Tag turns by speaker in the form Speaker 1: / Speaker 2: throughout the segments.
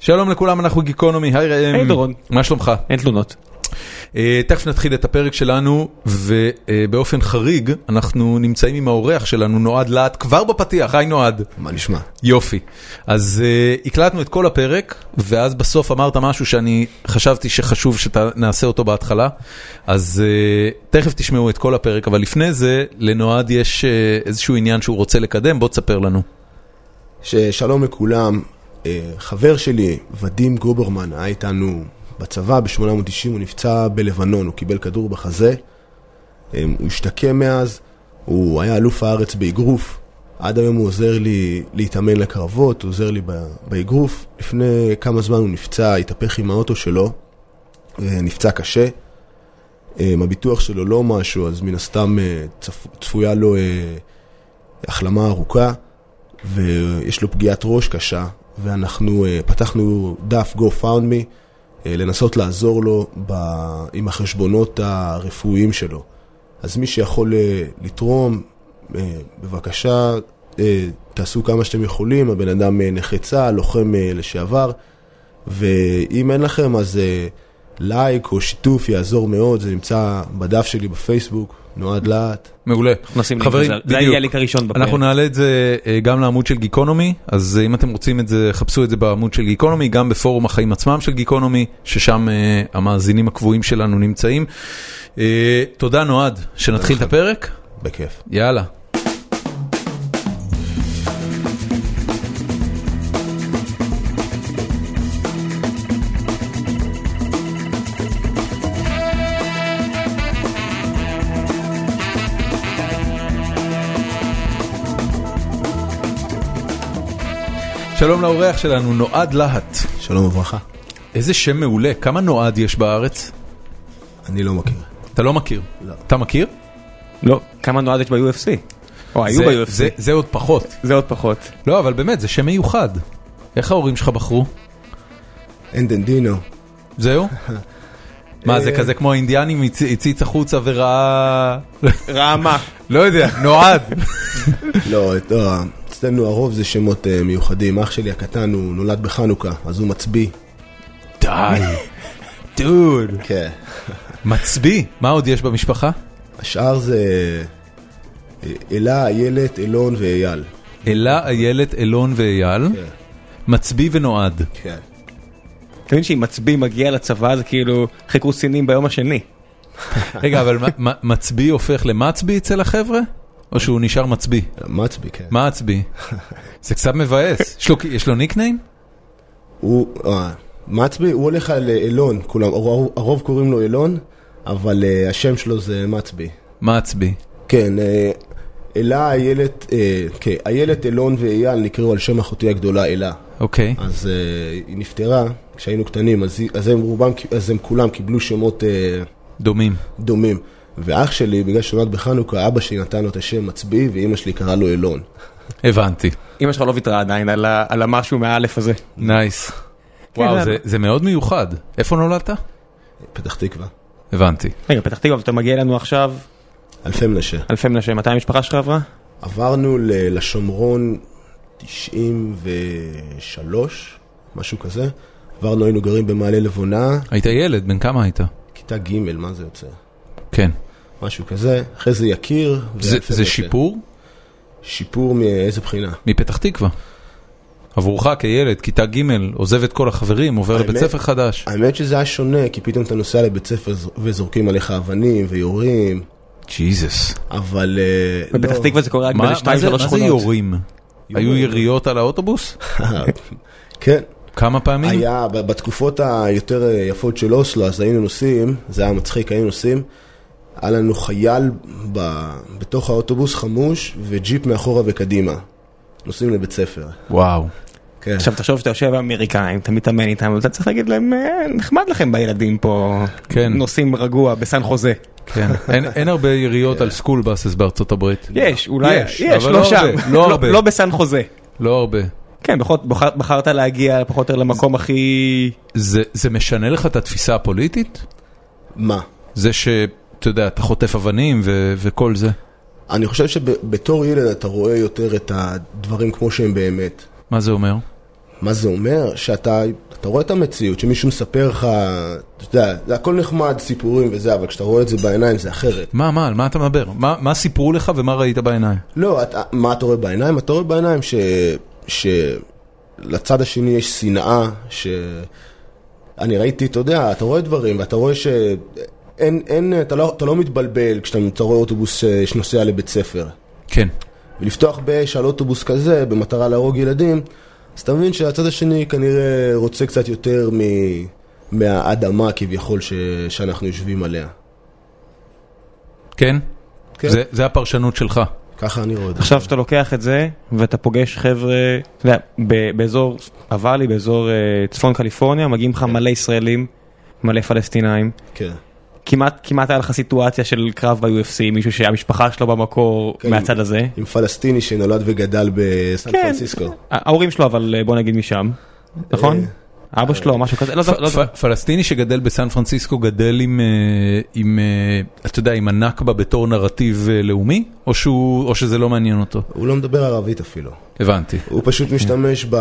Speaker 1: שלום לכולם, אנחנו גיקונומי, היי ראם.
Speaker 2: היי, דורון.
Speaker 1: מה שלומך?
Speaker 2: אין תלונות.
Speaker 1: אה, תכף נתחיל את הפרק שלנו, ובאופן חריג, אנחנו נמצאים עם האורח שלנו, נועד להט, כבר בפתיח, היי נועד.
Speaker 3: מה נשמע?
Speaker 1: יופי. אז אה, הקלטנו את כל הפרק, ואז בסוף אמרת משהו שאני חשבתי שחשוב שנעשה אותו בהתחלה, אז אה, תכף תשמעו את כל הפרק, אבל לפני זה, לנועד יש אה, איזשהו עניין שהוא רוצה לקדם, בוא תספר לנו.
Speaker 3: ששלום לכולם, אה, חבר שלי, ודים גוברמן, היה איתנו בצבא ב-890, הוא נפצע בלבנון, הוא קיבל כדור בחזה, אה, הוא השתקם מאז, הוא היה אלוף הארץ באגרוף, עד היום הוא עוזר לי להתאמן לקרבות, הוא עוזר לי ב- באגרוף, לפני כמה זמן הוא נפצע, התהפך עם האוטו שלו, אה, נפצע קשה. אה, הביטוח שלו לא משהו, אז מן הסתם אה, צפ... צפויה לו אה, החלמה ארוכה. ויש לו פגיעת ראש קשה, ואנחנו אה, פתחנו דף GoFundMe אה, לנסות לעזור לו ב... עם החשבונות הרפואיים שלו. אז מי שיכול אה, לתרום, אה, בבקשה, אה, תעשו כמה שאתם יכולים, הבן אדם אה, נכה צה"ל, לוחם אה, לשעבר, ואם אין לכם אז אה, לייק או שיתוף יעזור מאוד, זה נמצא בדף שלי בפייסבוק, נועד להט.
Speaker 1: מעולה.
Speaker 2: אנחנו נשים לינק
Speaker 1: חברים,
Speaker 2: לזה. זה
Speaker 1: בדיוק.
Speaker 2: היה הלינק הראשון בפרק.
Speaker 1: אנחנו נעלה את זה אה, גם לעמוד של גיקונומי, אז אה, אם אתם רוצים את זה, חפשו את זה בעמוד של גיקונומי, גם בפורום החיים עצמם של גיקונומי, ששם אה, המאזינים הקבועים שלנו נמצאים. אה, תודה נועד, שנתחיל את הפרק?
Speaker 3: בכיף.
Speaker 1: יאללה. שלום לאורח שלנו, נועד להט.
Speaker 3: שלום וברכה.
Speaker 1: איזה שם מעולה, כמה נועד יש בארץ?
Speaker 3: אני לא מכיר.
Speaker 1: אתה לא מכיר.
Speaker 3: לא.
Speaker 1: אתה מכיר?
Speaker 2: לא, כמה נועד יש ב-UFC? או היו
Speaker 1: זה-
Speaker 2: ב-UFC.
Speaker 1: זה- זה עוד פחות.
Speaker 2: זה עוד פחות.
Speaker 1: לא, אבל באמת, זה שם מיוחד. איך ההורים שלך בחרו?
Speaker 3: אנדנדינו.
Speaker 1: זהו? מה, זה
Speaker 3: אה.
Speaker 1: כזה כמו האינדיאנים הצ- הציץ החוצה וראה...
Speaker 2: רעמה.
Speaker 1: לא יודע, נועד.
Speaker 3: לא, את- לא, אצלנו הרוב זה שמות אה, מיוחדים. אח שלי הקטן, הוא נולד בחנוכה, אז הוא מצביא.
Speaker 1: די. דוד.
Speaker 3: כן.
Speaker 1: מצביא. מה עוד יש במשפחה?
Speaker 3: השאר זה אה, אלה, איילת, אילון ואייל.
Speaker 1: אלה, איילת, אלון ואייל.
Speaker 3: כן,
Speaker 1: מצביא ונועד.
Speaker 3: כן.
Speaker 2: אתה מבין שאם מצביא מגיע לצבא זה כאילו חיכו סינים ביום השני.
Speaker 1: רגע, אבל מ- מ- מצביא הופך למצביא אצל החבר'ה? או שהוא נשאר מצביא?
Speaker 3: מצביא, כן.
Speaker 1: מצביא. זה קצת מבאס. יש לו- יש לו ניקניים?
Speaker 3: הוא, אה, מצביא, הוא הולך על אה, אילון, כולם, הרוב- הרוב קוראים לו אילון, אבל אה, השם שלו זה מצביא.
Speaker 1: מצביא.
Speaker 3: כן, אה, אלה, איילת, אה, כן, איילת, אילון ואייל נקראו על שם אחותי הגדולה, אלה.
Speaker 1: אוקיי.
Speaker 3: אז uh, היא נפטרה כשהיינו קטנים, אז, היא- אז הם רובם, אז הם כולם קיבלו שמות uh,
Speaker 1: דומים.
Speaker 3: דומים. ואח שלי, בגלל שהוא נולד בחנוכה, אבא שלי נתן לו את השם מצביא, ואימא שלי קראה לו אילון.
Speaker 1: הבנתי.
Speaker 2: אמא שלך לא ויתרה עדיין על ה- על המשהו מהאלף הזה.
Speaker 1: נייס. וואו,
Speaker 2: אבל-
Speaker 1: זה- זה מאוד מיוחד. איפה נולדת?
Speaker 3: פתח תקווה.
Speaker 1: הבנתי.
Speaker 2: רגע, פתח תקווה, ואתה מגיע אלינו עכשיו,
Speaker 3: אלפי מנשה.
Speaker 2: אלפי מנשה, מתי המשפחה שלך עברה?
Speaker 3: עברנו ל- לשומרון 93, משהו כזה. עברנו, היינו גרים במעלה לבונה,
Speaker 1: היית ילד, בן כמה היית?
Speaker 3: כיתה ג', מה זה יוצא?
Speaker 1: כן.
Speaker 3: משהו כזה. אחרי זה יקיר.
Speaker 1: זה-
Speaker 3: ואלפי
Speaker 1: זה
Speaker 3: מנשה.
Speaker 1: שיפור
Speaker 3: שיפור מאיזה בחינה?
Speaker 1: מפתח תקווה. עבורך כילד, כיתה ג', עוזב את כל החברים, עובר
Speaker 3: האמת-
Speaker 1: לבית ספר חדש.
Speaker 3: האמת שזה היה שונה, כי פתאום אתה נוסע לבית ספר ז- וזורקים עליך אבנים ויורים,
Speaker 1: ג'יזוס.
Speaker 3: אבל... אה,
Speaker 2: בפתח
Speaker 3: לא.
Speaker 2: תקווה זה קורה רק
Speaker 1: מה
Speaker 2: באיזה
Speaker 1: מה
Speaker 2: שתיים
Speaker 1: זה
Speaker 2: שלוש
Speaker 1: מה זה
Speaker 2: שכונות.
Speaker 1: יורים? היו יריות על האוטובוס?
Speaker 3: כן.
Speaker 1: כמה פעמים?
Speaker 3: היה, ב- בתקופות היותר אה, יפות של אוסלו, אז היינו נוסעים, זה היה מצחיק, היינו נוסעים, היה לנו חייל ב, בתוך האוטובוס חמוש וג'יפ מאחורה וקדימה. נוסעים לבית ספר.
Speaker 1: וואו.
Speaker 3: כן.
Speaker 2: עכשיו תחשוב שאתה יושב עם אמריקאים, אתה מתאמן איתם, אבל אתה צריך להגיד להם, "אה, נחמד לכם בילדים פה,
Speaker 1: כן.
Speaker 2: נוסעים רגוע בסן חוזה.
Speaker 1: כן. אין- אין הרבה יריות על סקול באסס בארצות הברית.
Speaker 2: יש, אולי,
Speaker 1: יש,
Speaker 2: יש,
Speaker 1: אבל
Speaker 2: לא
Speaker 1: לא
Speaker 2: שם,
Speaker 1: הרבה, לא הרבה.
Speaker 2: לא בסן חוזה.
Speaker 1: לא הרבה.
Speaker 2: כן, בכל- בחר- בחרת להגיע פחות או יותר למקום הכי...
Speaker 1: זה זה משנה לך את התפיסה הפוליטית?
Speaker 3: מה?
Speaker 1: זה שאתה יודע, אתה חוטף אבנים ו- וכל זה.
Speaker 3: אני חושב שבתור ילד אתה רואה יותר את הדברים כמו שהם באמת.
Speaker 1: מה זה אומר?
Speaker 3: מה זה אומר? שאתה אתה רואה את המציאות, שמישהו מספר לך, אתה יודע, זה הכל נחמד, סיפורים וזה, אבל כשאתה רואה את זה בעיניים זה אחרת.
Speaker 1: מה, מה, על מה אתה מדבר? מה, מה סיפרו לך ומה ראית בעיניים?
Speaker 3: לא, אתה, מה אתה רואה בעיניים? אתה רואה בעיניים ש... שלצד השני יש שנאה, ש... אני ראיתי, אתה יודע, אתה רואה דברים, ואתה רואה ש... אין, אין, אתה לא, אתה לא מתבלבל כשאתה אתה רואה אוטובוס אה, שנוסע לבית ספר.
Speaker 1: כן.
Speaker 3: ולפתוח באש על אוטובוס כזה במטרה להרוג ילדים, אז אתה מבין שהצד השני כנראה רוצה קצת יותר מ... מהאדמה כביכול ש... שאנחנו יושבים עליה.
Speaker 1: כן?
Speaker 3: כן.
Speaker 1: זה, זה הפרשנות שלך.
Speaker 3: ככה אני רואה את זה.
Speaker 2: עכשיו שאתה לוקח את זה, ואתה פוגש חבר'ה, אתה יודע, ב- באזור הוואלי, באזור אה, צפון קליפורניה, מגיעים לך מלא ישראלים, מלא פלסטינאים.
Speaker 3: כן.
Speaker 2: כמעט, כמעט היה לך סיטואציה של קרב ב-UFC, מישהו שהמשפחה שלו במקור
Speaker 3: כן.
Speaker 2: מהצד הזה.
Speaker 3: עם פלסטיני שנולד וגדל בסן
Speaker 2: כן.
Speaker 3: פרנסיסקו.
Speaker 2: ה- ההורים שלו אבל אה, בוא נגיד משם, נכון?
Speaker 3: אה,
Speaker 2: אבא שלו משהו כזה, לא זו- לא זו-
Speaker 1: פ- פלסטיני שגדל בסן פרנסיסקו גדל עם, אה, עם אה, אתה יודע, עם הנכבה בתור נרטיב אה, לאומי? או, שהוא, או שזה לא מעניין אותו?
Speaker 3: הוא לא מדבר ערבית אפילו.
Speaker 1: הבנתי.
Speaker 3: הוא פשוט משתמש ב...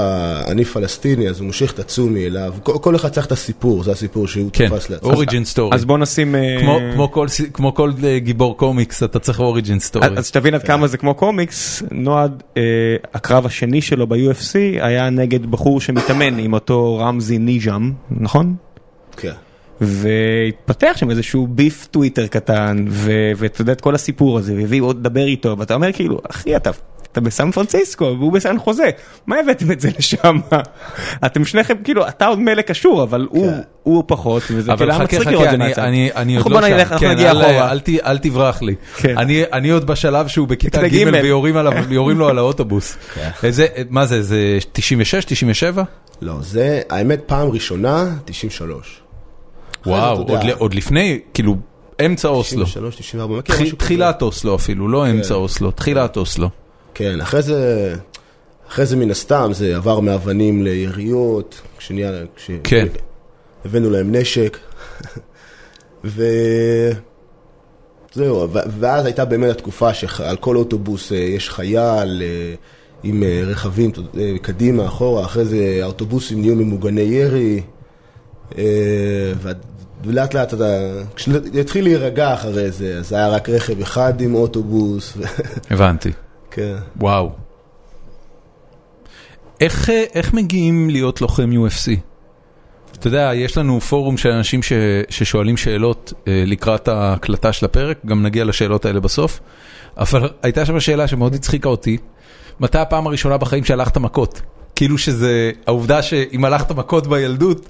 Speaker 3: אני פלסטיני, אז הוא מושך את הצומי אליו. כל- כל אחד צריך את הסיפור, זה הסיפור שהוא
Speaker 1: כן,
Speaker 3: תפס לעצמו.
Speaker 1: אוריג'ין סטורי.
Speaker 2: אז בוא נשים, אה,
Speaker 1: כמו, כמו, כל, ס- כמו כל אה, גיבור קומיקס, אתה צריך אוריג'ין סטורי.
Speaker 2: אז אז שתבין
Speaker 1: כן.
Speaker 2: עד כמה זה כמו קומיקס, נועד, אה, הקרב השני שלו ב-UFC היה נגד בחור שמתאמן עם אותו רמזי ניג'אם, נכון?
Speaker 3: כן.
Speaker 2: והתפתח שם איזשהו ביף טוויטר קטן, ו- ואתה יודע את כל הסיפור הזה, והביאו עוד לדבר איתו, ואתה אומר כאילו, אחי אתה... אתה בסן פרנסיסקו והוא בסן חוזה, מה הבאתם את זה לשם? אתם שניכם כאילו אתה עוד מלא קשור אבל הוא הוא פחות וזה
Speaker 1: כן. אבל
Speaker 2: כאילו היה
Speaker 1: חכה,
Speaker 2: מצחיק
Speaker 1: חכה,
Speaker 2: לראות את זה
Speaker 1: אני-
Speaker 2: מהצד.
Speaker 1: אני אני עוד
Speaker 2: אנחנו
Speaker 1: לא
Speaker 2: בוא
Speaker 1: שם.
Speaker 2: נלך, אנחנו
Speaker 1: כן,
Speaker 2: נגיע
Speaker 1: אל-
Speaker 2: אחורה.
Speaker 1: אל ת- אל תברח לי.
Speaker 2: כן.
Speaker 1: אני- אני עוד בשלב שהוא בכיתה
Speaker 2: בכיתה
Speaker 1: ג'
Speaker 2: ג'. כן.
Speaker 1: ויורים עליו- יורים לו על האוטובוס. איזה- מה זה, זה 96, 97?
Speaker 3: לא, זה, האמת, פעם ראשונה, 93.
Speaker 1: וואו,
Speaker 3: אתה יודע.
Speaker 1: עוד ל- עוד לפני, כאילו, אמצע אוסלו.
Speaker 3: 93, 94,
Speaker 1: תח-
Speaker 2: כן,
Speaker 3: מכיר משהו כזה.
Speaker 1: תחילת אוסלו אפילו, לא אמצע אוסלו, תחילת אוסלו.
Speaker 3: כן, אחרי זה, אחרי זה מן הסתם, זה עבר מאבנים ליריות, כשנהיה, כש...
Speaker 1: כן.
Speaker 3: הבאנו להם נשק, ו... זהו, ו- ואז הייתה באמת התקופה שעל כל אוטובוס אה, יש חייל אה, עם אה, רכבים אתה יודע, אה, קדימה, אחורה, אחרי זה האוטובוסים נהיו ממוגני ירי, אה, ו- ולאט לאט אתה... כשהתחיל להירגע אחרי זה, אז היה רק רכב אחד עם אוטובוס, ו-
Speaker 1: הבנתי.
Speaker 3: כן.
Speaker 1: וואו. איך, אה, איך מגיעים להיות לוחם UFC? אתה יודע, יש לנו פורום של אנשים ש, ששואלים שאלות אה, לקראת ההקלטה של הפרק, גם נגיע לשאלות האלה בסוף, אבל הייתה שם שאלה שמאוד הצחיקה אותי, מתי הפעם הראשונה בחיים שהלכת מכות? כאילו שזה, העובדה שאם הלכת מכות בילדות,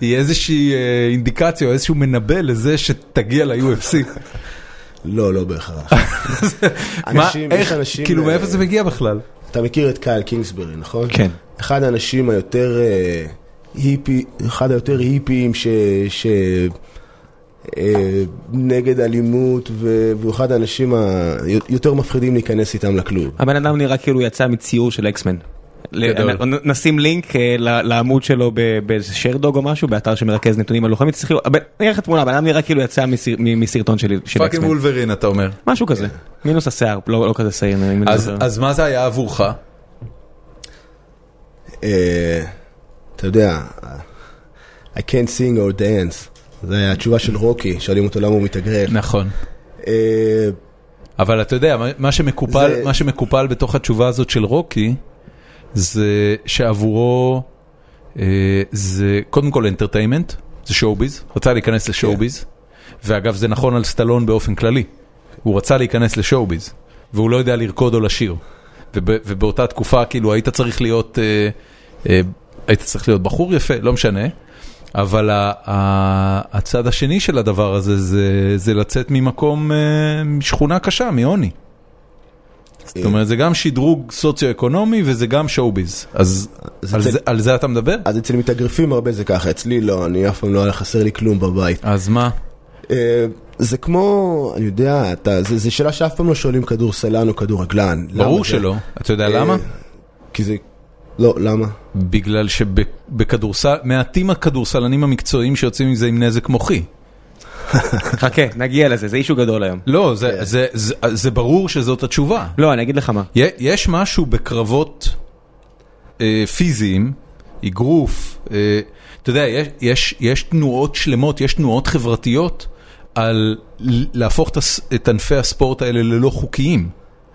Speaker 1: היא איזושהי אה, אינדיקציה או איזשהו מנבא לזה שתגיע ל-UFC.
Speaker 3: לא, לא בהכרח.
Speaker 1: מה,
Speaker 3: אנשים, יש
Speaker 1: איך,
Speaker 3: אנשים...
Speaker 1: כאילו
Speaker 3: אה,
Speaker 1: מאיפה זה מגיע בכלל?
Speaker 3: אתה מכיר את קייל קינגסברי, נכון?
Speaker 2: כן.
Speaker 3: אחד האנשים היותר אה, היפי, אחד היותר היפיים ש... ש... אה, נגד אלימות, ו- והוא אחד האנשים היותר מפחידים להיכנס איתם לכלוב.
Speaker 2: הבן אדם נראה כאילו הוא יצא מציור של אקסמן. ל-
Speaker 1: גדול.
Speaker 2: נ- נשים לינק אה, ל- לעמוד שלו ב- באיזה שרדוג או משהו באתר שמרכז נתונים על לוחמים. תסתכלו, הבן- נראה לך תמונה, הבן אדם נראה כאילו יצא מסיר- מ- מסרטון של של
Speaker 1: פאקינג
Speaker 2: אקסמן.
Speaker 1: וולברין אתה אומר.
Speaker 2: משהו כזה. מינוס השיער, לא לא כזה שעיר. אני מנסה.
Speaker 1: אז, אז מה זה היה עבורך?
Speaker 3: אה, אתה יודע, I can't sing or dance. זו התשובה של רוקי, שואלים אותו למה הוא מתאגרף.
Speaker 1: נכון.
Speaker 3: אה,
Speaker 1: אבל אתה יודע, מה- מה שמקופל,
Speaker 3: זה-
Speaker 1: מה שמקופל בתוך התשובה הזאת של רוקי, זה שעבורו אה, זה קודם כל אנטרטיימנט, זה שואו-ביז, רצה להיכנס לשואו-ביז, ואגב זה נכון על סטלון באופן כללי, הוא רצה להיכנס לשואו-ביז, והוא לא יודע לרקוד או לשיר, וב, ובאותה תקופה כאילו היית צריך להיות, אה, אה, היית צריך להיות בחור יפה, לא משנה. אבל ה- ה- הצד השני של הדבר הזה זה, זה לצאת ממקום, אה, משכונה קשה, מעוני. זאת אומרת, זה גם שדרוג סוציו-אקונומי וזה גם שואו-ביז. אז
Speaker 3: זה
Speaker 1: על
Speaker 3: צל-
Speaker 1: זה- על זה אתה מדבר?
Speaker 3: אז אצל מתאגרפים הרבה זה ככה, אצלי לא, אני אף פעם לא היה חסר לי כלום בבית.
Speaker 1: אז מה?
Speaker 3: אה, זה כמו, אני יודע, אתה, זה, זה שאלה שאף פעם לא שואלים כדורסלן או כדורגלן. למה
Speaker 1: ברור
Speaker 3: זה?
Speaker 1: שלא. אתה יודע
Speaker 3: אה,
Speaker 1: למה?
Speaker 3: כי זה... לא, למה?
Speaker 1: בגלל שבכדורסל, מעטים הכדורסלנים המקצועיים שיוצאים מזה עם נזק מוחי.
Speaker 2: חכה, נגיע לזה, זה אישו גדול היום.
Speaker 1: לא, זה-
Speaker 3: כן.
Speaker 1: זה- זה- זה ברור שזאת התשובה.
Speaker 2: לא, אני אגיד לך מה.
Speaker 1: יה- יש משהו בקרבות אה, פיזיים אגרוף, אה, אתה יודע, יש, יש, יש תנועות שלמות, יש תנועות חברתיות על ל- להפוך את, הס- את ענפי הספורט האלה ללא חוקיים.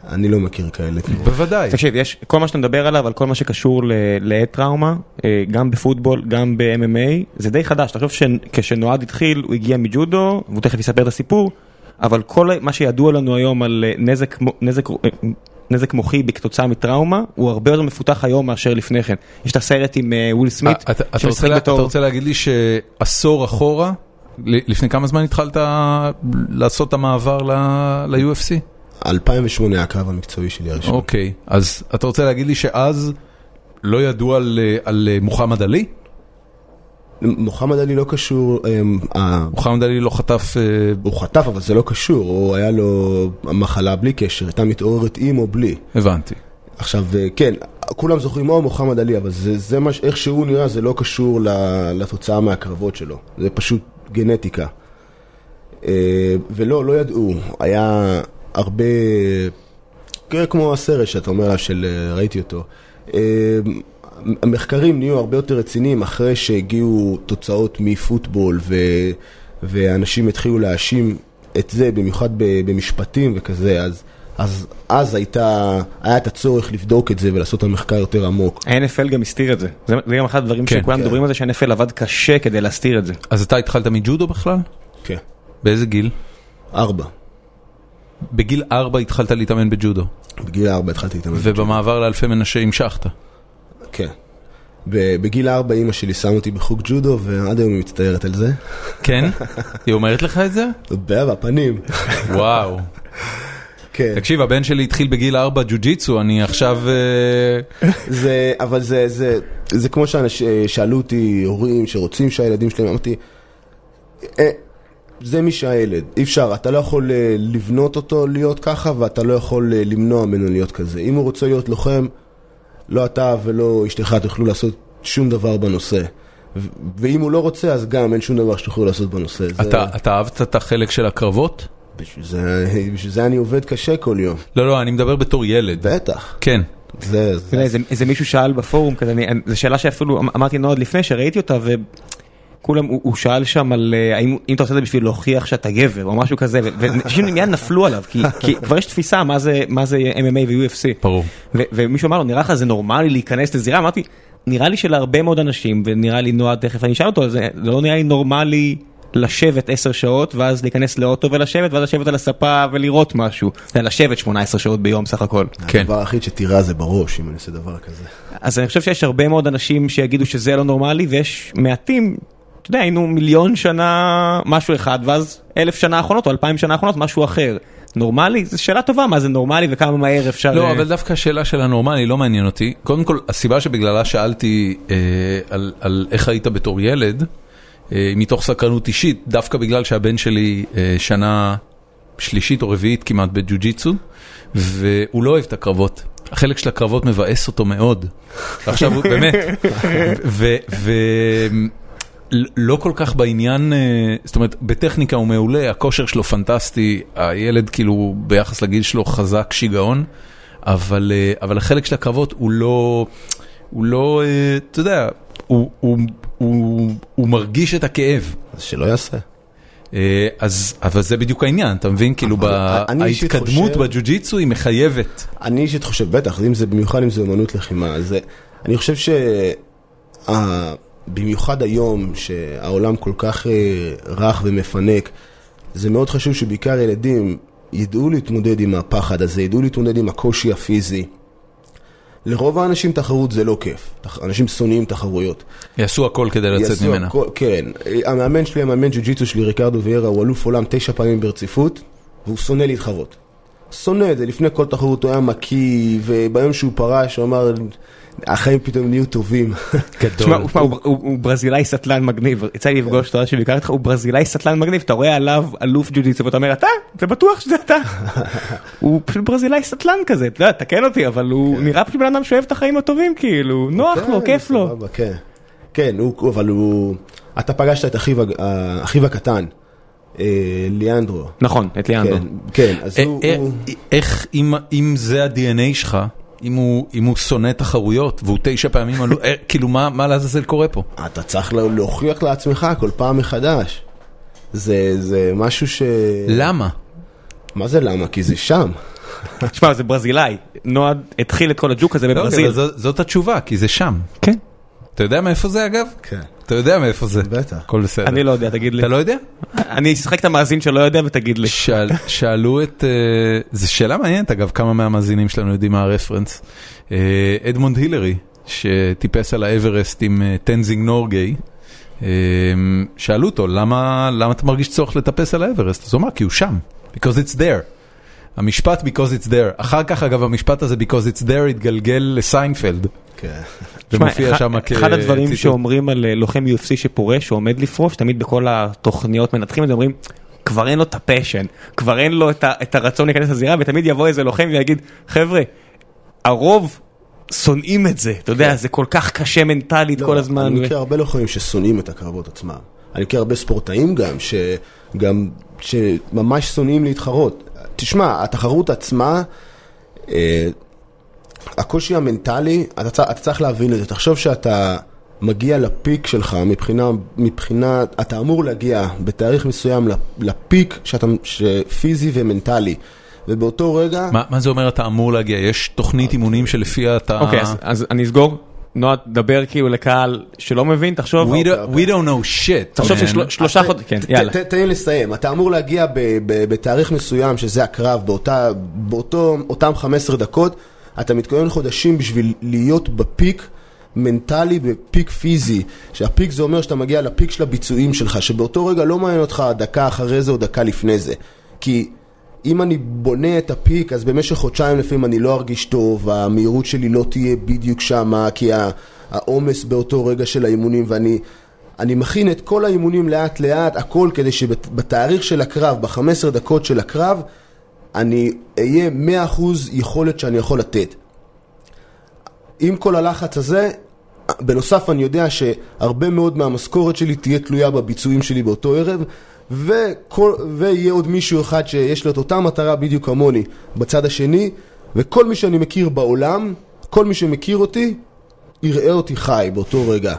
Speaker 3: אני לא מכיר כאלה תנועות.
Speaker 1: בוודאי.
Speaker 2: אה, תקשיב, יש כל מה שאתה מדבר עליו, על כל מה שקשור ל- לעת טראומה, אה, גם בפוטבול, גם ב-MMA, זה די חדש, תחשוב שכשנועד התחיל, הוא הגיע מג'ודו, והוא תכף יספר את הסיפור, אבל כל ה- מה שידוע לנו היום על אה, נזק, מו- נזק, אה, נזק מוחי כתוצאה מטראומה, הוא הרבה יותר מפותח היום מאשר לפני כן. יש את הסרט עם אה, וויל סמית,
Speaker 1: אה, אתה- אתה
Speaker 2: שמשחק
Speaker 1: רוצה לה- אתה
Speaker 2: בתור-
Speaker 1: רוצה להגיד לי שעשור אחורה, ל- לפני כמה זמן התחלת לעשות את המעבר ל- ל-UFC?
Speaker 3: 2008 היה הקרב המקצועי שלי הראשון.
Speaker 1: אוקיי, אז אתה רוצה להגיד לי שאז לא ידעו על, אה, על אה, מוחמד עלי?
Speaker 3: מוחמד עלי לא קשור, אמ, ה-
Speaker 1: מוחמד עלי לא חטף... אה,
Speaker 3: הוא חטף אבל זה לא קשור, הוא היה לו מחלה בלי קשר, הייתה מתעוררת עם או בלי.
Speaker 1: הבנתי.
Speaker 3: עכשיו אה, כן, כולם זוכרים או מוחמד עלי, אבל זה, זה מה, ש- איך שהוא נראה זה לא קשור ל- לתוצאה מהקרבות שלו, זה פשוט גנטיקה. אה, ולא, לא ידעו, היה הרבה, כן, כמו הסרט שאתה אומר עליו, של אה, ראיתי אותו. אה, המחקרים נהיו הרבה יותר רציניים אחרי שהגיעו תוצאות מפוטבול ו... ואנשים התחילו להאשים את זה, במיוחד ב- במשפטים וכזה, אז, אז, אז הייתה, היה את הצורך לבדוק את זה ולעשות את המחקר יותר עמוק.
Speaker 2: ה-NFL גם הסתיר את זה, זה זה גם אחד הדברים
Speaker 1: כן,
Speaker 2: שכולם
Speaker 3: כן.
Speaker 2: מדברים על זה, שה-NFL עבד קשה כדי להסתיר את זה.
Speaker 1: אז אתה התחלת מג'ודו בכלל?
Speaker 3: כן.
Speaker 1: באיזה גיל?
Speaker 3: ארבע.
Speaker 1: בגיל 4 התחלת להתאמן בג'ודו,
Speaker 3: בגיל ארבע התחלתי להתאמן.
Speaker 1: ובמעבר לאלפי מנשה המשכת.
Speaker 3: כן. ב- בגיל ארבע אימא שלי שמה אותי בחוג ג'ודו, ועד היום היא מצטערת על זה.
Speaker 1: כן? היא אומרת לך את זה?
Speaker 3: בפנים.
Speaker 1: וואו.
Speaker 3: כן.
Speaker 1: תקשיב, הבן שלי התחיל בגיל 4 ג'ו-ג'יצו, אני עכשיו... אה,
Speaker 3: זה, אבל זה, זה, זה כמו שאנשים שאלו אותי הורים שרוצים שהילדים שלהם, אמרתי, "אה, זה מי שהילד, אי אפשר, אתה לא יכול אה, לבנות אותו להיות ככה ואתה לא יכול אה, למנוע ממנו להיות כזה. אם הוא רוצה להיות לוחם, לא אתה ולא אשתך תוכלו לעשות שום דבר בנושא. ו- ואם הוא לא רוצה, אז גם אין שום דבר שתוכלו לעשות בנושא. זה-
Speaker 1: אתה- אתה אהבת את החלק של הקרבות?
Speaker 3: בשביל זה, בשביל זה אני עובד קשה כל יום.
Speaker 1: לא, לא, אני מדבר בתור ילד.
Speaker 3: בטח.
Speaker 1: כן.
Speaker 3: זה,
Speaker 2: אתה
Speaker 3: זה,
Speaker 2: יודע, איזה- איזה מישהו שאל בפורום כזה, אני- אני- זו שאלה שאפילו אמ- אמרתי לנו עוד לפני שראיתי אותה וכולם, הוא הוא שאל שם על אה, האם אם אתה עושה את זה בשביל להוכיח שאתה גבר או משהו כזה, ו- ואנשים מיד נפלו עליו, כי- כי כבר יש תפיסה מה זה- מה זה MMA ו-UFC.
Speaker 1: ברור.
Speaker 2: ו- ומישהו אמר לו, נראה לך זה נורמלי להיכנס לזירה? אמרתי, נראה לי שלהרבה מאוד אנשים, ונראה לי נועד, תכף אני אשאל אותו, זה זה לא נראה לי נורמלי לשבת 10 שעות, ואז להיכנס לאוטו ולשבת, ואז לשבת על הספה ולראות משהו. זה לשבת 18 שעות ביום סך הכל.
Speaker 1: כן.
Speaker 3: הדבר היחיד שתירה זה בראש, אם אני עושה דבר כזה.
Speaker 2: אז אני חושב שיש הרבה מאוד אנשים שיגידו שזה לא נורמלי, ויש מעטים, אתה יודע, היינו מיליון שנה משהו אחד, ואז אלף שנה האחרונות או אלפיים שנה האחרונות משהו אחר. נורמלי? זו שאלה טובה, מה זה נורמלי וכמה מהר אפשר... אה,
Speaker 1: לא, אבל דווקא השאלה של הנורמלי לא מעניין אותי. קודם כל, הסיבה שבגללה שאלתי אה, על, על איך היית בתור ילד, אה, מתוך סקרנות אישית, דווקא בגלל שהבן שלי אה, שנה שלישית או רביעית כמעט בג'ו-ג'יצו, והוא לא אוהב את הקרבות. החלק של הקרבות מבאס אותו מאוד. עכשיו הוא באמת, ו... ו לא כל כך בעניין, אה, זאת אומרת, בטכניקה הוא מעולה, הכושר שלו פנטסטי, הילד כאילו ביחס לגיל שלו חזק שיגעון, אבל, אה, אבל החלק של הקרבות הוא לא, הוא לא, אה, אתה יודע, הוא, הוא, הוא, הוא מרגיש את הכאב.
Speaker 3: אז שלא יעשה.
Speaker 1: אה, אז, אבל זה בדיוק העניין, אתה מבין? כאילו, ב...
Speaker 3: אבל אני אישית
Speaker 1: ההתקדמות
Speaker 3: חושב-
Speaker 1: בג'ו-ג'יצו היא מחייבת.
Speaker 3: אני אישית חושב, בטח, אם זה במיוחד אם זה אומנות לחימה, אז אה, אני חושב ש... אה, במיוחד היום שהעולם כל כך אה, רך ומפנק, זה מאוד חשוב שבעיקר ילדים ידעו להתמודד עם הפחד הזה, ידעו להתמודד עם הקושי הפיזי. לרוב האנשים תחרות זה לא כיף, תח- אנשים שונאים תחרויות.
Speaker 1: יעשו הכל כדי לצאת
Speaker 3: יעשו
Speaker 1: ממנה.
Speaker 3: הכל- כן, המאמן שלי, המאמן ג'ו-ג'יצו שלי, ריקרדו ויירה, הוא אלוף עולם תשע פעמים ברציפות, והוא שונא להתחרות. שונא את זה, לפני כל תחרות הוא היה מקיא, וביום שהוא פרש הוא אמר, החיים פתאום נהיו טובים.
Speaker 2: תשמע, הוא- הוא- הוא הוא ברזילאי סטלן מגניב, יצא לי לפגוש אותו אז שביקר איתך, הוא ברזילאי סטלן מגניב, אתה רואה עליו אלוף ג'ו-ג'יצו ואתה אומר, אתה? זה בטוח שזה אתה. הוא פשוט ברזילאי סטלן כזה, אתה יודע, תקן אותי, אבל הוא נראה פשוט בן אדם שאוהב את החיים הטובים, כאילו, נוח לו,
Speaker 3: כן,
Speaker 2: כיף לו.
Speaker 3: סבבה, כן, כן, הוא- אבל הוא... אתה פגשת את אחיו הג- ה- אחיו הקטן, אה, ליאנדרו.
Speaker 2: נכון, את ליאנדו.
Speaker 3: כן, כן, אז
Speaker 1: אה,
Speaker 3: הוא...
Speaker 1: אה,
Speaker 3: הוא-
Speaker 1: איך, אם- אם זה ה-DNA שלך, אם הוא, אם הוא שונא תחרויות והוא תשע פעמים, עלו, אה, כאילו מה, מה לעזאזל קורה פה?
Speaker 3: אתה צריך לה- להוכיח לעצמך כל פעם מחדש. זה, זה משהו ש...
Speaker 1: למה?
Speaker 3: מה זה למה? כי זה שם.
Speaker 2: שמע, זה ברזילאי. נועד התחיל את כל הג'וק הזה
Speaker 1: לא,
Speaker 2: בברזיל.
Speaker 1: אבל זו- זאת אה, התשובה, כי זה שם.
Speaker 2: כן.
Speaker 1: אתה יודע מאיפה זה אגב?
Speaker 3: כן.
Speaker 1: אתה יודע מאיפה זה.
Speaker 3: בטח.
Speaker 1: הכל בסדר.
Speaker 2: אני לא יודע, תגיד לי.
Speaker 1: אתה לא יודע?
Speaker 2: אני אשחק את המאזין שלא יודע ותגיד לי.
Speaker 1: שאל, שאלו את, אה, זו שאלה מעניינת אגב, כמה מהמאזינים שלנו יודעים מה הרפרנס. אה, אדמונד הילרי, שטיפס על האברסט עם אה, טנזינג נורגיי, אה, שאלו אותו, למה, למה אתה מרגיש צורך לטפס על האברסט? אז הוא אמר, כי הוא שם, because it's there. המשפט because it's there. אחר כך אגב המשפט הזה because it's there התגלגל לסיינפלד.
Speaker 3: כן.
Speaker 2: שמע,
Speaker 1: ומופיע
Speaker 2: אחד-
Speaker 1: שם כ...
Speaker 2: אחד הדברים
Speaker 1: ציטוט.
Speaker 2: שאומרים על אה, לוחם UFC שפורש, שעומד לפרוש, תמיד בכל התוכניות מנתחים את זה, אומרים, כבר אין לו את הפשן, כבר אין לו את, ה- את הרצון להיכנס לזירה, ותמיד יבוא איזה לוחם ויגיד, חבר'ה, הרוב שונאים את זה, אתה
Speaker 1: כן.
Speaker 2: יודע, זה כל כך קשה
Speaker 1: לא,
Speaker 2: מנטלית כל הזמן.
Speaker 3: לא, אני
Speaker 2: ו-
Speaker 3: מכיר הרבה לוחמים ששונאים את הקרבות עצמם. אני מכיר הרבה ספורטאים גם, שגם, שממש שונאים להתחרות. תשמע, התחרות עצמה, אה, הקושי המנטלי, אתה, צ- אתה צריך להבין את זה. תחשוב שאתה מגיע לפיק שלך מבחינה, מבחינה, אתה אמור להגיע בתאריך מסוים לפ- לפיק שאתה, שפיזי ומנטלי. ובאותו רגע...
Speaker 1: מה, מה זה אומר אתה אמור להגיע? יש תוכנית אימונים שלפיה אתה...
Speaker 2: אוקיי, אז- אז אני אסגור. נועה, דבר כאילו לקהל שלא מבין, תחשוב,
Speaker 1: We don't,
Speaker 3: אוקיי.
Speaker 1: we don't know shit.
Speaker 2: תחשוב
Speaker 1: man.
Speaker 2: ששלושה חודשים, כן,
Speaker 3: אה, ת-
Speaker 2: יאללה.
Speaker 3: ת- תן לי לסיים, אתה אמור להגיע ב- ב- בתאריך מסוים, שזה הקרב, באותה- באותו- אותם 15 דקות, אתה מתכונן חודשים בשביל להיות בפיק מנטלי ופיק פיזי, שהפיק זה אומר שאתה מגיע לפיק של הביצועים שלך, שבאותו רגע לא מעניין אותך דקה אחרי זה או דקה לפני זה, כי... אם אני בונה את הפיק, אז במשך חודשיים לפעמים אני לא ארגיש טוב, המהירות שלי לא תהיה בדיוק שמה, כי ה- העומס באותו רגע של האימונים, ואני אני מכין את כל האימונים לאט לאט, הכל כדי שבתאריך של הקרב, ב-15 דקות של הקרב, אני אהיה 100% יכולת שאני יכול לתת. עם כל הלחץ הזה, בנוסף אני יודע שהרבה מאוד מהמשכורת שלי תהיה תלויה בביצועים שלי באותו ערב, וכל, ויהיה עוד מישהו אחד שיש לו את אותה מטרה בדיוק כמוני בצד השני, וכל מי שאני מכיר בעולם, כל מי שמכיר אותי, יראה אותי חי באותו רגע.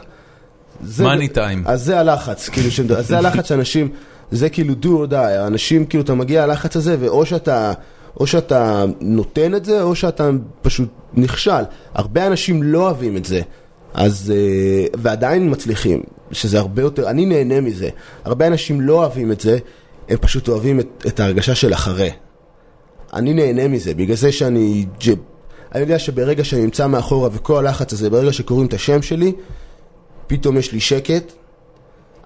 Speaker 3: זה-
Speaker 1: Money time.
Speaker 3: אז זה הלחץ, כאילו, ש... אז זה הלחץ שאנשים, זה כאילו do or die, האנשים, כאילו, אתה מגיע ללחץ הזה, ואו שאתה, או שאתה נותן את זה, או שאתה פשוט נכשל. הרבה אנשים לא אוהבים את זה, אז, אה, ועדיין מצליחים, שזה הרבה יותר, אני נהנה מזה. הרבה אנשים לא אוהבים את זה, הם פשוט אוהבים את, את ההרגשה של אחרי. אני נהנה מזה, בגלל זה שאני... ג'יב. אני יודע שברגע שאני נמצא מאחורה וכל הלחץ הזה, ברגע שקוראים את השם שלי, פתאום יש לי שקט,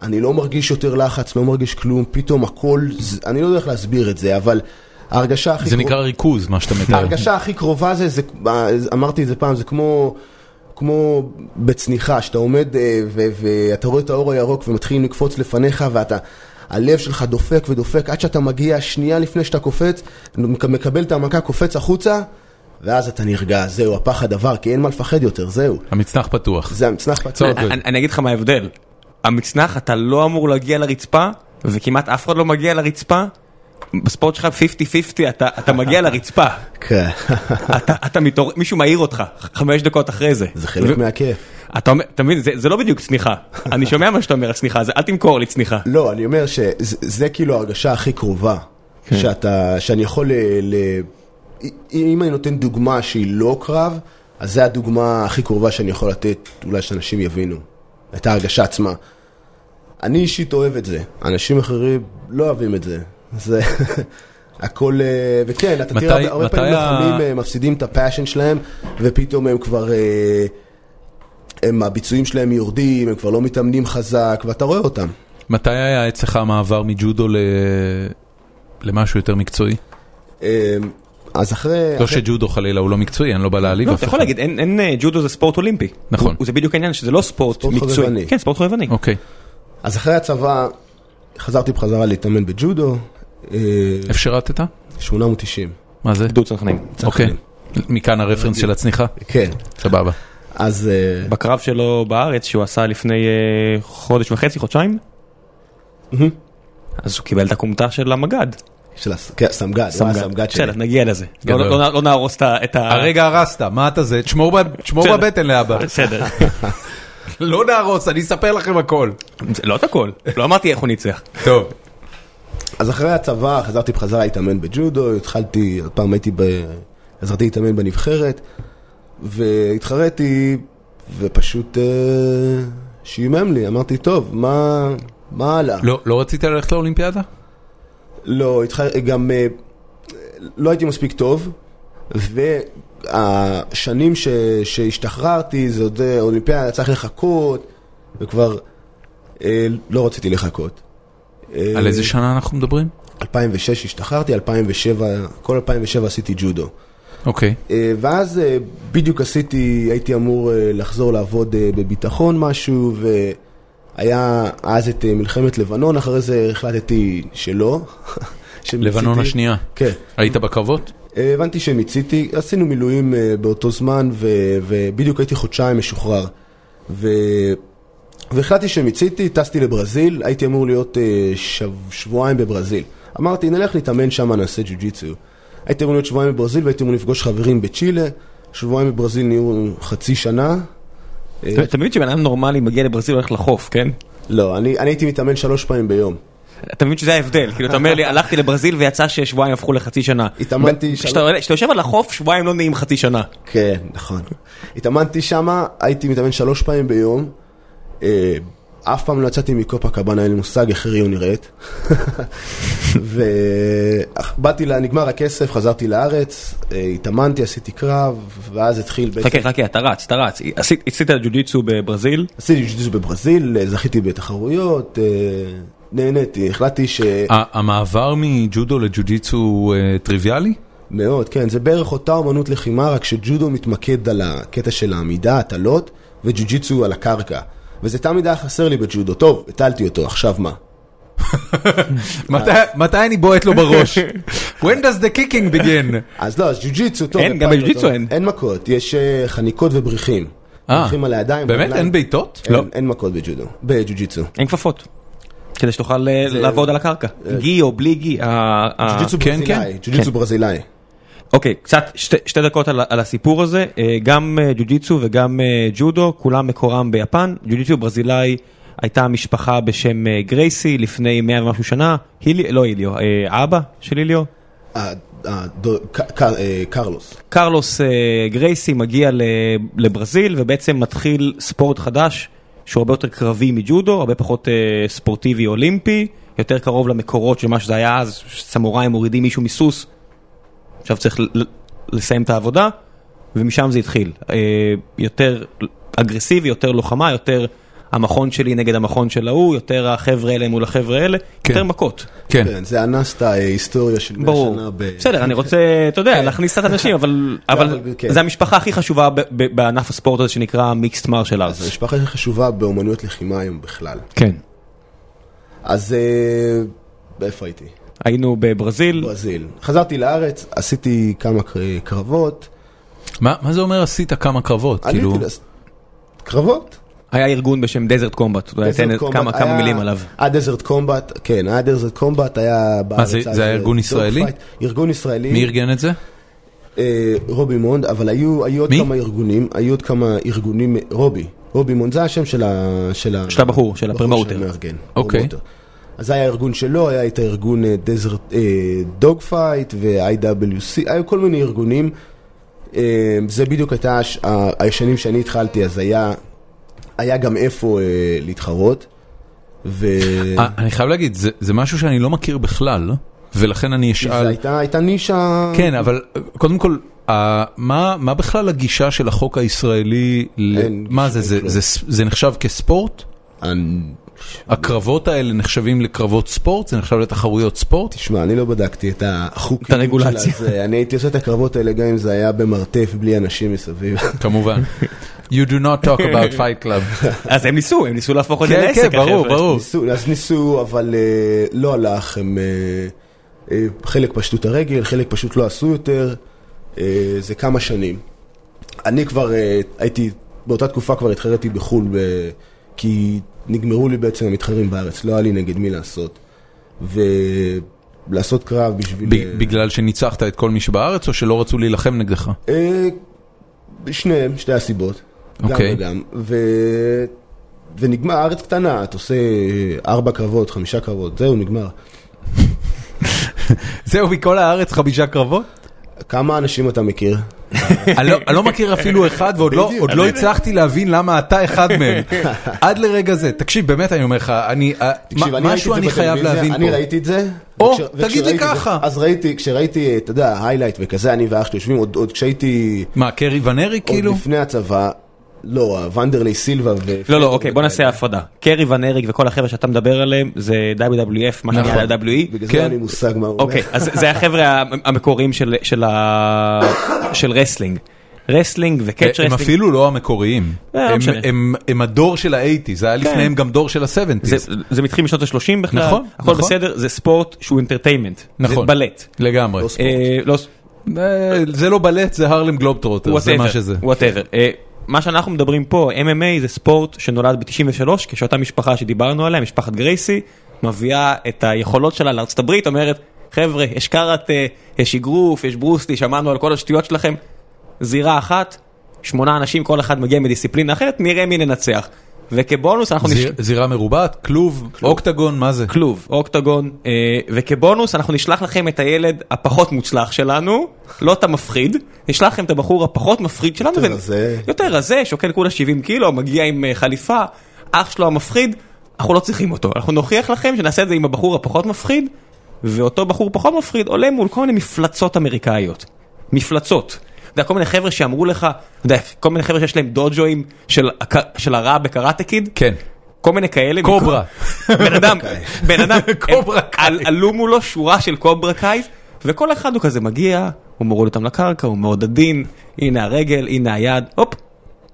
Speaker 3: אני לא מרגיש יותר לחץ, לא מרגיש כלום, פתאום הכל, ז- אני לא יודע איך להסביר את זה, אבל ההרגשה הכי...
Speaker 1: זה
Speaker 3: קרוב-
Speaker 1: נקרא ריכוז, מה שאתה מתאר.
Speaker 3: ההרגשה הכי קרובה זה, זה, אמרתי את זה פעם, זה כמו, כמו בצניחה, שאתה עומד אה, ו, ואתה רואה את האור הירוק ומתחילים לקפוץ לפניך ואתה, הלב שלך דופק ודופק עד שאתה מגיע שנייה לפני שאתה קופץ, מק- מקבל את המכה, קופץ החוצה, ואז אתה נרגע, זהו, הפחד עבר, כי אין מה לפחד יותר, זהו.
Speaker 1: המצנח פתוח.
Speaker 3: זה המצנח פצוע.
Speaker 1: טוב.
Speaker 2: אני- אני אני אגיד לך מה ההבדל. המצנח, אתה לא אמור להגיע לרצפה, וכמעט אף אחד לא מגיע לרצפה. בספורט שלך 50-50 אתה, אתה מגיע לרצפה,
Speaker 3: כן,
Speaker 2: אתה, אתה מתעורר, מישהו מעיר אותך חמש דקות אחרי זה.
Speaker 3: זה חלק מהכיף.
Speaker 2: אתה אומר, אתה מבין, זה, זה לא בדיוק צניחה. אני שומע מה שאתה אומר על צניחה, אז אל תמכור לי צניחה.
Speaker 3: לא, אני אומר שזה זה כאילו ההרגשה הכי קרובה. כן. שאתה, שאני יכול ל, ל... אם אני נותן דוגמה שהיא לא קרב, אז זו הדוגמה הכי קרובה שאני יכול לתת, אולי שאנשים יבינו. את ההרגשה עצמה. אני אישית אוהב את זה, אנשים אחרים לא אוהבים את זה. זה הכל, אה, וכן, אתה
Speaker 1: מתי-
Speaker 3: תראה הרבה- הרבה
Speaker 1: מתי
Speaker 3: פעמים
Speaker 1: ה-
Speaker 3: לוחמים אה, מפסידים את הפאשן שלהם, ופתאום הם כבר, אה, הם, הביצועים שלהם יורדים, הם כבר לא מתאמנים חזק, ואתה רואה אותם.
Speaker 1: מתי היה אצלך המעבר מג'ודו ל... למשהו יותר מקצועי?
Speaker 3: אמ, אז אחרי...
Speaker 1: לא
Speaker 3: אחרי-
Speaker 1: שג'ודו חלילה הוא לא מקצועי, אני לא בא להעליב
Speaker 2: לא,
Speaker 1: אף
Speaker 2: אתה
Speaker 1: אחד.
Speaker 2: יכול להגיד, אין, אין אה, ג'ודו זה ספורט אולימפי.
Speaker 1: נכון.
Speaker 2: הוא, זה בדיוק העניין שזה לא ספורט,
Speaker 3: ספורט
Speaker 2: מקצועי.
Speaker 3: חובבני.
Speaker 2: כן, ספורט חובבני.
Speaker 1: אוקיי.
Speaker 3: אז אחרי הצבא חזרתי בחזרה להתאמן בג'ודו, אה,
Speaker 1: איפה שירתת?
Speaker 3: 890.
Speaker 1: מה זה?
Speaker 2: גדוד צנחנים.
Speaker 1: אוקיי. מכאן הרפרנס של הצניחה?
Speaker 3: כן,
Speaker 1: סבבה.
Speaker 3: אז אה,
Speaker 2: בקרב שלו בארץ שהוא עשה לפני אה, חודש וחצי, חודשיים, אז הוא קיבל את הכומתה של המג"ד.
Speaker 3: של הס- כן, הסמג"ד, הוא היה הסמג"ד שלי.
Speaker 2: בסדר, נגיע לזה.
Speaker 1: גדול.
Speaker 2: לא- לא לא נהרוס את ה- את ה...
Speaker 1: הרגע הרסת, מה אתה זה? תשמור ב- תשמור
Speaker 2: בסדר.
Speaker 1: בבטן לאבא.
Speaker 2: בסדר.
Speaker 1: לא נהרוס, אני אספר לכם הכל.
Speaker 2: לא את הכל. לא אמרתי איך הוא ניצח.
Speaker 1: טוב.
Speaker 3: אז אחרי הצבא חזרתי בחזרה להתאמן בג'ודו, התחלתי, פעם הייתי ב... חזרתי להתאמן בנבחרת, והתחרתי, ופשוט אה, שימם לי, אמרתי, טוב, מה, מה הלאה?
Speaker 1: לא לא רצית ללכת לאולימפיאדה?
Speaker 3: לא, התח... גם אה, לא הייתי מספיק טוב, והשנים ש... שהשתחררתי, זה עוד אה, אולימפיאדה, צריך לחכות, וכבר אה, לא רציתי לחכות. אה,
Speaker 1: על איזה שנה אנחנו מדברים?
Speaker 3: 2006 השתחררתי, 2007, כל 2007 עשיתי ג'ודו.
Speaker 1: אוקיי.
Speaker 3: אה, ואז אה, בדיוק עשיתי, הייתי אמור אה, לחזור לעבוד אה, בביטחון משהו, והיה אז את אה, מלחמת לבנון, אחרי זה החלטתי שלא. שמיציתי.
Speaker 1: לבנון השנייה.
Speaker 3: כן.
Speaker 1: היית בקרבות?
Speaker 3: אה, הבנתי שמיציתי, עשינו מילואים אה, באותו זמן, ו- ובדיוק הייתי חודשיים משוחרר. ו... והחלטתי שמיציתי, טסתי לברזיל, הייתי אמור להיות אה, שב... שבועיים בברזיל. אמרתי, נלך להתאמן שם, נעשה ג'ו-ג'יצו. הייתי אמור להיות שבועיים בברזיל והייתי אמור לפגוש חברים בצ'ילה, שבועיים בברזיל נהיו לנו חצי שנה. אה,
Speaker 2: אתה מבין שבן אדם נורמלי מגיע לברזיל הולך לחוף, כן?
Speaker 3: לא, אני, אני הייתי מתאמן שלוש פעמים ביום.
Speaker 2: אתה מבין שזה ההבדל, כאילו אתה אומר לי הלכתי לברזיל ויצא ששבועיים הפכו לחצי שנה.
Speaker 3: התאמנתי
Speaker 2: כשאתה
Speaker 3: שלוש-
Speaker 2: עולה- כשאתה יושב על החוף שבועיים לא נהיים חצי שנה.
Speaker 3: כן, נכון. התאמנתי שמה, הייתי מתאמן שלוש פעמים ביום. אה, אף פעם לא יצאתי מקופה קבנה, אין לי מושג איך ריו נראית. ובאתי, נגמר הכסף, חזרתי לארץ, אה, התאמנתי, עשיתי קרב, ואז התחיל בעצם...
Speaker 2: חכה חכה אתה רץ אתה רץ עשית- עשית ג'ודיצו בברזיל
Speaker 3: עשיתי ג'ו-ג'יצו בברזיל, אה, זכיתי בתחרויות, אה, נהניתי, החלטתי ש...
Speaker 1: ה- המעבר מג'ודו לג'ו-ג'יצו הוא אה, טריוויאלי?
Speaker 3: מאוד, כן, זה בערך אותה אומנות לחימה, רק שג'ודו מתמקד על הקטע של העמידה, הטלות, וג'ו-ג'יצו על הקרקע. וזה תמיד היה חסר לי בג'ודו. טוב, הטלתי אותו, עכשיו מה?
Speaker 1: מתי-
Speaker 3: אה.
Speaker 1: מתי אני בועט לו בראש? When does the kicking begin?
Speaker 3: אז לא, אז ג'ו-ג'יצו, טוב.
Speaker 2: אין,
Speaker 3: הפלת
Speaker 2: גם בג'ו-ג'יצו
Speaker 3: אותו.
Speaker 2: אין.
Speaker 3: אין מכות, יש אה, חניקות ובריחים.
Speaker 1: אה,
Speaker 3: בריחים על הידיים.
Speaker 1: באמת?
Speaker 3: ברגליים.
Speaker 1: אין בעיטות?
Speaker 3: אין-
Speaker 2: לא.
Speaker 3: אין מכות בג'ודו, בג'ו-ג'יצו.
Speaker 2: אין כפפות. כדי שתוכל אה, לעבוד על הקרקע. גי או בלי גי. ה- ה-
Speaker 3: ג'ו-ג'יצו
Speaker 1: כן,
Speaker 3: ברזילאי, ג'ו-ג'יצו ברזילאי.
Speaker 2: אוקיי קצת שתי- שתי דקות על ה- על הסיפור הזה אה, גם אה, ג'ודיצו וגם אה, ג'ודו כולם מקורם ביפן ג'ודיצו ברזילאי. הייתה משפחה בשם אה, גרייסי לפני 100 ומשהו שנה, הילי, לא היליו, אה, אבא של היליו,
Speaker 3: ה- הדו- ק- ק- אה, קרלוס.
Speaker 2: קרלוס אה, גרייסי מגיע ל- לברזיל ובעצם מתחיל ספורט חדש שהוא הרבה יותר קרבי מג'ודו, הרבה פחות אה, ספורטיבי אולימפי, יותר קרוב למקורות של מה שזה היה אז, סמוראים מורידים מישהו מסוס, עכשיו צריך ל- ל- לסיים את העבודה, ומשם זה התחיל. אה, יותר אגרסיבי, יותר לוחמה, יותר המכון שלי נגד המכון של ההוא, יותר החבר'ה האלה מול החבר'ה האלה,
Speaker 1: כן.
Speaker 2: יותר מכות.
Speaker 1: כן.
Speaker 3: כן, זה אנס את ההיסטוריה של 100
Speaker 2: ברור.
Speaker 3: שנה. ב- כן.
Speaker 2: בסדר, אני רוצה, אתה יודע, להכניס קצת אנשים, אבל אבל
Speaker 3: אבל כן.
Speaker 2: זה המשפחה הכי חשובה ב- ב- בענף הספורט הזה שנקרא מיקסט מרשל
Speaker 3: זו
Speaker 2: ארס.
Speaker 3: המשפחה הכי חשובה באומנויות לחימה היום בכלל.
Speaker 2: כן.
Speaker 3: אז אה, באיפה הייתי?
Speaker 2: היינו בברזיל,
Speaker 3: ברזיל. חזרתי לארץ, עשיתי כמה קר- קרבות.
Speaker 1: מה מה זה אומר עשית כמה קרבות? כאילו,
Speaker 3: עליתי לס- קרבות?
Speaker 2: היה ארגון בשם דזרט קומבט, אולי
Speaker 3: Desert
Speaker 2: תן
Speaker 3: Combat
Speaker 2: כמה
Speaker 3: היה-
Speaker 2: כמה מילים עליו.
Speaker 3: היה דזרט קומבט, כן, היה דזרט קומבט, היה בארץ.
Speaker 1: זה-
Speaker 3: אז,
Speaker 1: זה היה
Speaker 3: אה,
Speaker 1: ארגון
Speaker 3: Dog
Speaker 1: ישראלי?
Speaker 3: Fight. ארגון ישראלי.
Speaker 1: מי ארגן את זה?
Speaker 3: אה, רובי מונד, אבל היו היו עוד
Speaker 1: מי?
Speaker 3: כמה ארגונים, היו עוד כמה ארגונים, אה, רובי. רובי מונד, זה השם של ה... של ה-
Speaker 2: של הבחור, של
Speaker 3: הבחור
Speaker 2: הפרמוטר.
Speaker 3: המארגן,
Speaker 1: אוקיי.
Speaker 3: פרמוטר. אז היה הארגון שלו, היה את הארגון אה, דזרט, דוג פייט ו-IWC, היו כל מיני ארגונים. אה, זה בדיוק הייתה הש- ה- הישנים שאני התחלתי, אז היה, היה גם איפה אה, להתחרות. ו...
Speaker 1: אה, אני חייב להגיד, זה- זה משהו שאני לא מכיר בכלל, ולכן אני
Speaker 3: זו
Speaker 1: אשאל...
Speaker 3: הייתה, הייתה נישה...
Speaker 1: כן, אבל אה, קודם כל, אה, מה מה בכלל הגישה של החוק הישראלי? ל-
Speaker 3: אין
Speaker 1: מה
Speaker 3: גישה,
Speaker 1: זה, זה-
Speaker 3: אין
Speaker 1: זה ס- זה נחשב כספורט?
Speaker 3: אני-
Speaker 1: הקרבות האלה נחשבים לקרבות ספורט? זה נחשב לתחרויות ספורט?
Speaker 3: תשמע, אני לא בדקתי את החוקים.
Speaker 2: את הרגולציה.
Speaker 3: של הזה. אני הייתי עושה את הקרבות האלה גם אם זה היה במרתף בלי אנשים מסביב.
Speaker 1: כמובן. You do not talk about fight club.
Speaker 2: אז הם ניסו, הם ניסו להפוך את זה
Speaker 1: כן,
Speaker 2: לעסק.
Speaker 1: כן, ברור,
Speaker 2: החבר'ה.
Speaker 1: ברור.
Speaker 3: ניסו, אז ניסו, אבל אה, לא הלך, הם, אה, אה, חלק פשטו את הרגל, חלק פשוט לא עשו יותר, אה, זה כמה שנים. אני כבר אה, הייתי, באותה תקופה כבר התחרתי בחו"ל, ב, כי נגמרו לי בעצם המתחרים בארץ, לא היה לי נגד מי לעשות. ו... לעשות קרב בשביל... אה,
Speaker 1: ב- בגלל שניצחת את כל מי שבארץ, או שלא רצו להילחם נגדך?
Speaker 3: אה, שניהם, שתי הסיבות.
Speaker 1: אוקיי.
Speaker 3: גם וגם. ו... ונגמר, הארץ קטנה, אתה עושה ארבע קרבות, חמישה קרבות, זהו, נגמר.
Speaker 1: זהו, מכל הארץ חמישה קרבות?
Speaker 3: כמה אנשים אתה מכיר?
Speaker 1: אני לא- אני לא מכיר אפילו אחד ועוד לא,
Speaker 3: בדיוק.
Speaker 1: עוד לא הצלחתי להבין למה אתה אחד מהם. עד לרגע זה. תקשיב, באמת אני אומר לך, אני, אה,
Speaker 3: תקשיב,
Speaker 1: מה-
Speaker 3: אני ראיתי
Speaker 1: משהו
Speaker 3: את זה
Speaker 1: אני חייב
Speaker 3: בטלוויזיה,
Speaker 1: להבין
Speaker 3: אני
Speaker 1: פה.
Speaker 3: ראיתי את זה.
Speaker 1: או,
Speaker 3: וכש-
Speaker 1: תגיד לי
Speaker 3: וכשראיתי את זה-
Speaker 1: ככה.
Speaker 3: אז ראיתי, כשראיתי, אתה יודע, היילייט וכזה, אני ואח שלי יושבים, עוד עוד כשהייתי,
Speaker 1: מה, קרי ונרי
Speaker 3: עוד
Speaker 1: כאילו?
Speaker 3: לפני הצבא, לא, וונדרלי סילבה ו...
Speaker 2: לא, לא, אוקיי, בוא נעשה הפרדה. קרי ון אריק וכל החבר'ה שאתה מדבר עליהם זה WWF, מה שנהיה
Speaker 1: נכון.
Speaker 2: ל-WE.
Speaker 3: בגלל
Speaker 1: כן.
Speaker 3: זה אין לי מושג מה הוא אומר.
Speaker 2: אוקיי, אז זה החבר'ה המ- המקוריים של- של ה- של רסלינג. רסלינג וקאץ'
Speaker 1: הם
Speaker 2: רסלינג.
Speaker 1: אפילו לא המקוריים.
Speaker 2: אה, לא
Speaker 1: הם-
Speaker 2: משנה.
Speaker 1: הם- הם הדור של האייטיז, זה היה לפניהם גם דור של
Speaker 2: זה-
Speaker 1: הסבנטיז.
Speaker 2: זה מתחיל משנות ה-30 בכלל,
Speaker 1: נכון,
Speaker 2: הכל
Speaker 1: נכון.
Speaker 2: בסדר, זה ספורט שהוא אינטרטיימנט, זה
Speaker 1: נכון.
Speaker 2: בלט.
Speaker 1: לגמרי.
Speaker 3: לא ספורט.
Speaker 2: אה, לא,
Speaker 1: אה, זה לא בלט, זה הרלם גלובטרוטר, זה מה שזה.
Speaker 2: וואטאבר. אה, מה שאנחנו מדברים פה, MMA זה ספורט שנולד ב-93, כשאותה משפחה שדיברנו עליה, משפחת גרייסי, מביאה את היכולות שלה לארצות הברית, אומרת, חבר'ה, יש קראטה, יש אגרוף, יש ברוסלי, שמענו על כל השטויות שלכם, זירה אחת, שמונה אנשים, כל אחד מגיע מדיסציפלינה אחרת, נראה מי ננצח. וכבונוס אנחנו נש...
Speaker 1: זיר- זירה מרובעת, כלוב, אוקטגון, מה זה?
Speaker 2: לא כלוב, אוקטגון, אה, וכבונוס אנחנו נשלח לכם את הילד הפחות מוצלח שלנו, לא את המפחיד, נשלח לכם את הבחור הפחות מפחיד שלנו.
Speaker 3: יותר
Speaker 2: ו-
Speaker 3: רזה.
Speaker 2: יותר רזה, שוקל כולה 70 קילו, מגיע עם אה, חליפה, אח שלו המפחיד, אנחנו לא צריכים אותו. אנחנו נוכיח לכם שנעשה את זה עם הבחור הפחות מפחיד, ואותו בחור פחות מפחיד עולה מול כל מיני מפלצות אמריקאיות. מפלצות. אתה יודע, כל מיני חבר'ה שאמרו לך, אתה יודע, כל מיני חבר'ה שיש להם דוג'ואים של, הק- של הרע בקראטה קיד,
Speaker 1: כן.
Speaker 2: כל מיני כאלה.
Speaker 1: קוברה.
Speaker 2: בן אדם, בן אדם,
Speaker 1: קוברה
Speaker 2: הם- על- עלו מולו שורה של קוברה קאי, וכל אחד הוא כזה מגיע, הוא מוריד אותם לקרקע, הוא מאוד עדין, הנה הרגל, הנה היד, הופ.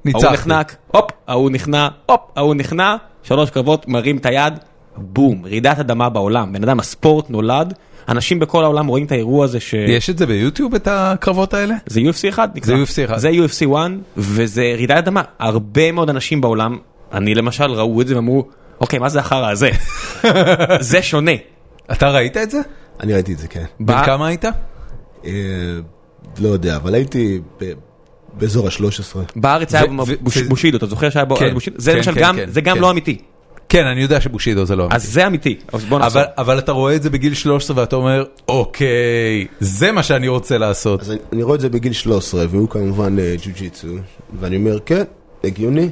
Speaker 1: ניצחתי.
Speaker 2: ההוא נחנק, הופ, ההוא נכנע, הופ, ההוא נכנע, שלוש קרבות, מרים את היד, בום, רעידת אדמה בעולם. בן אדם, הספורט נולד, אנשים בכל העולם רואים את האירוע הזה ש...
Speaker 1: יש את זה ביוטיוב, את הקרבות האלה?
Speaker 2: זה UFC אחד נקרא.
Speaker 1: זה UFC אחד.
Speaker 2: זה UFC 1 וזה רעידת אדמה. הרבה מאוד אנשים בעולם, אני למשל, ראו את זה ואמרו, אוקיי, מה זה החרא הזה? זה שונה.
Speaker 1: אתה ראית את זה?
Speaker 3: אני ראיתי את זה, כן.
Speaker 1: בן כמה היית?
Speaker 3: אה, לא יודע, אבל הייתי ב- באזור ה-13.
Speaker 2: בארץ
Speaker 1: ו-
Speaker 2: היה
Speaker 1: ו-
Speaker 2: בוש-
Speaker 1: ו- זה-
Speaker 2: בושידו, אתה זוכר שהיה בו
Speaker 1: כן,
Speaker 2: בושידו? זה
Speaker 1: כן,
Speaker 2: למשל
Speaker 1: כן,
Speaker 2: גם,
Speaker 1: כן,
Speaker 2: זה גם
Speaker 1: כן.
Speaker 2: לא אמיתי.
Speaker 1: כן, אני יודע שבושידו זה לא אמיתי.
Speaker 2: אז זה אמיתי. אז בוא נחזור.
Speaker 1: אבל, אבל אתה רואה את זה בגיל 13 ואתה אומר, אוקיי, זה מה שאני רוצה לעשות.
Speaker 3: אז אני- אני רואה את זה בגיל 13, והוא כמובן אה, ג'ו-ג'יצו, ואני אומר, כן, הגיוני.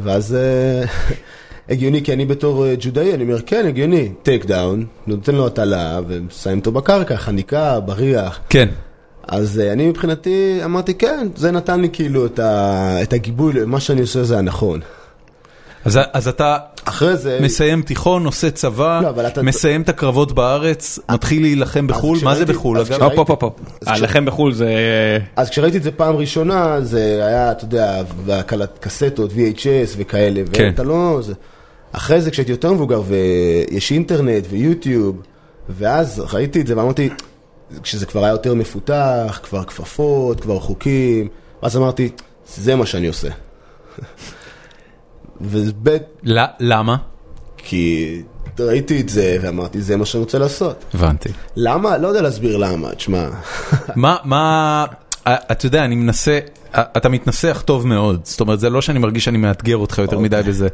Speaker 3: ואז אה, הגיוני, כי אני בתור אה, ג'ודאי, אני אומר, כן, הגיוני. טייק דאון, נותן לו הטלה, ושמים אותו בקרקע, חניקה, בריח.
Speaker 1: כן.
Speaker 3: אז אה, אני מבחינתי אמרתי, כן, זה נתן לי כאילו את ה- את הגיבוי, מה שאני עושה זה הנכון.
Speaker 1: אז, אז אתה
Speaker 3: אחרי זה...
Speaker 1: מסיים תיכון, עושה צבא,
Speaker 3: לא, אבל אתה-
Speaker 1: מסיים את הקרבות בארץ, מתחיל להילחם בחו"ל, מה זה
Speaker 3: כשראיתי-
Speaker 1: בחו"ל?
Speaker 3: אז
Speaker 1: אגב?
Speaker 3: כשראיתי-
Speaker 2: הופ, הופ, הופ.
Speaker 3: אז כש-
Speaker 2: הלחם אה, בחו"ל זה...
Speaker 3: אז כשראיתי את זה פעם ראשונה, זה היה, אתה יודע, והקלט- קסטות, VHS וכאלה,
Speaker 1: כן.
Speaker 3: ואתה לא... זה... אחרי זה, כשהייתי יותר מבוגר, ויש אינטרנט ויוטיוב, ואז ראיתי את זה ואמרתי, כשזה כבר היה יותר מפותח, כבר כפפות, כבר חוקים, ואז אמרתי, זה מה שאני עושה. וב'
Speaker 1: ל- למה?
Speaker 3: כי ראיתי את זה ואמרתי, זה מה שאני רוצה לעשות.
Speaker 1: הבנתי.
Speaker 3: למה? לא יודע להסביר למה, תשמע.
Speaker 1: מה, מה, אה, אתה יודע, אני מנסה, אה, אתה מתנסח טוב מאוד, זאת אומרת, זה לא שאני מרגיש שאני מאתגר אותך יותר מדי בזה,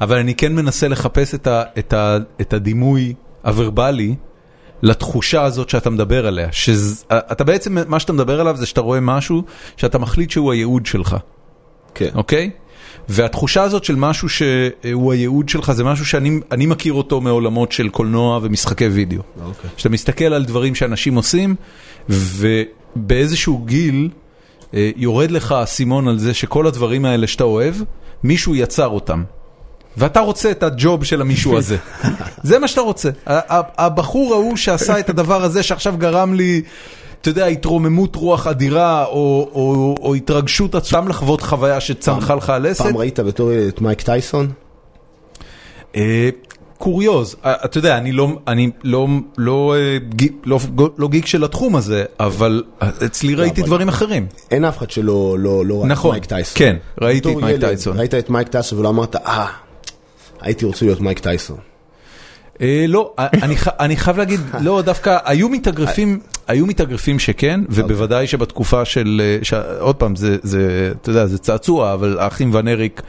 Speaker 1: אבל אני כן מנסה לחפש את, ה, את, ה, את הדימוי הוורבלי לתחושה הזאת שאתה מדבר עליה, שאתה בעצם, מה שאתה מדבר עליו זה שאתה רואה משהו שאתה מחליט שהוא הייעוד שלך,
Speaker 3: כן.
Speaker 1: אוקיי? והתחושה הזאת של משהו שהוא הייעוד שלך זה משהו שאני אני מכיר אותו מעולמות של קולנוע ומשחקי וידאו.
Speaker 3: אוקיי.
Speaker 1: שאתה מסתכל על דברים שאנשים עושים, ובאיזשהו גיל אה, יורד לך האסימון על זה שכל הדברים האלה שאתה אוהב, מישהו יצר אותם. ואתה רוצה את הג'וב של המישהו הזה. זה מה שאתה רוצה. ה- ה- הבחור ההוא שעשה את הדבר הזה שעכשיו גרם לי, אתה יודע, התרוממות רוח אדירה, או, או, או התרגשות עצם לחוות חוויה שצנחה לך על עסק.
Speaker 3: פעם ראית בתור ילד את מייק טייסון?
Speaker 1: אה, קוריוז, אה, אתה יודע, אני לא, אני לא, לא, אה, גי- לא, לא גיק של התחום הזה, אבל אה, אצלי ראיתי
Speaker 3: לא, אבל-
Speaker 1: דברים אחרים.
Speaker 3: אין אף אחד שלא לא, לא ראה
Speaker 1: נכון,
Speaker 3: את מייק טייסון.
Speaker 1: כן, ראיתי
Speaker 3: בתור
Speaker 1: את מייק
Speaker 3: ילד,
Speaker 1: טייסון.
Speaker 3: ראית את מייק טייסון ולא אמרת, אה, הייתי רוצה להיות מייק טייסון.
Speaker 1: אה, לא, אני ח- אני חייב להגיד, לא, דווקא היו מתאגרפים, היו מתאגרפים שכן,
Speaker 3: אוקיי.
Speaker 1: ובוודאי שבתקופה של, אה, שה- עוד פעם, זה, זה, אתה יודע, זה צעצוע, אבל האחים ון אריק,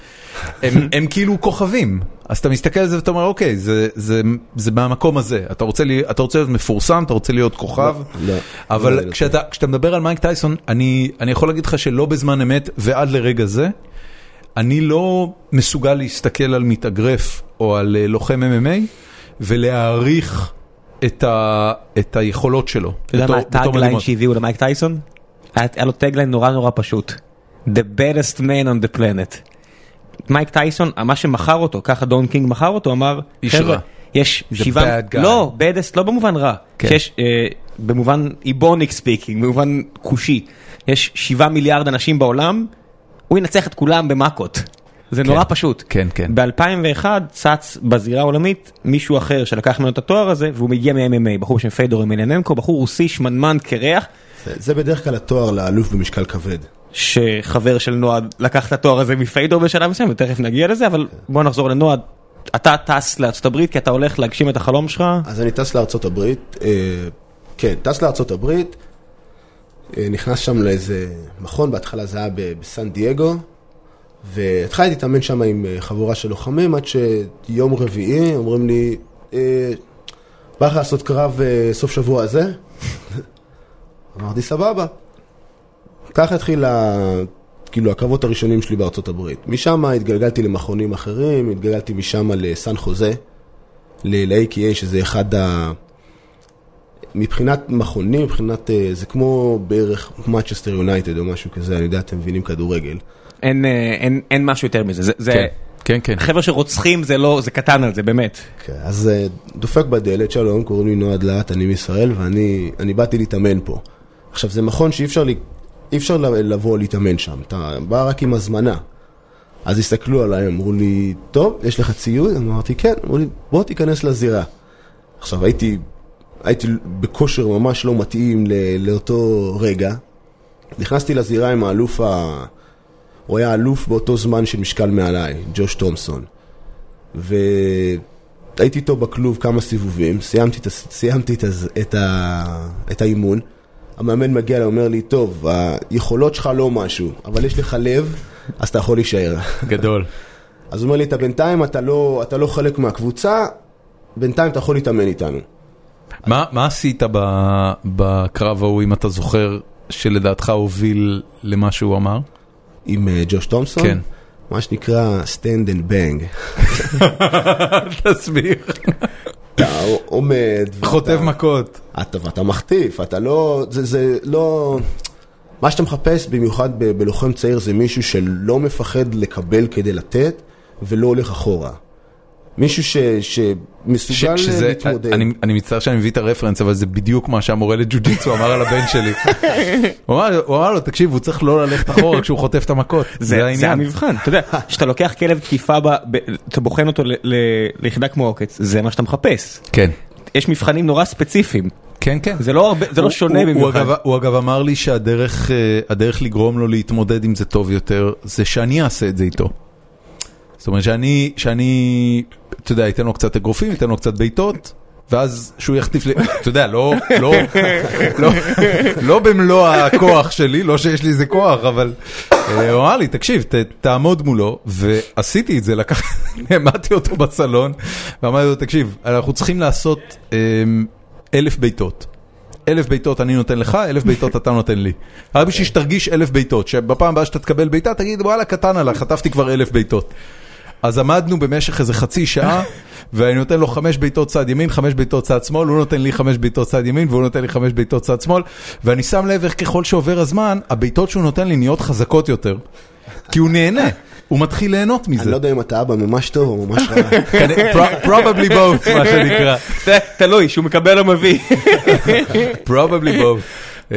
Speaker 1: הם, הם כאילו כוכבים. אז אתה מסתכל על זה ואתה אומר, אוקיי, זה, זה, זה מהמקום הזה. אתה רוצה, לי, אתה רוצה להיות מפורסם, אתה רוצה להיות כוכב,
Speaker 3: לא, לא,
Speaker 1: אבל
Speaker 3: לא.
Speaker 1: כשאתה, כשאתה מדבר על מייק טייסון, אני, אני יכול להגיד לך שלא בזמן אמת ועד לרגע זה, אני לא מסוגל להסתכל על מתאגרף או על אה, לוחם MMA ולהעריך את, ה, את היכולות שלו.
Speaker 2: אתה יודע מה
Speaker 1: בתור- בתור
Speaker 2: הטאג ליין
Speaker 1: מדימות.
Speaker 2: שהביאו למייק טייסון? היה היה לו טאג ליין נורא נורא פשוט. The baddest man on the planet. מייק טייסון, מה שמכר אותו, ככה דון קינג מכר אותו, אמר,
Speaker 1: איש
Speaker 2: "חבר'ה,
Speaker 1: רע."
Speaker 2: יש
Speaker 1: The
Speaker 2: שבעה,
Speaker 1: bad guy.
Speaker 2: לא, baddest לא במובן רע,
Speaker 1: כן.
Speaker 2: שיש, אה, במובן איבוניק ספיקינג, במובן כושי, יש שבעה מיליארד אנשים בעולם, הוא ינצח את כולם במכות. זה נורא פשוט.
Speaker 1: כן, כן.
Speaker 2: ב-2001 צץ בזירה העולמית מישהו אחר שלקח ממנו את התואר הזה והוא מגיע מ-MMA, בחור בשם פיידור אמלננקו, בחור רוסי שמנמן קרח,
Speaker 3: זה- זה בדרך כלל התואר לאלוף במשקל כבד.
Speaker 2: שחבר של נועד לקח את התואר הזה מפיידור בשלב מסוים ותכף נגיע לזה, אבל בוא נחזור לנועד. אתה טס לארצות הברית כי אתה הולך להגשים את החלום שלך,
Speaker 3: אז אני טס לארצות הברית, אה, כן, טס לארצות הברית, אה, נכנס שם לאיזה מכון, בהתחלה זה היה ב- בסן דייגו, והתחלתי להתאמן שם עם אה, חבורה של לוחמים, עד שיום רביעי אומרים לי, אה, בא לך לעשות קרב אה, סוף שבוע הזה? אמרתי, סבבה. ככה התחיל ה... כאילו הקרבות הראשונים שלי בארצות הברית. משם התגלגלתי למכונים אחרים, התגלגלתי משם לסן חוזה, ל-AKA, שזה אחד ה... מבחינת מכונים, מבחינת... אה, זה כמו בערך מצ'סטר יונייטד או משהו כזה, אני יודע, אתם מבינים כדורגל.
Speaker 2: אין, אה, אין, אין משהו יותר מזה, זה, זה
Speaker 1: כן, כן, כן.
Speaker 2: חבר'ה שרוצחים זה לא, זה קטן על זה, באמת.
Speaker 3: כן, אז אה, דופק בדלת, שלום, קוראים לי נועד להט, אני מישראל, ואני אני באתי להתאמן פה. עכשיו, זה מכון שאי אפשר, לי- אי אפשר ל- לבוא להתאמן שם, אתה בא רק עם הזמנה. אז הסתכלו עליי, אמרו לי, טוב, יש לך ציוד? אמרתי, כן. אמרו לי, בוא תיכנס לזירה. עכשיו, הייתי, הייתי בכושר ממש לא מתאים ל- לאותו רגע. נכנסתי לזירה עם האלוף ה... הוא היה אלוף באותו זמן של משקל מעליי, ג'וש תומסון. והייתי איתו בכלוב כמה סיבובים, סיימתי, את הס- סיימתי את, הז- את, ה... את האימון, המאמן מגיע אליי, אומר לי, טוב, היכולות שלך לא משהו, אבל יש לך לב, אז אתה יכול להישאר.
Speaker 1: גדול.
Speaker 3: אז הוא אומר לי, אתה בינתיים, אתה לא, אתה לא חלק מהקבוצה, בינתיים אתה יכול להתאמן איתנו.
Speaker 1: מה, מה עשית ב, בקרב ההוא, אם אתה זוכר, שלדעתך הוביל למה שהוא אמר?
Speaker 3: עם אה, ג'וש תומפסון,
Speaker 1: כן.
Speaker 3: מה שנקרא stand and bang.
Speaker 1: תסביר.
Speaker 3: אתה עומד, ואתה-
Speaker 1: חוטב מכות.
Speaker 3: אתה, ואתה מחטיף, אתה לא, זה, זה לא, מה שאתה מחפש במיוחד ב, בלוחם צעיר זה מישהו שלא מפחד לקבל כדי לתת ולא הולך אחורה. מישהו ש,
Speaker 1: ש-
Speaker 3: שמסוגל
Speaker 1: שזה-
Speaker 3: להתמודד.
Speaker 1: אני, אני מצטער שאני מביא את הרפרנס, אבל זה בדיוק מה שהמורה לג'ו-ג'יצו אמר על הבן שלי. הוא אמר, הוא אמר לו, תקשיב, הוא צריך לא ללכת אחורה כשהוא חוטף את המכות. זה
Speaker 2: זה, זה
Speaker 1: לא העניין.
Speaker 2: המבחן, אתה יודע, כשאתה לוקח כלב תקיפה, ב, ב, אתה בוחן אותו ל, ל, ליחידה כמו עוקץ, זה מה שאתה מחפש.
Speaker 1: כן.
Speaker 2: יש מבחנים נורא ספציפיים,
Speaker 1: כן, כן.
Speaker 2: זה לא, הרבה, זה לא
Speaker 1: הוא-
Speaker 2: שונה
Speaker 1: הוא- הוא
Speaker 2: במיוחד.
Speaker 1: אגב- הוא אגב אמר לי שהדרך אה, הדרך לגרום לו להתמודד עם זה טוב יותר, זה שאני אעשה את זה איתו. זאת אומרת שאני, שאני, אתה יודע, אתן לו קצת אגרופים, אתן לו קצת בעיטות. ואז שהוא יחטיף לי, אתה יודע, לא, לא, לא, לא במלוא הכוח שלי, לא שיש לי איזה כוח, אבל אה, הוא אמר לי, תקשיב, ת, תעמוד מולו, ועשיתי את זה, לקח, העמדתי אותו בסלון, ואמרתי לו, תקשיב, אנחנו צריכים לעשות אה, אלף בעיטות. אלף בעיטות אני נותן לך, אלף בעיטות אתה נותן לי. רק בשביל שתרגיש אלף בעיטות, שבפעם הבאה שאתה תקבל בעיטה, תגיד, וואלה, קטן עליך, חטפתי כבר אלף בעיטות. אז עמדנו במשך איזה חצי שעה, ואני נותן לו חמש בעיטות צד ימין, חמש בעיטות צד שמאל, הוא נותן לי חמש בעיטות צד ימין, והוא נותן לי חמש בעיטות צד שמאל, ואני שם לב איך ככל שעובר הזמן, הבעיטות שהוא נותן לי נהיות חזקות יותר. כי הוא נהנה, הוא מתחיל ליהנות
Speaker 3: אני
Speaker 1: מזה.
Speaker 3: לא יודע אם אתה אבא ממש טוב או ממש רע.
Speaker 1: כנראה- pro- probably both, מה שנקרא.
Speaker 2: ת- תלוי, שהוא מקבל או מביא.
Speaker 1: probably both. אמ,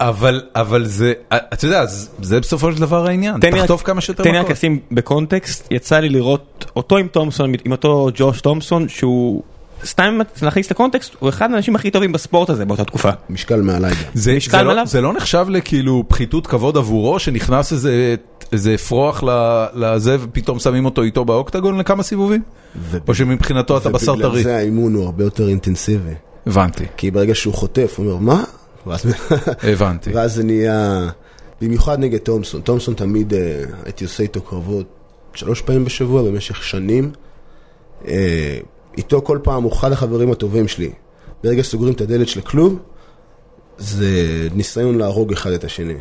Speaker 1: אבל אבל זה אתה יודע זה- זה בסופו של דבר העניין
Speaker 2: תן לי רק-
Speaker 1: תחטוף כמה שיותר
Speaker 2: תן לי רק
Speaker 1: מכות.
Speaker 2: לשים בקונטקסט, יצא לי לראות אותו עם תומסון, עם אותו ג'וש תומסון, שהוא סתם להכניס לקונטקסט, הוא אחד האנשים הכי טובים בספורט הזה באותה תקופה.
Speaker 1: אה.
Speaker 3: משקל מעליי גם.
Speaker 1: זה,
Speaker 2: משקל
Speaker 1: זה, לא,
Speaker 2: עליו?
Speaker 1: זה לא נחשב לכאילו פחיתות כבוד עבורו, שנכנס איזה, איזה אפרוח ל- לזה ופתאום שמים אותו איתו באוקטגון לכמה סיבובים? או שמבחינתו אתה בשר טרי?
Speaker 3: ובגלל זה האימון הוא הרבה יותר אינטנסיבי.
Speaker 1: הבנתי,
Speaker 3: כי ברגע שהוא חוטף, הוא אומר, מה? ואז-
Speaker 1: הבנתי.
Speaker 3: ואז זה נהיה... במיוחד נגד תומסון. תומסון תמיד, אה, הייתי עושה איתו קרבות שלוש פעמים בשבוע במשך שנים. אה, איתו כל פעם הוא אחד החברים הטובים שלי. ברגע שסוגרים את הדלת של הכלוב, זה ניסיון להרוג אחד את השני.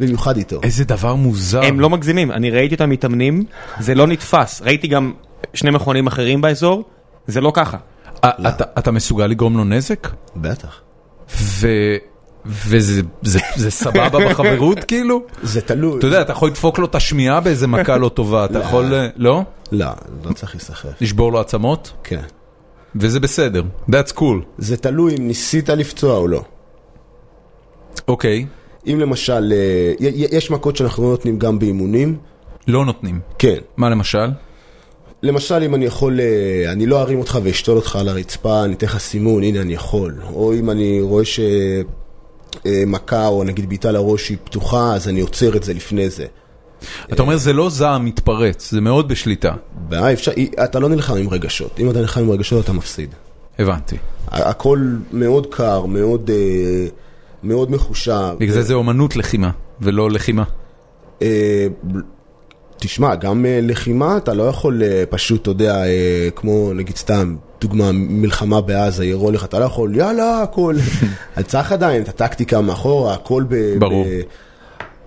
Speaker 3: במיוחד איתו.
Speaker 1: איזה דבר מוזר.
Speaker 2: הם לא מגזימים, אני ראיתי אותם מתאמנים, זה לא נתפס. ראיתי גם שני מכונים אחרים באזור, זה לא ככה.
Speaker 1: א- אתה, אתה מסוגל לגרום לו נזק?
Speaker 3: בטח.
Speaker 1: ו... וזה זה, זה סבבה בחברות כאילו?
Speaker 3: זה תלוי.
Speaker 1: אתה יודע, אתה יכול לדפוק לו את השמיעה באיזה מכה לא טובה, אתה יכול... אה, לא?
Speaker 3: לא, לא צריך להיסחף.
Speaker 1: לשבור לו עצמות?
Speaker 3: כן.
Speaker 1: וזה בסדר. That's cool.
Speaker 3: זה תלוי אם ניסית לפצוע או לא.
Speaker 1: אוקיי,
Speaker 3: אם למשל, אה, י- י- יש מכות שאנחנו לא נותנים גם באימונים,
Speaker 1: לא נותנים.
Speaker 3: כן.
Speaker 1: מה למשל?
Speaker 3: למשל, אם אני יכול, אה, אני לא ארים אותך ואשתול אותך על הרצפה, אני אתן לך סימון, הנה אני יכול. או אם אני רואה שמכה או נגיד בעיטה לראש היא פתוחה, אז אני עוצר את זה לפני זה.
Speaker 1: אתה אומר זה לא זעם מתפרץ, זה מאוד בשליטה.
Speaker 3: בעיה, אפשר, אי- אתה לא נלחם עם רגשות. אם אתה נלחם עם רגשות, אתה מפסיד.
Speaker 1: הבנתי.
Speaker 3: ה- הכל מאוד קר, מאוד, אה, מאוד מחושב.
Speaker 1: בגלל זה זה אומנות לחימה, ולא לחימה.
Speaker 3: אה, ב- תשמע, גם אה, לחימה אתה לא יכול אה, פשוט, אתה יודע, אה, כמו נגיד סתם, דוגמה, מלחמה בעזה, ירו לך, אתה לא יכול, יאללה, הכל. אז צריך עדיין את הטקטיקה מאחורה, הכל ב...
Speaker 1: ברור.
Speaker 3: ב-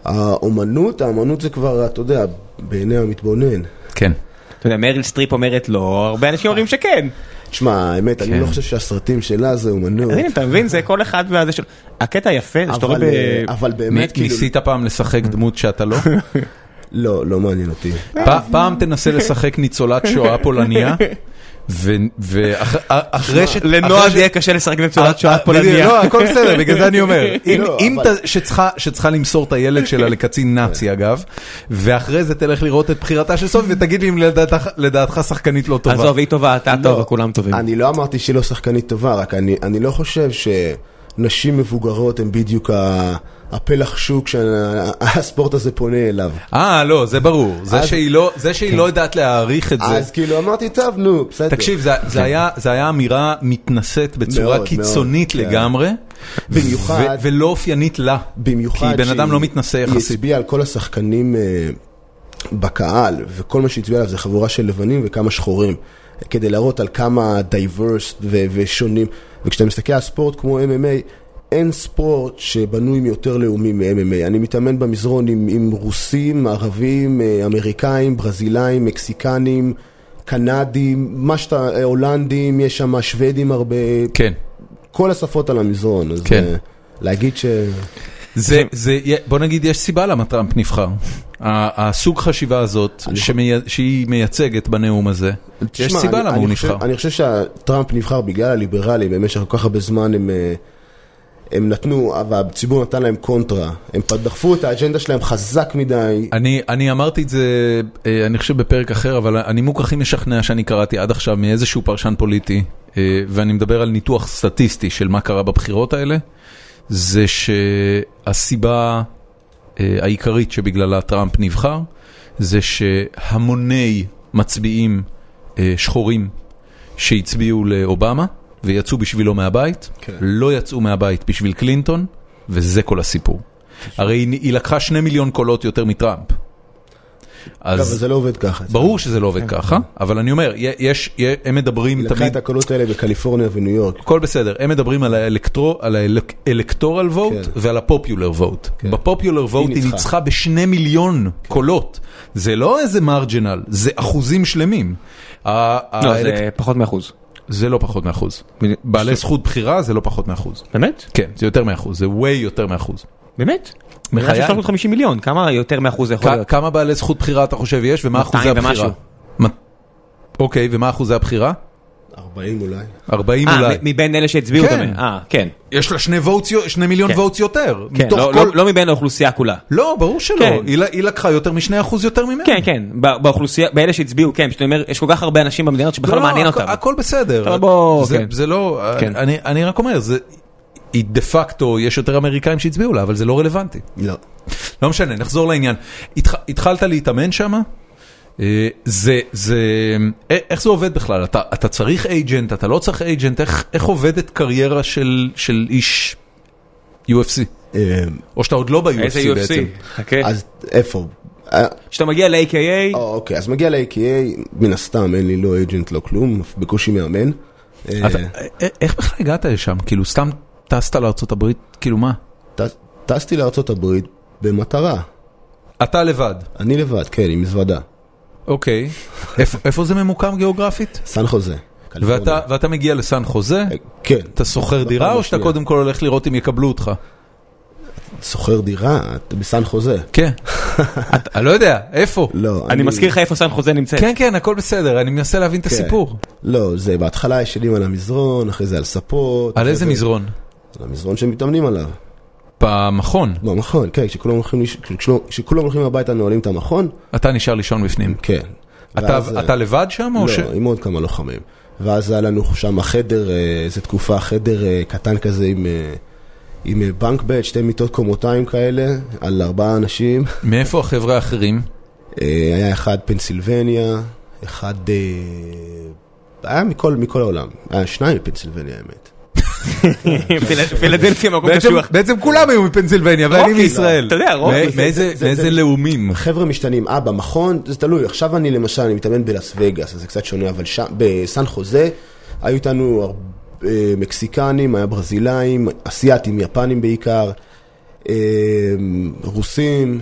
Speaker 3: האומנות, האומנות זה כבר, אתה יודע, בעיני המתבונן.
Speaker 1: כן.
Speaker 2: אתה יודע, מריל סטריפ אומרת לא, הרבה אנשים אומרים שכן.
Speaker 3: תשמע, האמת, אני
Speaker 1: כן.
Speaker 3: לא חושב שהסרטים שלה זה אומנות.
Speaker 2: אז הנה, אתה מבין, זה כל אחד והזה של... הקטע היפה, זה שאתה רואה
Speaker 3: אבל, אה,
Speaker 2: ב...
Speaker 3: אבל באמת,
Speaker 1: נ-
Speaker 3: כאילו,
Speaker 1: ניסית פעם לשחק דמות שאתה לא?
Speaker 3: לא, לא מעניין אותי.
Speaker 1: פ- פעם תנסה לשחק ניצולת שואה פולניה, ואחרי ש...
Speaker 2: לנועד יהיה קשה לשחק בצורת
Speaker 1: אה,
Speaker 2: שואה
Speaker 1: אה,
Speaker 2: פולניה.
Speaker 1: בדיוק, לא, הכל בסדר, בגלל זה אני אומר. אם-
Speaker 3: לא,
Speaker 1: אם
Speaker 3: אבל- כן.
Speaker 1: ת- שצריכה- שצריכה למסור את הילד שלה לקצין נאצי אגב, ואחרי זה תלך לראות את בחירתה של סופי ותגיד לי אם לדעתך- לדעתך שחקנית לא טובה.
Speaker 2: עזוב, היא טובה, אתה
Speaker 3: לא.
Speaker 2: טוב, כולם טובים.
Speaker 3: אני לא אמרתי שהיא לא שחקנית טובה, רק אני, אני לא חושב שנשים מבוגרות הן בדיוק ה, הפלח שוק שהספורט הזה פונה אליו.
Speaker 1: אה, לא, זה ברור. זה
Speaker 3: אז- כן.
Speaker 1: שהיא לא- זה שהיא לא יודעת להעריך את זה.
Speaker 3: אז כאילו אמרתי, טוב, נו, בסדר.
Speaker 1: תקשיב, זה, זה, היה, זה היה אמירה מתנשאת בצורה
Speaker 3: מאוד,
Speaker 1: קיצונית
Speaker 3: מאוד, כן.
Speaker 1: לגמרי,
Speaker 3: במיוחד-
Speaker 1: ו- ולא אופיינית לה,
Speaker 3: במיוחד
Speaker 1: כי בן אדם לא מתנשא
Speaker 3: היא
Speaker 1: יחסית.
Speaker 3: הצביעה על כל השחקנים אה, בקהל, וכל מה שהצביע עליו זה חבורה של לבנים וכמה שחורים, כדי להראות על כמה דייברס ו- ושונים. וכשאתה מסתכל על ספורט כמו MMA, אין ספורט שבנוי מיותר לאומים מ-MMA. אני מתאמן במזרון עם, עם רוסים, ערבים, אה, אמריקאים, ברזילאים, מקסיקנים, קנדים, מה שאתה, אה, הולנדים, יש שם שוודים הרבה,
Speaker 1: כן.
Speaker 3: כל השפות על המזרון. אז
Speaker 1: כן.
Speaker 3: אה, להגיד ש...
Speaker 1: זה,
Speaker 3: כן.
Speaker 1: זה, בוא נגיד, יש סיבה למה טראמפ נבחר. ה- הסוג חשיבה הזאת, שמי- שהיא מייצגת בנאום הזה, יש
Speaker 3: תשמע,
Speaker 1: סיבה
Speaker 3: אני-
Speaker 1: למה
Speaker 3: אני
Speaker 1: הוא
Speaker 3: חושב-
Speaker 1: נבחר.
Speaker 3: אני חושב שטראמפ נבחר בגלל הליברלים, במשך כל כך הרבה זמן הם... אה, הם נתנו, אבל הציבור נתן להם קונטרה, הם פ- דחפו את האג'נדה שלהם חזק מדי,
Speaker 1: אני, אני אמרתי את זה, אה, אני חושב בפרק אחר, אבל הנימוק הכי משכנע שאני קראתי עד עכשיו מאיזשהו פרשן פוליטי, אה, ואני מדבר על ניתוח סטטיסטי של מה קרה בבחירות האלה, זה שהסיבה אה, העיקרית שבגללה טראמפ נבחר, זה שהמוני מצביעים אה, שחורים שהצביעו לאובמה ויצאו בשבילו מהבית,
Speaker 3: כן.
Speaker 1: לא יצאו מהבית בשביל קלינטון, וזה כל הסיפור. הרי היא, היא לקחה שני מיליון קולות יותר מטראמפ.
Speaker 3: אגב,
Speaker 1: אז
Speaker 3: זה לא עובד ככה.
Speaker 1: ברור שזה לא עובד ככה, אבל אני אומר, יה- יש, יה- הם מדברים
Speaker 3: היא לקחה את
Speaker 1: תמיד,
Speaker 3: הקולות האלה בקליפורניה וניו יורק,
Speaker 1: הכל בסדר, הם מדברים על האלקטרו- על האלקטורל vote
Speaker 3: כן.
Speaker 1: ועל הפופולר vote.
Speaker 3: כן.
Speaker 1: בפופולר vote היא
Speaker 3: ניצחה.
Speaker 1: ניצחה בשני מיליון קולות. זה לא איזה מרג'ינל, זה אחוזים שלמים. ה-
Speaker 2: לא,
Speaker 1: האלק-
Speaker 2: זה פחות מאחוז.
Speaker 1: זה לא פחות מאחוז. בעלי זכות בחירה זה לא פחות מאחוז.
Speaker 2: באמת?
Speaker 1: כן, זה יותר מאחוז, זה way יותר מאחוז.
Speaker 2: באמת?
Speaker 1: בחיי.
Speaker 2: בחיי. 350 מיליון, כמה יותר מאחוז זה יכול
Speaker 1: כ-
Speaker 2: להיות?
Speaker 1: כמה בעלי זכות בחירה אתה חושב יש ומה אחוזי
Speaker 2: 200
Speaker 1: הבחירה?
Speaker 2: ומשהו.
Speaker 1: מ- אוקיי, ומה אחוזי הבחירה?
Speaker 3: 40 אולי.
Speaker 1: 40
Speaker 2: אה,
Speaker 1: אולי.
Speaker 2: מ- מבין אלה שהצביעו, אתה
Speaker 1: כן.
Speaker 2: אומר. אה, כן.
Speaker 1: יש לה שני votes יו- שני מיליון
Speaker 2: כן.
Speaker 1: votes יותר.
Speaker 2: כן,
Speaker 1: מתוך
Speaker 2: לא-
Speaker 1: כל-
Speaker 2: לא- לא מבין האוכלוסייה כולה.
Speaker 1: לא, ברור שלא.
Speaker 2: כן.
Speaker 1: היא ל- היא לקחה יותר משני אחוז יותר לא, ממנו.
Speaker 2: כן, כן, בא- באוכלוסייה, באלה שהצביעו, כן, פשוט אני אומר, יש כל כך הרבה אנשים במדינה הזאת שבכלל לא מעניין
Speaker 1: הכ-
Speaker 2: אותם.
Speaker 1: הכל בסדר.
Speaker 2: אבל בוא,
Speaker 1: זה,
Speaker 2: כן.
Speaker 1: זה לא,
Speaker 2: כן.
Speaker 1: אני, אני רק אומר, זה, היא דה פקטו, יש יותר אמריקאים שהצביעו לה, אבל זה לא רלוונטי.
Speaker 3: לא.
Speaker 1: לא משנה, נחזור לעניין. התח, התחלת להתאמן שם? זה, זה, א- איך זה עובד בכלל? אתה, אתה צריך אייג'נט, אתה לא צריך אייג'נט, איך, איך עובדת קריירה של, של איש UFC?
Speaker 3: אמ,
Speaker 1: או שאתה עוד לא ב-UFC
Speaker 2: איזה
Speaker 1: בעצם.
Speaker 2: UFC. חכה.
Speaker 3: אז איפה? אה,
Speaker 2: כשאתה מגיע ל-AKA,
Speaker 3: אה, אוקיי, אז מגיע ל-AKA, מן הסתם, אין לי לא אייג'נט, לא כלום, בקושי מאמן. אה,
Speaker 1: אתה, א- א- איך בכלל הגעת לשם? כאילו, סתם טסת לארה"ב? כאילו, מה?
Speaker 3: טס- טסתי לארצות הברית במטרה.
Speaker 1: אתה לבד.
Speaker 3: אני לבד, כן, עם מזוודה.
Speaker 1: אוקיי, איפה- איפה זה ממוקם גיאוגרפית?
Speaker 3: סן חוזה. קליפורניה.
Speaker 1: ואתה ואתה מגיע לסן חוזה,
Speaker 3: אה, כן,
Speaker 1: אתה שוכר דירה
Speaker 3: בפעם
Speaker 1: או שאתה
Speaker 3: השנייה.
Speaker 1: קודם כל הולך לראות אם יקבלו אותך?
Speaker 3: שוכר דירה, אתה בסן חוזה.
Speaker 1: כן. אתה- אני לא יודע, איפה?
Speaker 3: לא,
Speaker 2: אני מזכיר לך איפה סן חוזה נמצאת.
Speaker 1: כן, כן, הכל בסדר, אני מנסה להבין את
Speaker 3: כן.
Speaker 1: הסיפור.
Speaker 3: לא, זה בהתחלה ישנים על המזרון, אחרי זה על ספות.
Speaker 1: על
Speaker 3: אחרי
Speaker 1: איזה
Speaker 3: זה-
Speaker 1: מזרון?
Speaker 3: על המזרון שמתאמנים עליו.
Speaker 1: במכון.
Speaker 3: במכון, כן, כשכולם הולכים, לש- כשכולם- כשכולם הולכים הביתה נועלים את המכון,
Speaker 1: אתה נשאר לישון בפנים.
Speaker 3: כן.
Speaker 1: אתה-
Speaker 3: ואז, אה,
Speaker 1: אתה לבד שם או
Speaker 3: לא,
Speaker 1: ש...
Speaker 3: עם עוד כמה לוחמים. ואז היה לנו שם חדר, אה, איזה תקופה, חדר אה, קטן כזה עם, אה, עם אה, בנק בית, שתי מיטות קומותיים כאלה, על ארבעה אנשים.
Speaker 1: מאיפה החבר'ה האחרים?
Speaker 3: אה, היה אחד פנסילבניה, אחד... אה, היה מכל, מכל העולם. היה שניים בפנסילבניה, האמת.
Speaker 2: פילד- פילדלפיה מקום קשוח.
Speaker 1: בעצם כולם היו מפנסילבניה ואני
Speaker 2: רוקי, לא. אתה יודע, רוקי.
Speaker 1: מא- מאיזה-
Speaker 3: זה- זה-
Speaker 1: מאיזה
Speaker 3: זה-
Speaker 1: לאומים?
Speaker 3: חבר'ה משתנים, אה, במכון, זה תלוי. עכשיו אני למשל, אני מתאמן בלאס וגאס, אז זה קצת שונה, אבל שם, בסן חוזה, היו איתנו הרבה, אה, מקסיקנים, היה ברזילאים, אסיאתים, יפנים בעיקר, אה, רוסים,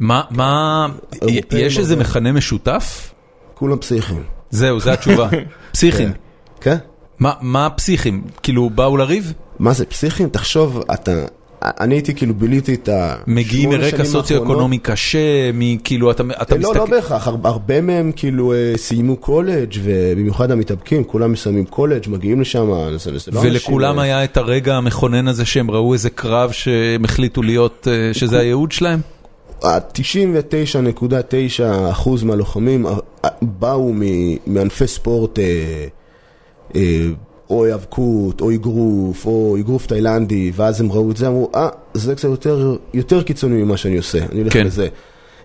Speaker 1: מה, מה,
Speaker 3: אירופאים
Speaker 1: יש איזה
Speaker 3: הרבה.
Speaker 1: מכנה משותף?
Speaker 3: כולם פסיכים.
Speaker 1: זהו, זו התשובה. פסיכים.
Speaker 3: כן?
Speaker 1: מה, מה הפסיכים? כאילו, באו לריב?
Speaker 3: מה זה פסיכים? תחשוב, אתה... אני הייתי כאילו ביליתי את ה...
Speaker 1: מגיעים
Speaker 3: שמונה
Speaker 1: מרקע
Speaker 3: שנים האחרונות.
Speaker 1: סוציו-אקונומי קשה, מכאילו, אתה, אתה
Speaker 3: לא, לא בהכרח, הר- הרבה מהם כאילו אה, סיימו קולג' ובמיוחד המתאבקים, כולם מסיימים קולג', מגיעים לשם, זה, זה לא
Speaker 1: ולכולם
Speaker 3: אנשים, אה,
Speaker 1: היה את הרגע המכונן הזה שהם ראו איזה קרב שהם החליטו להיות, אה, שזה הייעוד שלהם?
Speaker 3: ה-99.9% מהלוחמים אה, אה, באו מ- מענפי ספורט אה, אה, או היאבקות, או אגרוף, או אגרוף תאילנדי, ואז הם ראו את זה, אמרו, אה, זה קצת יותר, יותר קיצוני ממה שאני עושה, אני הולך
Speaker 1: כן.
Speaker 3: לזה.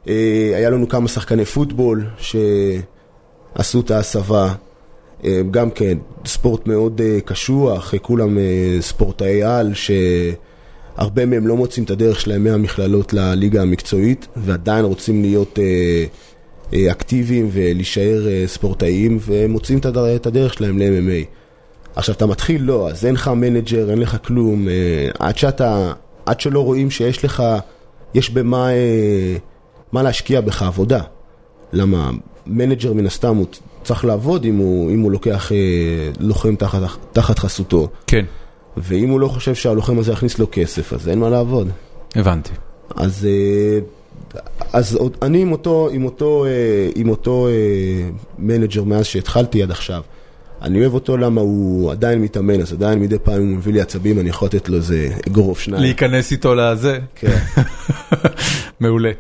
Speaker 3: אה, היה לנו כמה שחקני פוטבול שעשו את ההסבה, אה, גם כן, ספורט מאוד אה, קשוח, אה, כולם אה, ספורטאי על, שהרבה מהם לא מוצאים את הדרך שלהם מהמכללות לליגה המקצועית, ועדיין רוצים להיות... אה, אה, אקטיביים ולהישאר אה, ספורטאים, ומוצאים את הדר- את הדרך שלהם ל-MMA. עכשיו, אתה מתחיל, לא, אז אין לך מנג'ר, אין לך כלום, אה, עד שאתה, עד שלא רואים שיש לך, יש במה אה, מה להשקיע בך עבודה. למה מנג'ר מן הסתם הוא צריך לעבוד אם הוא, אם הוא לוקח אה, לוחם תחת, תחת חסותו,
Speaker 1: כן,
Speaker 3: ואם הוא לא חושב שהלוחם הזה יכניס לו כסף, אז אין מה לעבוד.
Speaker 1: הבנתי.
Speaker 3: אז, אה, אז עוד- אני עם אותו, עם אותו, אה, עם אותו אה, מנג'ר מאז שהתחלתי עד עכשיו. אני אוהב אותו למה הוא עדיין מתאמן, אז עדיין מדי פעם הוא מביא לי עצבים, אני יכול לתת לו איזה אגרוף שניים.
Speaker 1: להיכנס איתו לזה?
Speaker 3: כן.
Speaker 1: מעולה.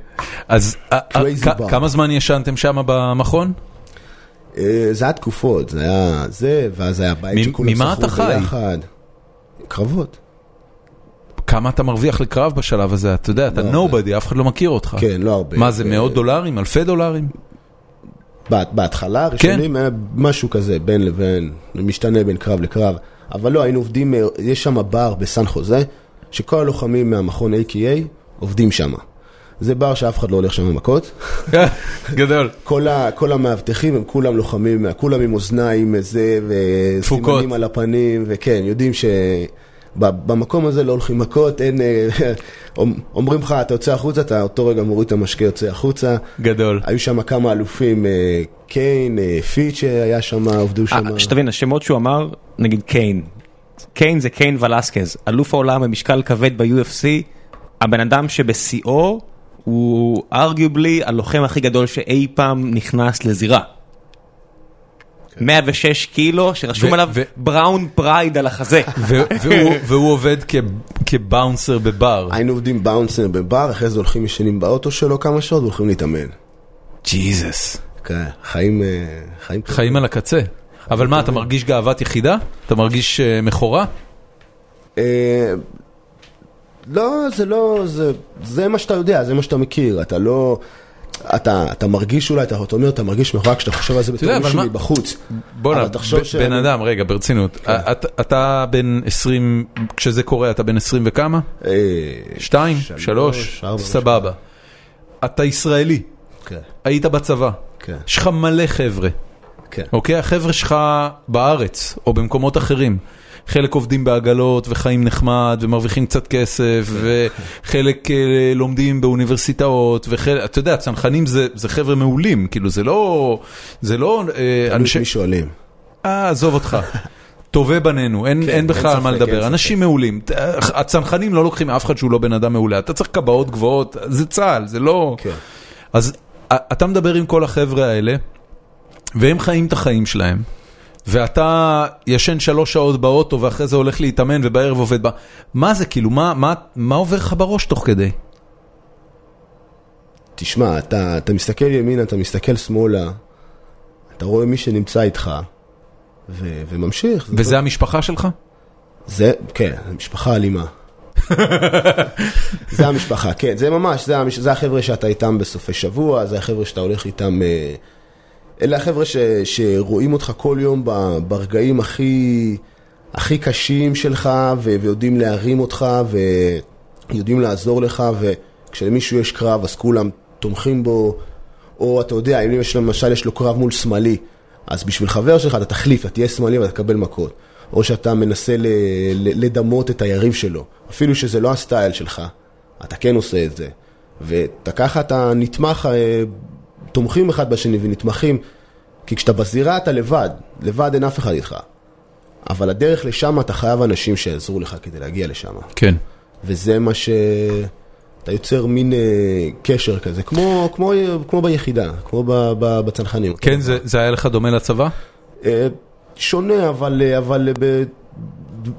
Speaker 1: אז אה, אה,
Speaker 3: Crazy
Speaker 1: כ-
Speaker 3: bar.
Speaker 1: כמה זמן ישנתם שם במכון?
Speaker 3: אה, זה היה תקופות, זה היה זה, ואז היה
Speaker 1: מ-
Speaker 3: בית שכולם
Speaker 1: ממה אתה חי?
Speaker 3: שכרו ביחד. קרבות.
Speaker 1: כמה אתה מרוויח לקרב בשלב הזה? אתה יודע, אתה
Speaker 3: לא,
Speaker 1: nobody, אף אחד לא מכיר אותך.
Speaker 3: כן, לא הרבה.
Speaker 1: מה זה,
Speaker 3: אה,
Speaker 1: מאות דולרים? אלפי דולרים?
Speaker 3: בה- בהתחלה,
Speaker 1: כן.
Speaker 3: הראשונים היה משהו כזה, בין לבין, משתנה בין קרב לקרב. אבל לא, היינו עובדים, אה, יש שם בר בסן חוזה, שכל הלוחמים מהמכון AKA עובדים שם. זה בר שאף אחד לא הולך שם למכות.
Speaker 1: גדול.
Speaker 3: כל, ה, כל המאבטחים הם כולם לוחמים, כולם עם אוזניים וזה,
Speaker 1: דפוקות.
Speaker 3: וסימנים על הפנים, וכן, יודעים ש... ב- במקום הזה לא הולכים מכות, אין... אה, אומ- אומרים לך, אתה יוצא החוצה, אתה אותו רגע מוריד את המשקה, יוצא החוצה.
Speaker 1: גדול.
Speaker 3: היו שם כמה אלופים, אה, קיין, אה, פיץ' היה שם, עובדו שם.
Speaker 2: אה, שתבין, השמות שהוא אמר, נגיד קיין. קיין זה קיין ולסקז, אלוף העולם במשקל כבד ב-UFC, הבן אדם שבשיאו הוא ארגיובלי הלוחם הכי גדול שאי פעם נכנס לזירה. 106 קילו, שרשום
Speaker 1: כן. ו-
Speaker 2: עליו
Speaker 1: ו-
Speaker 2: בראון פרייד על החזה.
Speaker 1: ו- והוא- והוא עובד כ- כבאונסר בבר.
Speaker 3: היינו עובדים באונסר בבר, אחרי זה הולכים ישנים באוטו שלו כמה שעות והולכים להתאמן.
Speaker 1: ג'יזוס.
Speaker 3: כן, חיים... אה, חיים כאלה.
Speaker 1: חיים על הקצה. אבל מה, אתה מרגיש גאוות יחידה? אתה מרגיש אה, מכורה?
Speaker 3: אה, לא, זה לא, זה, זה מה שאתה יודע, זה מה שאתה מכיר, אתה לא... אתה, אתה מרגיש אולי, אתה אתה אומר, אתה מרגיש נורא כשאתה חושב על זה
Speaker 1: יודע,
Speaker 3: בתור
Speaker 1: אבל
Speaker 3: מישהו
Speaker 1: מה-
Speaker 3: מבחוץ.
Speaker 1: בואנה,
Speaker 3: אבל תחשוב כן.
Speaker 1: ב-
Speaker 3: שאני-
Speaker 1: בן אדם, רגע, ברצינות. א- אתה- אתה בן 20, כשזה קורה אתה בן 20 וכמה?
Speaker 3: אה,
Speaker 1: 2?
Speaker 3: שלוש,
Speaker 1: 3?
Speaker 3: ארבע,
Speaker 1: סבבה. אתה ישראלי,
Speaker 3: כן,
Speaker 1: היית בצבא,
Speaker 3: כן,
Speaker 1: יש לך מלא חבר'ה.
Speaker 3: כן.
Speaker 1: אוקיי, החבר'ה שלך בארץ, או במקומות אחרים. חלק עובדים בעגלות וחיים נחמד ומרוויחים קצת כסף
Speaker 3: כן.
Speaker 1: וחלק אה, לומדים באוניברסיטאות וחלק, אתה יודע, צנחנים זה, זה חבר'ה מעולים, כאילו זה לא, זה לא אה,
Speaker 3: תלוי את
Speaker 1: אנשי,
Speaker 3: מי שואלים.
Speaker 1: אה, עזוב אותך, טובה בנינו, אין,
Speaker 3: כן,
Speaker 1: אין
Speaker 3: אין
Speaker 1: בכלל על מה
Speaker 3: ספק, אין
Speaker 1: לדבר,
Speaker 3: ספק.
Speaker 1: אנשים מעולים, ת- הצנחנים לא לוקחים אף אחד שהוא לא בן אדם מעולה, אתה צריך קבעות גבוהות, זה צה"ל, זה לא,
Speaker 3: כן.
Speaker 1: אז א- אתה מדבר עם כל החבר'ה האלה, והם חיים את החיים שלהם, ואתה ישן שלוש שעות באוטו, ואחרי זה הולך להתאמן, ובערב עובד ב... מה זה כאילו, מה, מה, מה עובר לך בראש תוך כדי?
Speaker 3: תשמע, אתה, אתה מסתכל ימינה, אתה מסתכל שמאלה, אתה רואה מי שנמצא איתך, ו, וממשיך.
Speaker 1: וזה המשפחה שלך?
Speaker 3: זה, כן, זה משפחה אלימה. זה המשפחה, כן, זה ממש, זה, המש- זה החבר'ה שאתה איתם בסופי שבוע, זה החבר'ה שאתה הולך איתם, אה, אלה החבר'ה ש, שרואים אותך כל יום ב, ברגעים הכי, הכי קשים שלך, ו, ויודעים להרים אותך, ויודעים לעזור לך, וכשלמישהו יש קרב, אז כולם תומכים בו, או אתה יודע, אם יש, למשל יש לו קרב מול שמאלי, אז בשביל חבר שלך אתה תחליף, אתה תהיה שמאלי ואתה תקבל מכות. או שאתה מנסה ל- ל- לדמות את היריב שלו, אפילו שזה לא הסטייל שלך, אתה כן עושה את זה. ואתה ככה, אתה נתמך, אה, תומכים אחד בשני ונתמכים, כי כשאתה בזירה אתה לבד, לבד אין אף אחד איתך. אבל הדרך לשם אתה חייב אנשים שיעזרו לך כדי להגיע לשם.
Speaker 1: כן.
Speaker 3: וזה מה ש... אתה יוצר מין אה, קשר כזה, כמו, כמו, כמו ביחידה, כמו ב, ב, בצנחנים.
Speaker 1: כן, זה, זה היה לך דומה לצבא?
Speaker 3: אה, שונה, אבל, אה, אבל אה, ב,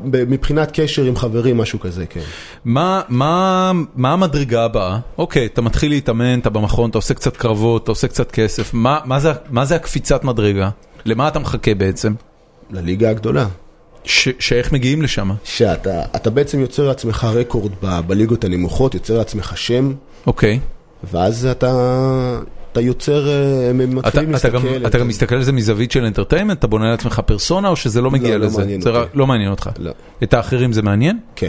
Speaker 3: ב, מבחינת קשר עם חברים, משהו כזה, כן.
Speaker 1: מה, מה, מה המדרגה הבאה? אוקיי, אתה מתחיל להתאמן, אתה במכון, אתה עושה קצת קרבות, אתה עושה קצת כסף, מה, מה, זה, מה זה הקפיצת מדרגה? למה אתה מחכה בעצם?
Speaker 3: לליגה הגדולה.
Speaker 1: ש, שאיך מגיעים לשם?
Speaker 3: שאתה אתה בעצם יוצר לעצמך רקורד ב, בליגות הנמוכות, יוצר לעצמך שם,
Speaker 1: אוקיי.
Speaker 3: ואז אתה, אתה יוצר, אה, הם הם
Speaker 1: אתה,
Speaker 3: מתחילים
Speaker 1: אתה,
Speaker 3: להסתכל.
Speaker 1: גם, אתה גם מסתכל על זה מזווית של אנטרטיימנט? אתה בונה לעצמך פרסונה או שזה לא מגיע
Speaker 3: לא
Speaker 1: לזה?
Speaker 3: מעניין
Speaker 1: זה
Speaker 3: אותי.
Speaker 1: רק- לא מעניין אותך.
Speaker 3: לא,
Speaker 1: את האחרים זה מעניין?
Speaker 3: כן,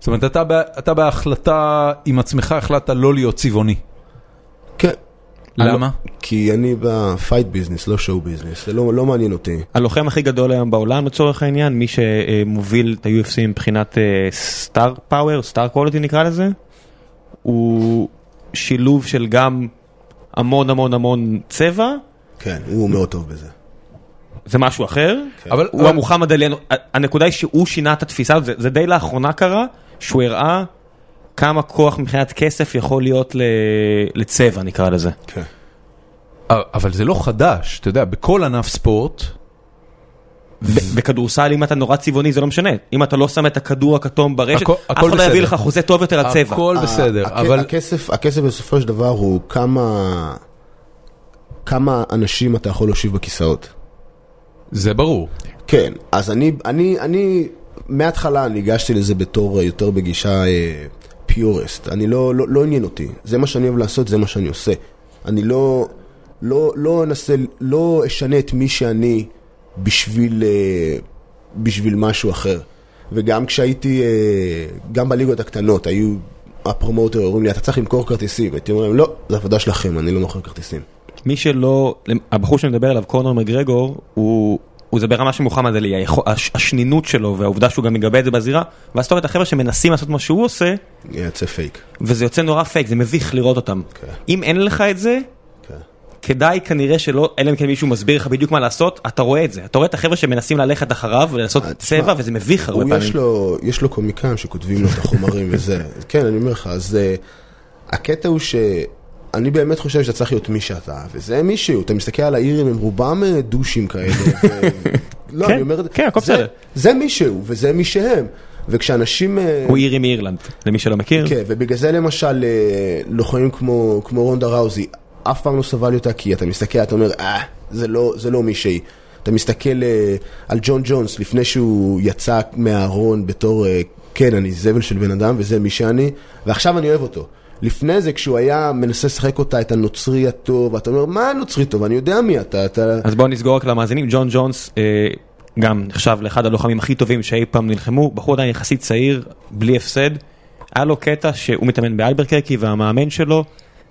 Speaker 1: זאת אומרת, אתה, בה- אתה בהחלטה עם עצמך החלטת לא להיות צבעוני.
Speaker 3: כן.
Speaker 1: למה?
Speaker 3: כי אני בפייט ביזנס, לא שואו ביזנס, זה לא, לא מעניין אותי.
Speaker 2: הלוחם הכי גדול היום בעולם לצורך העניין, מי שמוביל את ה-UFC מבחינת אה, סטאר פאוור, סטאר קולטי נקרא לזה, הוא שילוב של גם המון המון המון צבע,
Speaker 3: כן, הוא מאוד טוב בזה.
Speaker 2: זה משהו אחר,
Speaker 1: אבל,
Speaker 2: הוא
Speaker 1: כן. אבל,
Speaker 2: המוחמד עלינו, הנקודה היא שהוא שינה את התפיסה, הזאת, זה, זה די לאחרונה קרה, שהוא הראה כמה כוח מבחינת כסף יכול להיות ל, לצבע נקרא לזה.
Speaker 1: Mm-hmm.
Speaker 3: כן.
Speaker 1: אבל זה לא חדש, אתה יודע, בכל ענף ספורט,
Speaker 2: ב- בכדורסל אם אתה נורא צבעוני זה לא משנה, אם אתה לא שם את הכדור הכתום ברשת,
Speaker 1: הכל-
Speaker 2: אף
Speaker 1: הכל
Speaker 2: אחד לא יביא
Speaker 1: בסדר.
Speaker 2: לך חוזה טוב יותר על צבע.
Speaker 3: אה,
Speaker 1: הכל בסדר,
Speaker 3: ה- הכ-
Speaker 1: אבל
Speaker 3: הכסף, הכסף בסופו של דבר הוא כמה... כמה אנשים אתה יכול להושיב בכיסאות.
Speaker 1: זה ברור.
Speaker 3: כן, אז אני, אני, אני, מההתחלה ניגשתי לזה בתור אה, יותר בגישה אה, פיורסט. אני לא, לא, לא עניין אותי. זה מה שאני אוהב לעשות, זה מה שאני עושה. אני לא, לא, לא אנסה, לא אשנה את מי שאני בשביל, אה, בשביל משהו אחר. וגם כשהייתי, אה, גם בליגות הקטנות, היו הפרומוטר, אומרים לי, אתה צריך למכור כרטיסים. הייתי אומר להם, לא, זו עבודה שלכם, אני לא מוכר כרטיסים.
Speaker 2: מי שלא, הבחור שאני מדבר עליו, קונור מגרגור, הוא... הוא זה ברמה של מוחמד עלי, היכו- הש- השנינות שלו והעובדה שהוא גם מגבה את זה בזירה, ואז אתה רואה את החבר'ה שמנסים לעשות מה שהוא עושה,
Speaker 3: יצא פייק.
Speaker 2: וזה יוצא נורא פייק, זה מביך לראות אותם.
Speaker 3: כן.
Speaker 2: אם אין לך את זה,
Speaker 3: כן.
Speaker 2: כדאי כנראה שלא, אלא אם כן מישהו מסביר לך בדיוק מה לעשות, אתה רואה את זה. אתה רואה את החבר'ה שמנסים ללכת אחריו ולעשות
Speaker 3: אה, תשמע,
Speaker 2: צבע, וזה מביך הרבה
Speaker 3: הוא
Speaker 2: פעמים.
Speaker 3: יש לו, יש לו קומיקאים שכותבים לו את החומרים וזה. אז כן, אני אומר לך, אז אה, הקטע הוא ש... אני באמת חושב שאתה צריך להיות מי שאתה, וזה מישהו, אתה מסתכל על האירים, הם רובם אה, דושים כאלה. ו- לא,
Speaker 2: כן,
Speaker 3: אני אומר את זה,
Speaker 2: כן, הכל
Speaker 3: זה-
Speaker 2: בסדר.
Speaker 3: זה מישהו, וזה מי שהם. וכשאנשים... אה,
Speaker 2: הוא אירי מאירלנד, למי שלא מכיר.
Speaker 3: כן, ובגלל זה למשל אה, לוחמים כמו, כמו רונדה ראוזי, אף פעם לא סבל אותה, כי אתה מסתכל, אתה אומר, אה, זה לא, זה לא מישהי. אתה מסתכל אה, על ג'ון ג'ונס לפני שהוא יצא מהארון בתור, אה, כן, אני זבל של בן אדם וזה מי שאני, ועכשיו אני אוהב אותו. לפני זה, כשהוא היה מנסה לשחק אותה, את הנוצרי הטוב, אתה אומר, מה הנוצרי טוב? אני יודע מי אתה, אתה...
Speaker 2: אז בואו נסגור רק למאזינים, ג'ון ג'ונס אה, גם נחשב לאחד הלוחמים הכי טובים שאי פעם נלחמו, בחור עדיין יחסית צעיר, בלי הפסד. היה לו קטע שהוא מתאמן באלברקרקי והמאמן שלו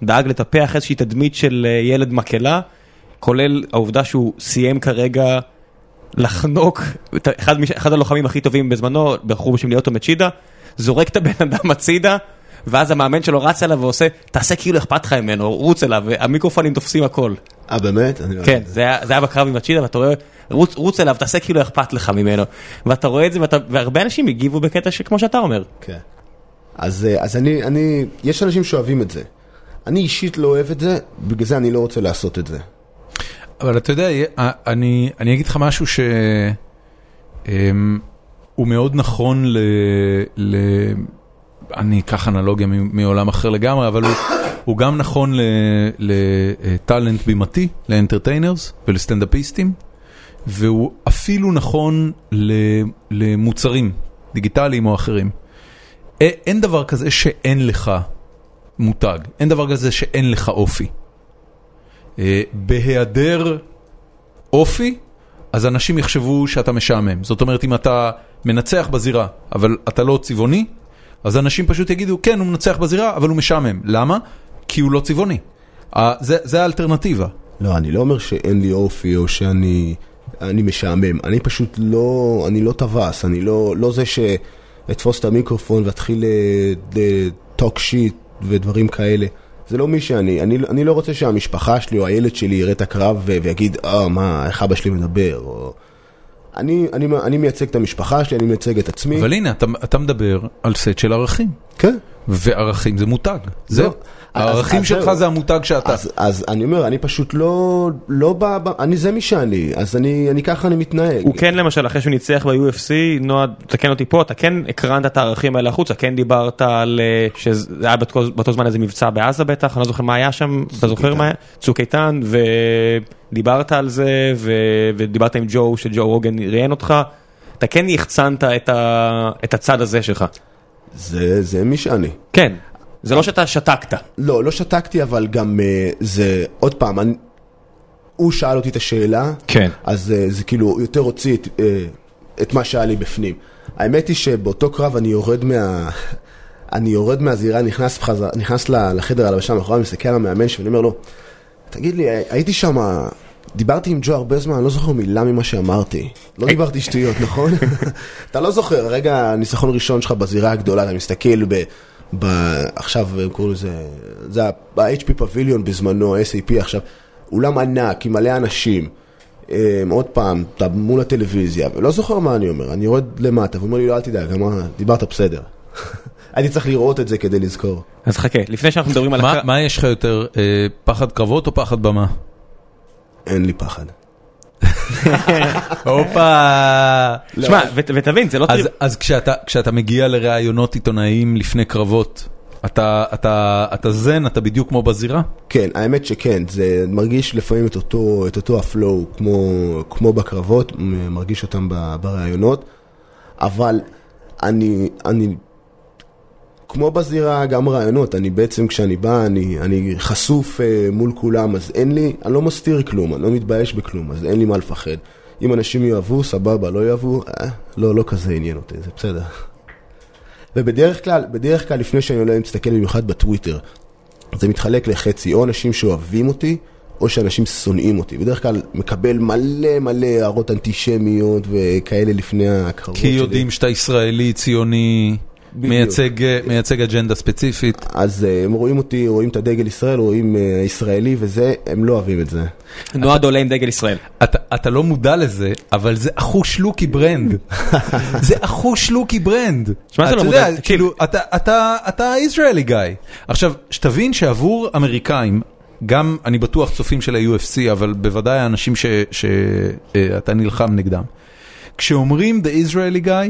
Speaker 2: דאג לטפח איזושהי תדמית של אה, ילד מקהלה, כולל העובדה שהוא סיים כרגע לחנוק את ה- אחד, מש- אחד הלוחמים הכי טובים בזמנו, בחור בשם ליאוטו מצ'ידה, זורק את הבן אדם הצידה. ואז המאמן שלו רץ אליו ועושה, תעשה כאילו אכפת לך ממנו, רוץ אליו, והמיקרופונים תופסים הכל.
Speaker 3: אה, באמת? אני לא יודע.
Speaker 2: כן, זה היה, זה היה בקרב עם הצ'ילה, ואתה רואה, רוץ, רוץ אליו, תעשה כאילו אכפת לך ממנו. ואתה רואה את זה, ואתה, והרבה אנשים הגיבו בקטע שכמו שאתה אומר.
Speaker 3: כן. אז, אה, אז אני, אני, יש אנשים שאוהבים את זה. אני אישית לא אוהב את זה, בגלל זה אני לא רוצה לעשות את זה.
Speaker 1: אבל אתה יודע, אה, אני, אני אגיד לך משהו ש... אמ, הוא מאוד נכון ל... ל... אני אקח אנלוגיה מ- מעולם אחר לגמרי, אבל הוא, הוא גם נכון לטאלנט בימתי, לאנטרטיינרס ולסטנדאפיסטים, והוא אפילו נכון ל, למוצרים דיגיטליים או אחרים. א- אין דבר כזה שאין לך מותג, אין דבר כזה שאין לך אופי. אה, בהיעדר אופי, אז אנשים יחשבו שאתה משעמם. זאת אומרת, אם אתה מנצח בזירה, אבל אתה לא צבעוני, אז אנשים פשוט יגידו, כן, הוא מנצח בזירה, אבל הוא משעמם. למה? כי הוא לא צבעוני. אה, זה, זה האלטרנטיבה.
Speaker 3: לא, אני לא אומר שאין לי אופי או שאני אני משעמם. אני פשוט לא, אני לא טווס, אני לא, לא זה שאתפוס את המיקרופון ואתחיל אה, לטוק שיט ודברים כאלה. זה לא מי שאני, אני, אני לא רוצה שהמשפחה שלי או הילד שלי יראה את הקרב ו- ויגיד, אה, מה, איך אבא שלי מדבר, או... אני, אני, אני מייצג את המשפחה שלי, אני מייצג את עצמי.
Speaker 1: אבל הנה, אתה, אתה מדבר על סט של ערכים,
Speaker 3: כן.
Speaker 1: וערכים זה מותג. זהו.
Speaker 3: לא, אז-
Speaker 1: הערכים
Speaker 3: אז
Speaker 1: שלך
Speaker 3: זהו.
Speaker 1: זה המותג שאתה.
Speaker 3: אז, אז אני אומר, אני פשוט לא, לא ב... ב- אני זה מי שאני, אז אני, אני ככה אני מתנהג.
Speaker 2: הוא כן למשל, אחרי שהוא ניצח ב-UFC, נועה, תקן אותי פה, אתה כן הקרנת את הערכים האלה החוצה, כן דיברת על, אה, שזה היה באותו, באותו זמן איזה מבצע בעזה בטח, אני לא זוכר מה היה שם, אתה זוכר
Speaker 3: איתן.
Speaker 2: מה היה? צוק איתן, ודיברת על זה, ו... ודיברת עם ג'ו, שג'ו רוגן ראיין אותך, אתה כן החצנת את, ה... את הצד הזה שלך.
Speaker 3: זה, זה מי שאני.
Speaker 2: כן, זה לא שאתה שתקת.
Speaker 3: לא, לא שתקתי, אבל גם אה, זה, עוד פעם, אני, הוא שאל אותי את השאלה,
Speaker 2: כן.
Speaker 3: אז אה, זה כאילו הוא יותר הוציא את, אה, את מה שהיה לי בפנים. האמת היא שבאותו קרב אני יורד מה... אני יורד מהזירה, נכנס, בחזר, נכנס ל- לחדר הלבשה מאחורי, מסתכל על המאמן שלי, ואני אומר לו, תגיד לי, הייתי שם, דיברתי עם ג'ו הרבה זמן, אני לא זוכר מילה ממה שאמרתי. לא דיברתי שטויות, נכון? אתה לא זוכר, רגע, ניצחון ראשון שלך בזירה הגדולה, אתה מסתכל ב... ב... עכשיו הם קוראים לזה, זה ה-HP פביליון בזמנו, SAP עכשיו, אולם ענק עם מלא אנשים. אה, עוד פעם, אתה מול הטלוויזיה, ולא זוכר מה אני אומר, אני יורד למטה, והוא אומר לי, לא, אל תדאג, אמר, דיברת בסדר. הייתי צריך לראות את זה כדי לזכור.
Speaker 2: אז חכה, לפני שאנחנו מדברים על...
Speaker 1: מה,
Speaker 2: הקרב-
Speaker 1: מה יש לך יותר, אה, פחד קרבות או פחד במה?
Speaker 3: אין לי פחד.
Speaker 1: הופה!
Speaker 2: שמע, ות- ותבין, זה לא... טריו-
Speaker 1: אז, אז כשאתה, כשאתה מגיע לראיונות עיתונאיים לפני קרבות, אתה, אתה, אתה זן, אתה בדיוק כמו בזירה?
Speaker 3: כן, האמת שכן, זה מרגיש לפעמים את אותו, את אותו הפלואו כמו, כמו בקרבות, מ- מרגיש אותם ב- בראיונות, אבל אני, אני, כמו בזירה, גם ראיונות, אני בעצם כשאני בא, אני, אני חשוף אה, מול כולם, אז אין לי, אני לא מסתיר כלום, אני לא מתבייש בכלום, אז אין לי מה לפחד. אם אנשים יאהבו, סבבה, לא יאהבו, אה, לא, לא כזה עניין אותי, זה בסדר. ובדרך כלל, בדרך כלל לפני שאני עולה, אני מסתכל במיוחד בטוויטר. זה מתחלק לחצי, או אנשים שאוהבים אותי, או שאנשים שונאים אותי. בדרך כלל מקבל מלא מלא הערות אנטישמיות וכאלה לפני הקרבות
Speaker 1: כי יודעים שאתה ישראלי, ציוני,
Speaker 3: בדיוק.
Speaker 1: מייצג, אה, מייצג אג'נדה ספציפית.
Speaker 3: אז אה, הם רואים אותי, רואים את הדגל ישראל, רואים אה, ישראלי וזה, הם לא אוהבים את זה.
Speaker 2: נועד עולה עם דגל ישראל.
Speaker 1: אתה, אתה לא מודע לזה, אבל זה אחוש לוקי ברנד. זה אחוש לוקי ברנד.
Speaker 2: שמע, אתה לא
Speaker 1: יודע,
Speaker 2: מודע, תקשיב.
Speaker 1: כאילו, אתה, אתה, אתה ישראלי גיא. עכשיו, שתבין שעבור אמריקאים, גם אני בטוח צופים של ה-UFC, אבל בוודאי האנשים שאתה נלחם נגדם. כשאומרים The Israeli guy,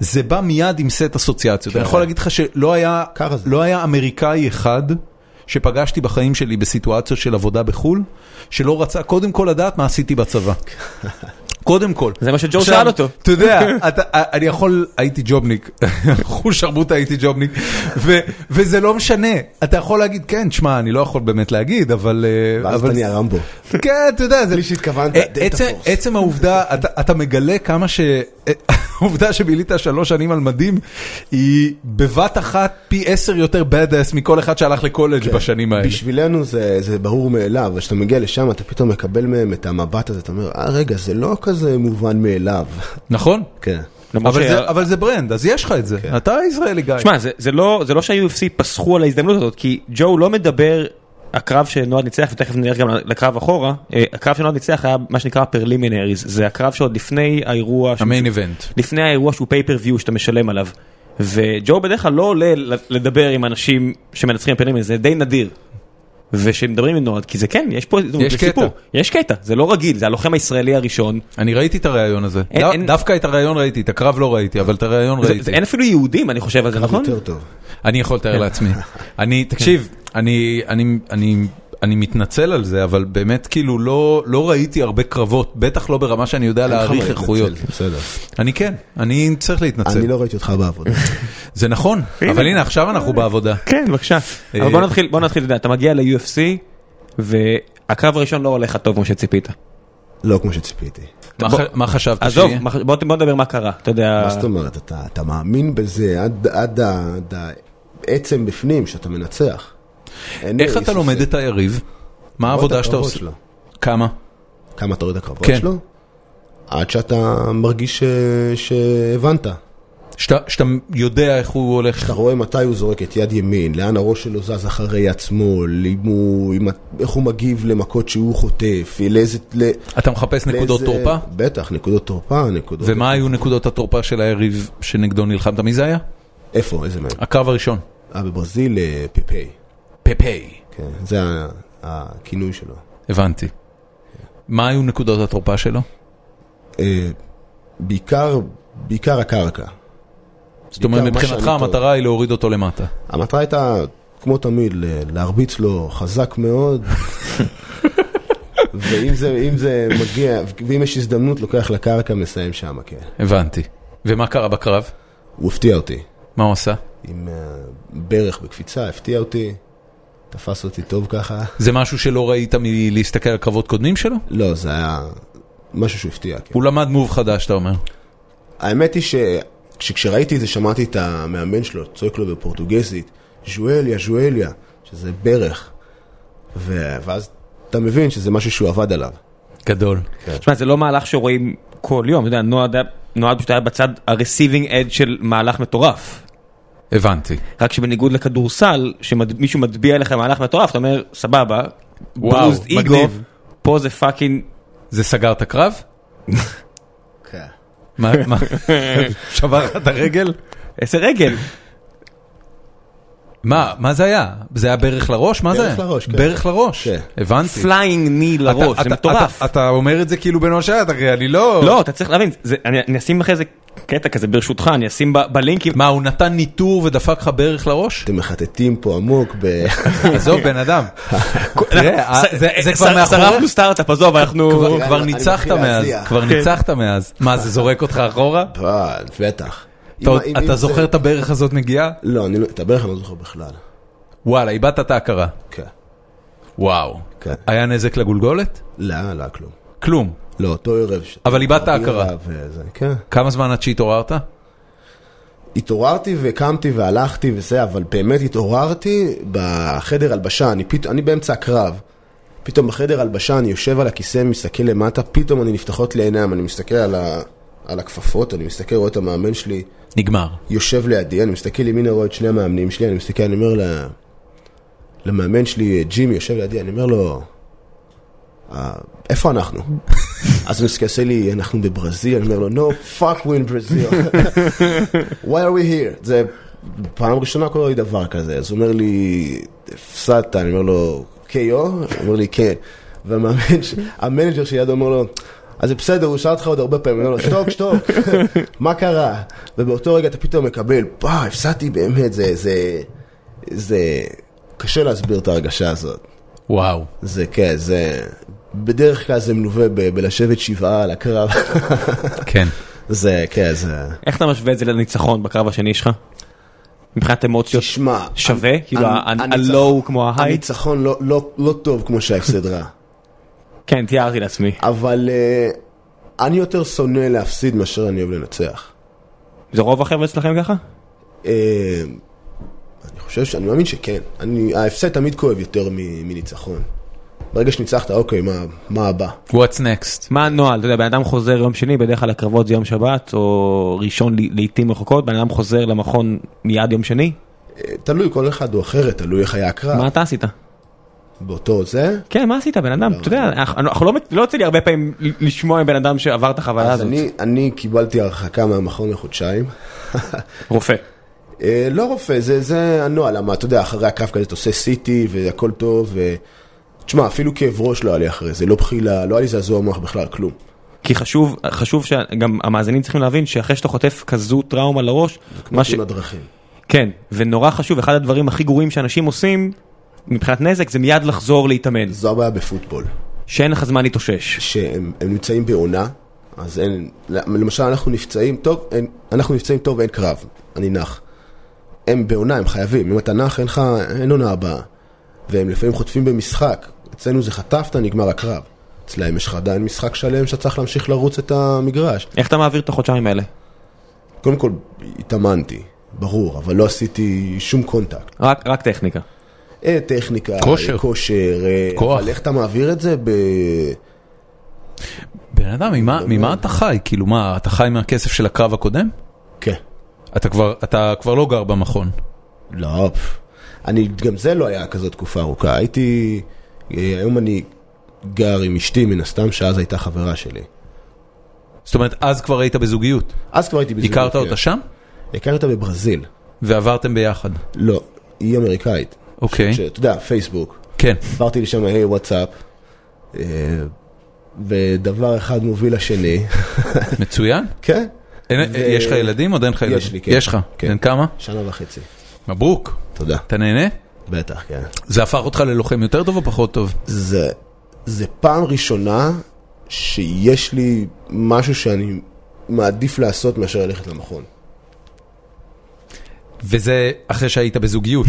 Speaker 1: זה בא מיד עם סט
Speaker 2: כן.
Speaker 1: אסוציאציות. אני יכול להגיד לך שלא היה,
Speaker 3: ככה זה.
Speaker 1: לא היה אמריקאי אחד שפגשתי בחיים שלי בסיטואציות של עבודה בחו"ל, שלא רצה קודם כל לדעת מה עשיתי בצבא. קודם כל.
Speaker 2: זה מה שג'ו
Speaker 1: עכשיו,
Speaker 2: שאל אותו.
Speaker 1: אתה יודע, אתה, אני יכול, הייתי ג'ובניק, חוש שרמוטה הייתי ג'ובניק, ו, וזה לא משנה. אתה יכול להגיד, כן, תשמע, אני לא יכול באמת להגיד, אבל... אה,
Speaker 3: ואז
Speaker 1: אבל
Speaker 3: אתה נהיה רמבו.
Speaker 1: כן, אתה יודע, זה...
Speaker 3: בלי שהתכוונת,
Speaker 1: ע-
Speaker 3: Delta
Speaker 1: עצם-
Speaker 3: Force.
Speaker 1: עצם העובדה, אתה- אתה מגלה כמה ש... אה, העובדה שבילית שלוש שנים על מדים, היא בבת אחת פי עשר יותר bad ass מכל אחד שהלך לקולג'
Speaker 3: כן.
Speaker 1: בשנים האלה.
Speaker 3: בשבילנו זה, זה ברור מאליו, אבל כשאתה מגיע לשם אתה פתאום מקבל מהם את המבט הזה, אתה אומר, אה רגע, זה לא כזה מובן מאליו.
Speaker 1: נכון?
Speaker 3: כן.
Speaker 2: למרות
Speaker 1: אבל
Speaker 2: ש-
Speaker 1: זה- אבל זה ברנד, אז יש לך את זה. אתה ישראלי גיא.
Speaker 2: אה, שמע, זה, זה לא, זה לא שה-UFC פסחו על ההזדמנות הזאת, כי ג'ו לא מדבר, הקרב שנועד ניצח, ותכף נלך גם לקרב אחורה, אה, הקרב שנועד ניצח היה מה שנקרא פרלימינריז, זה הקרב שעוד לפני האירוע, שהוא-
Speaker 1: המיין איבנט.
Speaker 2: לפני האירוע שהוא פייפריוויו שאתה משלם עליו. וג'ו בדרך כלל לא עולה ל- לדבר עם אנשים שמנצחים פרלימינריז, זה די נדיר. ושמדברים עם נועד, כי זה כן, יש פה
Speaker 1: יש
Speaker 2: זה סיפור.
Speaker 1: קטע.
Speaker 2: יש קטע, זה לא רגיל, זה הלוחם הישראלי הראשון.
Speaker 1: אני ראיתי את הראיון הזה.
Speaker 2: אין-
Speaker 1: דו-
Speaker 2: אין-
Speaker 1: דווקא את הראיון ראיתי, את הקרב לא ראיתי, אבל את הראיון
Speaker 2: זה-
Speaker 1: ראיתי.
Speaker 2: זה- אין אפילו יהודים, אני חושב על זה, נכון?
Speaker 3: יותר טוב.
Speaker 1: אני יכול לתאר לעצמי. אני, תקשיב, אני, אני, אני, אני מתנצל על זה, אבל באמת כאילו לא, לא ראיתי הרבה קרבות, בטח לא ברמה שאני יודע
Speaker 3: אין לך
Speaker 1: להעריך
Speaker 3: מה
Speaker 1: איכויות.
Speaker 3: להתנצל, בסדר.
Speaker 1: אני כן, אני צריך להתנצל.
Speaker 3: אני לא ראיתי אותך בעבודה.
Speaker 1: זה נכון,
Speaker 2: הנה.
Speaker 1: אבל הנה עכשיו אנחנו בעבודה.
Speaker 2: כן, בבקשה.
Speaker 1: אה,
Speaker 2: אבל בוא נתחיל, בוא נתחיל, אתה יודע, אתה מגיע ל-UFC, והקרב הראשון לא הולך לך טוב כמו שציפית.
Speaker 3: לא כמו שציפיתי.
Speaker 1: מה
Speaker 2: בוא-
Speaker 1: ח- מה חשבת
Speaker 2: עזוב,
Speaker 1: שיהיה?
Speaker 2: מה- בוא בוא נדבר מה קרה, אתה
Speaker 1: אה.
Speaker 2: יודע...
Speaker 3: מה זאת אומרת, אתה, אתה מאמין בזה עד, עד, ה- עד העצם בפנים שאתה מנצח. אין
Speaker 1: איך
Speaker 3: לי
Speaker 1: אתה
Speaker 3: ספק.
Speaker 1: לומד את היריב? מה
Speaker 3: אתה רואה את
Speaker 1: העבודה שאתה
Speaker 3: הקרבות
Speaker 1: עושה?
Speaker 3: שלו.
Speaker 1: כמה?
Speaker 3: כמה אתה רואה את הקרבות
Speaker 1: כן.
Speaker 3: שלו? עד שאתה מרגיש ש... שהבנת.
Speaker 1: שאתה שאתה יודע איך הוא הולך...
Speaker 3: אתה רואה מתי הוא זורק את יד ימין, לאן הראש שלו זז אחרי עצמו, אם הוא, אם, איך הוא מגיב למכות שהוא חוטף, לאיזה... ל-
Speaker 1: אתה מחפש נקודות
Speaker 3: לאיזה-
Speaker 1: תורפה?
Speaker 3: בטח, נקודות תורפה, נקודות...
Speaker 1: ומה היו נקודות התורפה של היריב שנגדו נלחמת? מי זה היה?
Speaker 3: איפה, איזה מהם?
Speaker 1: הקרב הראשון.
Speaker 3: אה, בברזיל, אה, פפאי.
Speaker 1: פפאי.
Speaker 3: כן, זה ה- הכינוי שלו.
Speaker 1: הבנתי. מה היו נקודות התורפה שלו?
Speaker 3: אה, בעיקר, בעיקר הקרקע.
Speaker 1: זאת אומרת,
Speaker 3: בעיקר מה
Speaker 1: מבחינתך
Speaker 3: שאני טוב.
Speaker 1: המטרה היא להוריד אותו למטה.
Speaker 3: המטרה הייתה, כמו תמיד, ל- להרביץ לו חזק מאוד. ואם זה, אם זה מגיע, ואם יש הזדמנות, לוקח לקרקע, מסיים שם, כן.
Speaker 1: הבנתי. ומה קרה בקרב?
Speaker 3: הוא הפתיע אותי.
Speaker 1: מה הוא עשה?
Speaker 3: עם אה, ברך בקפיצה, הפתיע אותי. תפס אותי טוב ככה.
Speaker 1: זה משהו שלא ראית מלהסתכל על קרבות קודמים שלו?
Speaker 3: לא, זה היה משהו שהוא הפתיע, כן.
Speaker 1: הוא למד מוב חדש, אתה אומר.
Speaker 3: האמת היא שכשראיתי את זה, שמעתי את המאמן שלו, צועק לו בפורטוגזית, ז'ואליה, ז'ואליה, שזה ברך. ו... ואז אתה מבין שזה משהו שהוא עבד עליו.
Speaker 1: גדול.
Speaker 2: תשמע, זה לא מהלך שרואים כל יום, אתה יודע, נועד היה- נועד פשוט היה בצד ה-receiving edge של מהלך מטורף.
Speaker 1: הבנתי.
Speaker 2: רק שבניגוד לכדורסל, שמישהו מטביע אליך מהלך מטורף, אתה אומר, סבבה,
Speaker 1: וואו,
Speaker 2: bruised ego,
Speaker 1: מגניב.
Speaker 2: פה זה פאקינג...
Speaker 1: זה סגר את הקרב?
Speaker 3: כן.
Speaker 1: מה? מה? שבר לך את הרגל?
Speaker 2: איזה רגל,
Speaker 1: מה? מה זה היה? זה היה ברך לראש? מה זה היה?
Speaker 3: ברך לראש, כן.
Speaker 1: ברך לראש.
Speaker 3: כן.
Speaker 1: הבנתי.
Speaker 2: פליינג ני לראש,
Speaker 1: אתה-
Speaker 2: זה
Speaker 1: אתה-
Speaker 2: מטורף.
Speaker 1: אתה- אתה אומר את זה כאילו בנושא, אחי, אני לא...
Speaker 2: לא, אתה צריך להבין, זה- אני אני אשים לך איזה קטע כזה ברשותך, אני אשים ב- בלינקים,
Speaker 1: מה, הוא נתן ניטור ודפק לך ברך לראש?
Speaker 3: אתם מחטטים פה עמוק ב...
Speaker 1: עזוב, אה, בן אדם. תראה,
Speaker 2: ס-
Speaker 1: זה- זה
Speaker 2: ס-
Speaker 1: כבר
Speaker 2: ס-
Speaker 1: מאחוריך.
Speaker 2: שרפנו סטארט-אפ, עזוב, אנחנו...
Speaker 1: כבר-
Speaker 3: אני-
Speaker 1: כבר
Speaker 3: אני
Speaker 1: ניצחת
Speaker 3: מתחיל
Speaker 1: מאז,
Speaker 3: להזיע.
Speaker 1: כבר
Speaker 2: כן.
Speaker 1: ניצחת מאז. מה, זה זורק אותך אחורה?
Speaker 3: אבל, בטח.
Speaker 1: אתה עוד-
Speaker 3: אם- אם- אם
Speaker 1: אתה
Speaker 3: זה-
Speaker 1: זוכר את הברך הזאת מגיעה?
Speaker 3: לא, אני לא, את הברך אני לא זוכר בכלל.
Speaker 1: וואלה, איבדת את ההכרה.
Speaker 3: כן.
Speaker 1: וואו.
Speaker 3: כן.
Speaker 1: היה נזק לגולגולת?
Speaker 3: לא, לא, כלום.
Speaker 1: כלום.
Speaker 3: לא, אותו ערב. ש-
Speaker 1: אבל איבדת
Speaker 3: הבירה
Speaker 1: הכרה.
Speaker 3: וזה, כן.
Speaker 1: כמה זמן עד שהתעוררת?
Speaker 3: התעוררתי וקמתי והלכתי וזה, אבל באמת התעוררתי בחדר הלבשה, אני, פת... אני באמצע הקרב. פתאום בחדר הלבשה אני יושב על הכיסא, מסתכל למטה, פתאום אני נפתחות לי העיניים, אני מסתכל על, ה... על הכפפות, אני מסתכל, רואה את המאמן שלי
Speaker 1: נגמר.
Speaker 3: יושב לידי, אני מסתכל ימינה, רואה את שני המאמנים שלי, אני מסתכל, אני אומר ל... למאמן שלי, ג'ימי, יושב לידי, אני אומר לו, "אה, איפה אנחנו? אז הוא מסתכל, עושה לי, אנחנו בברזיל, אני אומר לו, no fuck win Brazil, why are we here? זה פעם ראשונה קורה לי דבר כזה, אז הוא אומר לי, הפסדת, אני אומר לו, KO? הוא אומר לי, כן. והמאמן, ש- המנג'ר שלידו אומר לו, אז זה בסדר, הוא שאל אותך עוד הרבה פעמים, אני אומר לו, שתוק, שתוק, מה קרה? ובאותו רגע אתה פתאום מקבל, וואי, הפסדתי באמת, זה, זה, זה, קשה להסביר את ההרגשה הזאת.
Speaker 1: וואו.
Speaker 3: זה כן, זה, בדרך כלל זה מלווה ב- בלשבת שבעה על הקרב,
Speaker 1: כן.
Speaker 3: זה כן, זה,
Speaker 2: איך אתה משווה את זה לניצחון בקרב השני שלך? מבחינת אמוציות
Speaker 3: תשמע,
Speaker 2: שווה? כאילו
Speaker 3: הנ-
Speaker 2: ה-
Speaker 3: הניצחון-
Speaker 2: הלואו כמו ההיי?
Speaker 3: הניצחון לא- לא- לא טוב כמו שההפסד רע.
Speaker 2: כן, תיארתי לעצמי.
Speaker 3: אבל אה, אני יותר שונא להפסיד מאשר אני אוהב לנצח.
Speaker 2: זה רוב החבר'ה אצלכם ככה?
Speaker 3: אה, אני חושב שאני מאמין שכן. אני, ההפסד תמיד כואב יותר מ- מניצחון. ברגע שניצחת, אוקיי, מה, מה הבא?
Speaker 1: What's next?
Speaker 2: מה הנוהל? אתה יודע, בן אדם חוזר יום שני, בדרך כלל הקרבות זה יום שבת, או ראשון ל- לעיתים רחוקות, בן אדם חוזר למכון מיד יום שני?
Speaker 3: אה, תלוי, כל אחד הוא אחרת, תלוי איך היה הקרב.
Speaker 2: מה אתה עשית?
Speaker 3: באותו זה.
Speaker 2: כן, מה עשית בן אדם? אתה יודע, אנחנו אנחנו לא לא יוצא לי הרבה פעמים ל- לשמוע מבן אדם שעבר את החוויה
Speaker 3: אז
Speaker 2: הזאת.
Speaker 3: אני, אני קיבלתי הרחקה מהמכון לחודשיים.
Speaker 2: רופא.
Speaker 3: אה, לא רופא, זה, זה הנוהל, למה אתה יודע, אחרי הקו כזה אתה עושה סיטי והכל טוב. ו... תשמע, אפילו כאב ראש לא היה לי אחרי זה, לא בחילה, לא היה לי זעזוע מוח בכלל, כלום.
Speaker 2: כי חשוב, חשוב שגם המאזינים צריכים להבין שאחרי שאתה חוטף כזו טראומה לראש,
Speaker 3: כמו
Speaker 2: מה ש...
Speaker 3: תאונת דרכים.
Speaker 2: כן, ונורא חשוב, אחד הדברים הכי גרועים שאנשים עושים, מבחינת נזק, זה מיד לחזור להתאמן,
Speaker 3: זו הבעיה בפוטבול,
Speaker 2: שאין לך זמן להתאושש.
Speaker 3: שהם הם נמצאים בעונה, אז אין, למשל אנחנו נפצעים, טוב, אין, אנחנו נפצעים טוב, אין קרב, אני נח. הם בעונה, הם חייבים, אם אתה נח אין לך, אין עונה הבאה. והם לפעמים חוטפים במשחק, אצלנו זה חטפת, נגמר הקרב. אצלהם יש לך עדיין משחק שלם שאתה צריך להמשיך לרוץ את המגרש.
Speaker 2: איך אתה מעביר את החודשיים האלה?
Speaker 3: קודם כל, התאמנתי, ברור, אבל לא עשיתי שום קונטקט.
Speaker 2: רק, רק טכניקה.
Speaker 3: אה, טכניקה,
Speaker 1: כושר.
Speaker 3: אה, כושר אה,
Speaker 1: כוח.
Speaker 3: אבל איך אתה מעביר את זה? ב...
Speaker 1: בן אדם, ממה- ממה אתה חי? כאילו מה, אתה חי מהכסף של הקרב הקודם?
Speaker 3: כן.
Speaker 1: אתה כבר, אתה כבר לא גר במכון.
Speaker 3: לא, פף. אני, גם זה לא היה כזאת תקופה ארוכה. הייתי, אה, היום אני גר עם אשתי מן הסתם, שאז הייתה חברה שלי.
Speaker 1: זאת אומרת, אז כבר היית בזוגיות.
Speaker 3: אז כבר הייתי בזוגיות.
Speaker 1: הכרת
Speaker 3: כן.
Speaker 1: אותה שם?
Speaker 3: הכרתי אותה בברזיל.
Speaker 1: ועברתם ביחד.
Speaker 3: לא, היא אמריקאית.
Speaker 1: אוקיי.
Speaker 3: שאתה יודע, פייסבוק.
Speaker 1: כן.
Speaker 3: עברתי לשם, היי וואטסאפ. אה, ודבר אחד מוביל לשני.
Speaker 1: מצוין.
Speaker 3: כן?
Speaker 1: אין-
Speaker 3: ו-
Speaker 1: יש לך ילדים? עוד אין לך
Speaker 3: יש
Speaker 1: ילדים?
Speaker 3: לי, כן.
Speaker 1: יש לך?
Speaker 3: כן.
Speaker 1: בן כמה?
Speaker 3: שנה וחצי.
Speaker 1: מברוק.
Speaker 3: תודה.
Speaker 1: אתה נהנה?
Speaker 3: בטח, כן.
Speaker 1: זה הפך אותך ללוחם יותר טוב או פחות טוב?
Speaker 3: זה, זה פעם ראשונה שיש לי משהו שאני מעדיף לעשות מאשר ללכת למכון.
Speaker 1: וזה אחרי שהיית בזוגיות.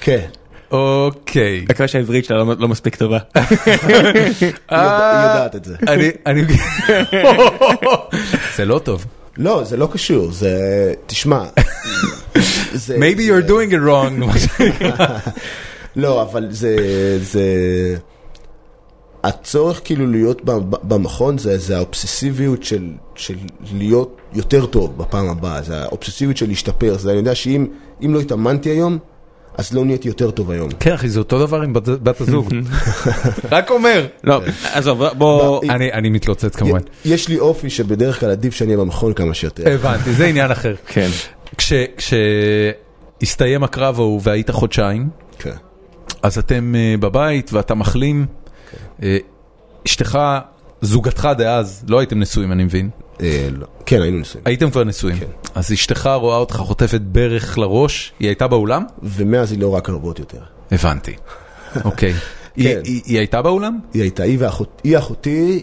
Speaker 3: כן.
Speaker 1: אוקיי.
Speaker 2: מקווה שהעברית שלה לא, לא מספיק טובה.
Speaker 3: היא יודע- היא יודעת את זה.
Speaker 1: אני, אני, זה לא טוב.
Speaker 3: לא, זה לא קשור, זה... תשמע. זה-
Speaker 1: Maybe you're doing it wrong.
Speaker 3: לא, אבל זה... זה... הצורך כאילו להיות ב- ב- במכון זה, זה האובססיביות של, של להיות יותר טוב בפעם הבאה, זה האובססיביות של להשתפר, זה אני יודע שאם אם לא התאמנתי היום, אז לא נהייתי יותר טוב היום.
Speaker 1: כן אחי, זה אותו דבר עם בת- בת הזוג. רק אומר.
Speaker 2: לא,
Speaker 3: כן.
Speaker 2: עזוב, בוא...
Speaker 3: לא,
Speaker 1: אני, אני מתלוצץ כמובן. אה,
Speaker 3: יש לי אופי שבדרך כלל עדיף שאני אהיה במכון כמה שיותר.
Speaker 1: הבנתי, זה עניין אחר.
Speaker 2: כן.
Speaker 1: כש- כשהסתיים הקרב ההוא והיית חודשיים,
Speaker 3: כן.
Speaker 1: אז אתם אה, בבית ואתה מחלים.
Speaker 3: אוקיי.
Speaker 1: אה, אשתך, זוגתך דאז, לא הייתם נשואים אני מבין.
Speaker 3: אה, לא. כן, היינו נשואים.
Speaker 1: הייתם כבר נשואים.
Speaker 3: כן.
Speaker 1: אז אשתך רואה אותך חוטפת ברך לראש, היא הייתה באולם?
Speaker 3: ומאז היא לא רואה קרבות יותר.
Speaker 1: הבנתי. אוקיי.
Speaker 3: כן.
Speaker 1: היא- היא היא הייתה באולם?
Speaker 3: היא הייתה, היא ואחות- היא אחותי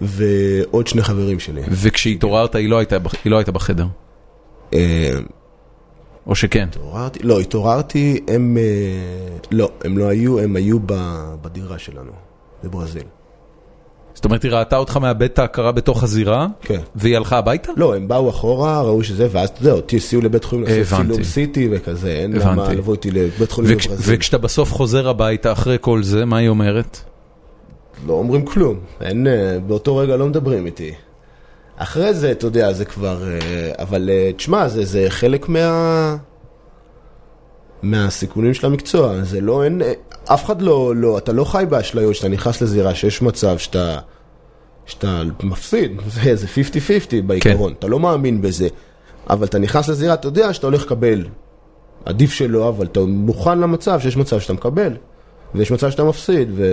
Speaker 3: ועוד שני חברים שלי.
Speaker 1: וכשהתעוררת היא לא הייתה בח- היא לא הייתה בחדר.
Speaker 3: אה,
Speaker 1: או שכן.
Speaker 3: התעוררתי, לא, התעוררתי, הם, אה, לא, הם לא היו, הם היו ב- בדירה שלנו, בברזיל.
Speaker 1: זאת אומרת, היא ראתה אותך מאבד את ההכרה בתוך הזירה,
Speaker 3: כן.
Speaker 1: והיא הלכה הביתה?
Speaker 3: לא, הם באו אחורה, ראו שזה, ואז אתה יודע, אותי הסיעו לבית חולים לעשות
Speaker 1: הבנתי.
Speaker 3: צילום סיטי וכזה, אין
Speaker 1: הבנתי.
Speaker 3: למה לבוא איתי לבית חולים
Speaker 1: וכש-
Speaker 3: בברזיל.
Speaker 1: וכשאתה בסוף חוזר הביתה אחרי כל זה, מה היא אומרת?
Speaker 3: לא אומרים כלום, אין, אה, באותו רגע לא מדברים איתי. אחרי זה, אתה יודע, זה כבר... אה, אבל אה, תשמע, זה, זה חלק מה... מהסיכונים של המקצוע, זה לא, אין, אה, אף אחד לא, לא, אתה לא חי באשליות שאתה נכנס לזירה שיש מצב שאתה, שאתה מפסיד, זה זה 50-50 בעיקרון, אתה לא מאמין בזה, אבל אתה נכנס לזירה, אתה יודע שאתה הולך לקבל, עדיף שלא, אבל אתה מוכן למצב שיש מצב שאתה מקבל, ויש מצב שאתה מפסיד, ו...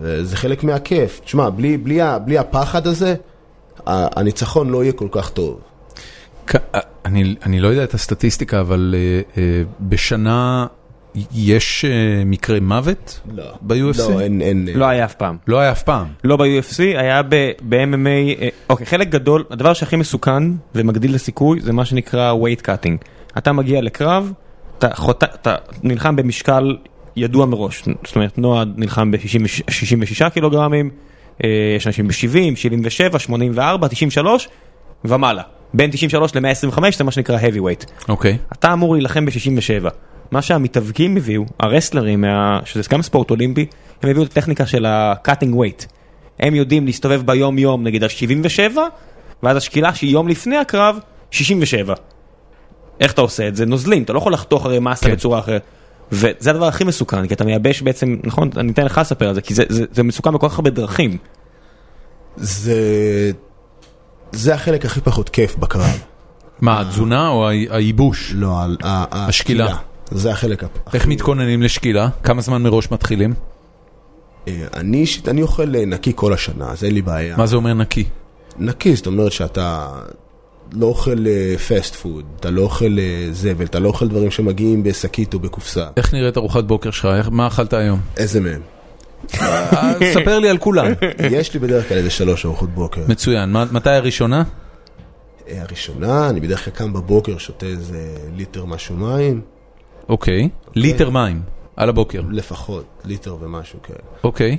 Speaker 3: וזה אה, חלק מהכיף. תשמע, בלי, בלי, ה- בלי הפחד הזה, ה- הניצחון לא יהיה כל כך טוב.
Speaker 1: כ- אה, אני, אני לא יודע את הסטטיסטיקה, אבל אה, אה, בשנה יש אה, מקרי מוות
Speaker 3: לא.
Speaker 1: ב-UFC?
Speaker 3: לא, אין, אין.
Speaker 2: לא היה אף פעם.
Speaker 1: לא היה אף פעם.
Speaker 2: לא ב-UFC, היה ב- ב-MMA, אה, אוקיי, חלק גדול, הדבר שהכי מסוכן ומגדיל את הסיכוי זה מה שנקרא weight cutting. אתה מגיע לקרב, אתה, חוט... אתה נלחם במשקל ידוע מראש, זאת אומרת נועה נלחם ב-66 קילוגרמים, אה, יש אנשים ב-70, 77, 84, 93 ומעלה. בין 93 ל-125 זה מה שנקרא heavyweight.
Speaker 1: אוקיי.
Speaker 2: אתה אמור להילחם ב-67. מה שהמתאבקים הביאו, הרסלרים, מה... שזה גם ספורט אולימפי, הם הביאו את הטכניקה של ה-cutting weight. הם יודעים להסתובב ביום יום נגיד על 77, ואז השקילה שהיא יום לפני הקרב, 67. איך אתה עושה את זה? נוזלים, אתה לא יכול לחתוך הרי מסה
Speaker 1: כן.
Speaker 2: כן. בצורה אחרת. וזה הדבר הכי מסוכן, כי אתה מייבש בעצם, נכון? אני אתן לך לספר על זה, כי זה, זה, זה מסוכן בכל כך הרבה דרכים.
Speaker 3: זה... זה החלק הכי פחות כיף בקרב.
Speaker 1: מה, התזונה או ה- הייבוש?
Speaker 3: לא, ה- ה- ה-
Speaker 1: השקילה.
Speaker 3: זה החלק הפ-
Speaker 1: איך מתכוננים לשקילה? כמה זמן מראש מתחילים?
Speaker 3: אה, אני אישית, אני אוכל אה, נקי כל השנה, אז אין לי בעיה.
Speaker 1: מה זה אומר נקי?
Speaker 3: נקי, זאת אומרת שאתה לא אוכל פסט פוד, אתה לא אוכל אה, זבל, אתה לא אוכל דברים שמגיעים בשקית או בקופסה.
Speaker 1: איך נראית ארוחת בוקר שלך? איך- מה אכלת היום?
Speaker 3: איזה מהם?
Speaker 1: אה, ספר לי על כולן.
Speaker 3: יש לי בדרך כלל איזה שלוש ארוחות בוקר.
Speaker 1: מצוין. מה- מתי הראשונה?
Speaker 3: אה, הראשונה, אני בדרך כלל קם בבוקר, שותה איזה ליטר משהו מים,
Speaker 1: אוקיי. ליטר מים. על הבוקר.
Speaker 3: לפחות ליטר ומשהו כאלה.
Speaker 1: אוקיי.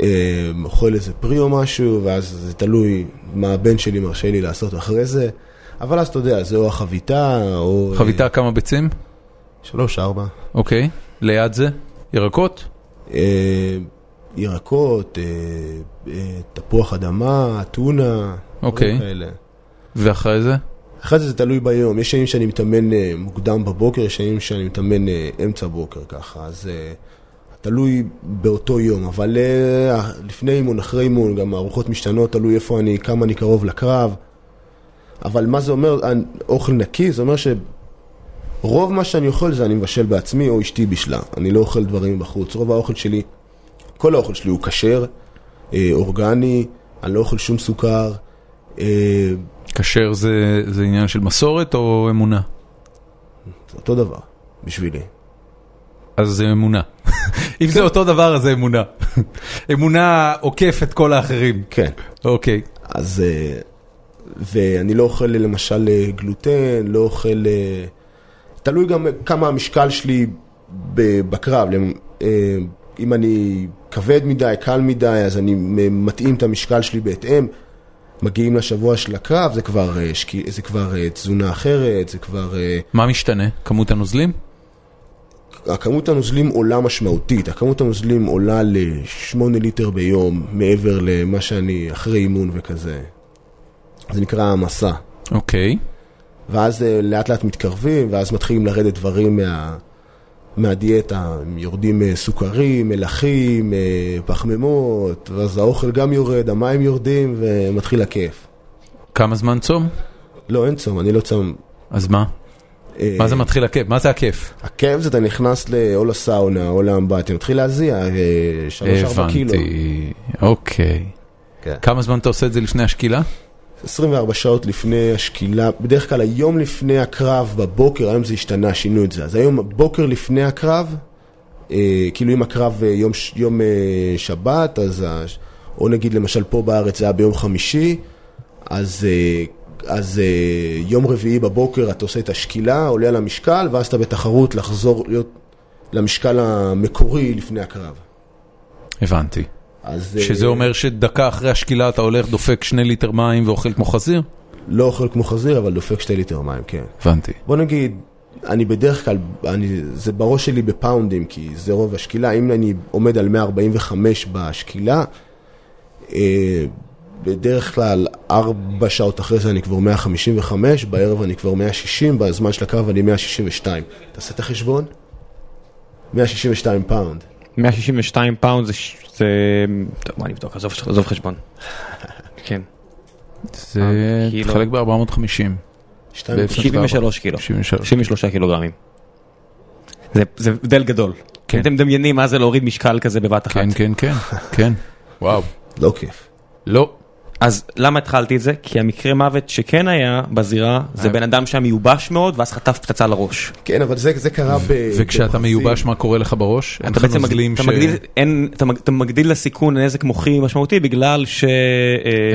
Speaker 3: אה, אוכל איזה פרי או משהו, ואז זה תלוי מה הבן שלי מרשה לי לעשות אחרי זה. אבל אז אתה יודע, זה או החביתה, או... אה,
Speaker 1: חביתה כמה ביצים?
Speaker 3: שלוש, ארבע.
Speaker 1: אוקיי. ליד זה? ירקות?
Speaker 3: אה, ירקות, אה, אה, תפוח אדמה, טונה,
Speaker 1: אוקיי.
Speaker 3: דברים כאלה.
Speaker 1: ואחרי זה?
Speaker 3: אחרי זה זה תלוי ביום, יש ימים שאני מתאמן אה, מוקדם בבוקר, יש ימים שאני מתאמן אה, אמצע בוקר ככה, אז אה, תלוי באותו יום, אבל אה, לפני אימון, אחרי אימון, גם הארוחות משתנות, תלוי איפה אני, כמה אני קרוב לקרב, אבל מה זה אומר, אה, אוכל נקי, זה אומר שרוב מה שאני אוכל זה אני מבשל בעצמי או אשתי בשלה, אני לא אוכל דברים בחוץ, רוב האוכל שלי, כל האוכל שלי הוא כשר, אה, אורגני, אני לא אוכל שום סוכר, אה,
Speaker 1: כשר זה זה עניין של מסורת או אמונה?
Speaker 3: זה אותו דבר בשבילי.
Speaker 1: אז זה אמונה. אם זה אותו דבר, אז זה אמונה. אמונה עוקף את כל האחרים.
Speaker 3: כן.
Speaker 1: אוקיי.
Speaker 3: אז... אה, ואני לא אוכל למשל אה, גלוטן, לא אוכל... אה, תלוי גם כמה המשקל שלי ב- בקרב. למ- אה, אם אני כבד מדי, קל מדי, אז אני מ- מתאים את המשקל שלי בהתאם. מגיעים לשבוע של הקרב, זה כבר, אה, שקי- זה כבר אה, תזונה אחרת, זה כבר... אה,
Speaker 1: מה משתנה? כמות הנוזלים?
Speaker 3: הכמות הנוזלים עולה משמעותית, הכמות הנוזלים עולה ל-8 ליטר ביום מעבר למה שאני אחרי אימון וכזה. זה נקרא העמסה.
Speaker 1: אוקיי.
Speaker 3: ואז אה, לאט לאט מתקרבים, ואז מתחילים לרדת דברים מה, מהדיאטה, הם יורדים אה, סוכרים, מלחים, אה, פחמימות, ואז האוכל גם יורד, המים יורדים, ומתחיל הכיף.
Speaker 1: כמה זמן צום?
Speaker 3: לא, אין צום, אני לא צום.
Speaker 1: אז מה?
Speaker 3: אה,
Speaker 1: מה זה מתחיל הכיף? מה זה הכיף?
Speaker 3: הכאב זה אתה נכנס ל- או לסאונה או לאמבטיה, מתחיל להזיע, אה, 3-4 קילו.
Speaker 1: הבנתי. אוקיי.
Speaker 3: כן.
Speaker 1: כמה זמן אתה עושה את זה לפני השקילה?
Speaker 3: 24 שעות לפני השקילה, בדרך כלל היום לפני הקרב בבוקר, היום זה השתנה, שינו את זה. אז היום בוקר לפני הקרב, אה, כאילו אם הקרב אה, יום, ש- יום אה, שבת, אז ה- או נגיד למשל פה בארץ זה היה ביום חמישי, אז, אה, אז אה, יום רביעי בבוקר אתה עושה את השקילה, עולה על המשקל, ואז אתה בתחרות לחזור להיות למשקל המקורי לפני הקרב.
Speaker 1: הבנתי.
Speaker 3: אז, אה,
Speaker 1: שזה אומר שדקה אחרי השקילה אתה הולך, דופק שני ליטר מים ואוכל כמו חזיר?
Speaker 3: לא אוכל כמו חזיר, אבל דופק שתי ליטר מים, כן.
Speaker 1: הבנתי.
Speaker 3: בוא נגיד, אני בדרך כלל, אני, זה בראש שלי בפאונדים, כי זה רוב השקילה. אם אני עומד על 145 בשקילה, אה, בדרך כלל ארבע שעות אחרי זה אני כבר 155, בערב אני כבר 160, בזמן של הקרב אני 162. תעשה את החשבון? 162 פאונד.
Speaker 2: 162 פאונד זה... ש- זה- טוב, מה נבדוק, עזוב עזוב חשבון. כן,
Speaker 1: זה
Speaker 2: אה, קילו.
Speaker 1: תחלק ב-450.
Speaker 3: שתיים-
Speaker 1: בעצם.
Speaker 2: 73 קילו.
Speaker 1: 73.
Speaker 2: 93 קילוגרמים. זה- זה הבדל גדול.
Speaker 1: כן.
Speaker 2: אתם מדמיינים מה זה להוריד משקל כזה בבת אחת.
Speaker 1: כן, כן, כן, כן. וואו.
Speaker 3: לא כיף.
Speaker 1: לא.
Speaker 2: אז למה התחלתי את זה? כי המקרה מוות שכן היה בזירה, זה
Speaker 1: אה.
Speaker 2: בן אדם שהיה מיובש מאוד, ואז חטף פצצה לראש.
Speaker 3: כן, אבל זה, זה קרה ב...
Speaker 1: וכשאתה
Speaker 3: בברזיל.
Speaker 1: מיובש, מה קורה לך בראש? אין
Speaker 2: אה, אתה
Speaker 1: לך
Speaker 2: בעצם
Speaker 1: נוזלים ש...
Speaker 2: מגדיל, אתה, מגדיל, אין, אתה, מג- אתה מגדיל לסיכון נזק מוחי משמעותי בגלל ש... אה,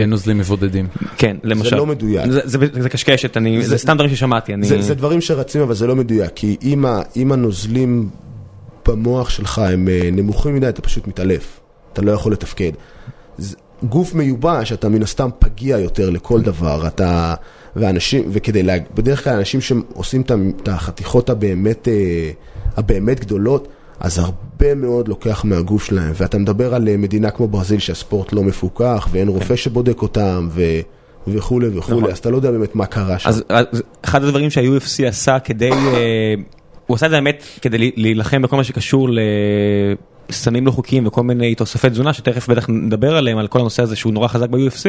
Speaker 1: אין נוזלים מבודדים.
Speaker 2: כן, למשל.
Speaker 3: לא מדויק.
Speaker 2: זה, זה, זה קשקשת, אני, זה,
Speaker 3: זה-
Speaker 2: סתם דברים ששמעתי. אני...
Speaker 3: זה, זה דברים שרצים, אבל זה לא מדויק, כי אם, ה, אם הנוזלים במוח שלך הם אה, נמוכים מדי, אתה פשוט מתעלף. אתה לא יכול לתפקד. זה, גוף מיובש, אתה מן הסתם פגיע יותר לכל דבר. אתה... ואנשים, וכדי לה... בדרך כלל אנשים שעושים את ה- את החתיכות הבאמת, אה, הבאמת גדולות, אז הרבה מאוד לוקח מהגוף שלהם. ואתה מדבר על אה, מדינה כמו ברזיל שהספורט לא מפוקח, ואין רופא שבודק אותם, ו... וכולי וכולי,
Speaker 2: כן. נכון.
Speaker 3: אז אתה לא יודע באמת מה קרה שם.
Speaker 2: אז, אז אחד הדברים שה-UFC עשה כדי, אה, הוא עשה את זה האמת כדי לה- להילחם בכל מה שקשור לסמים לא חוקיים וכל מיני תוספי תזונה שתכף בטח נדבר עליהם, על כל הנושא הזה שהוא נורא חזק ב-UFC,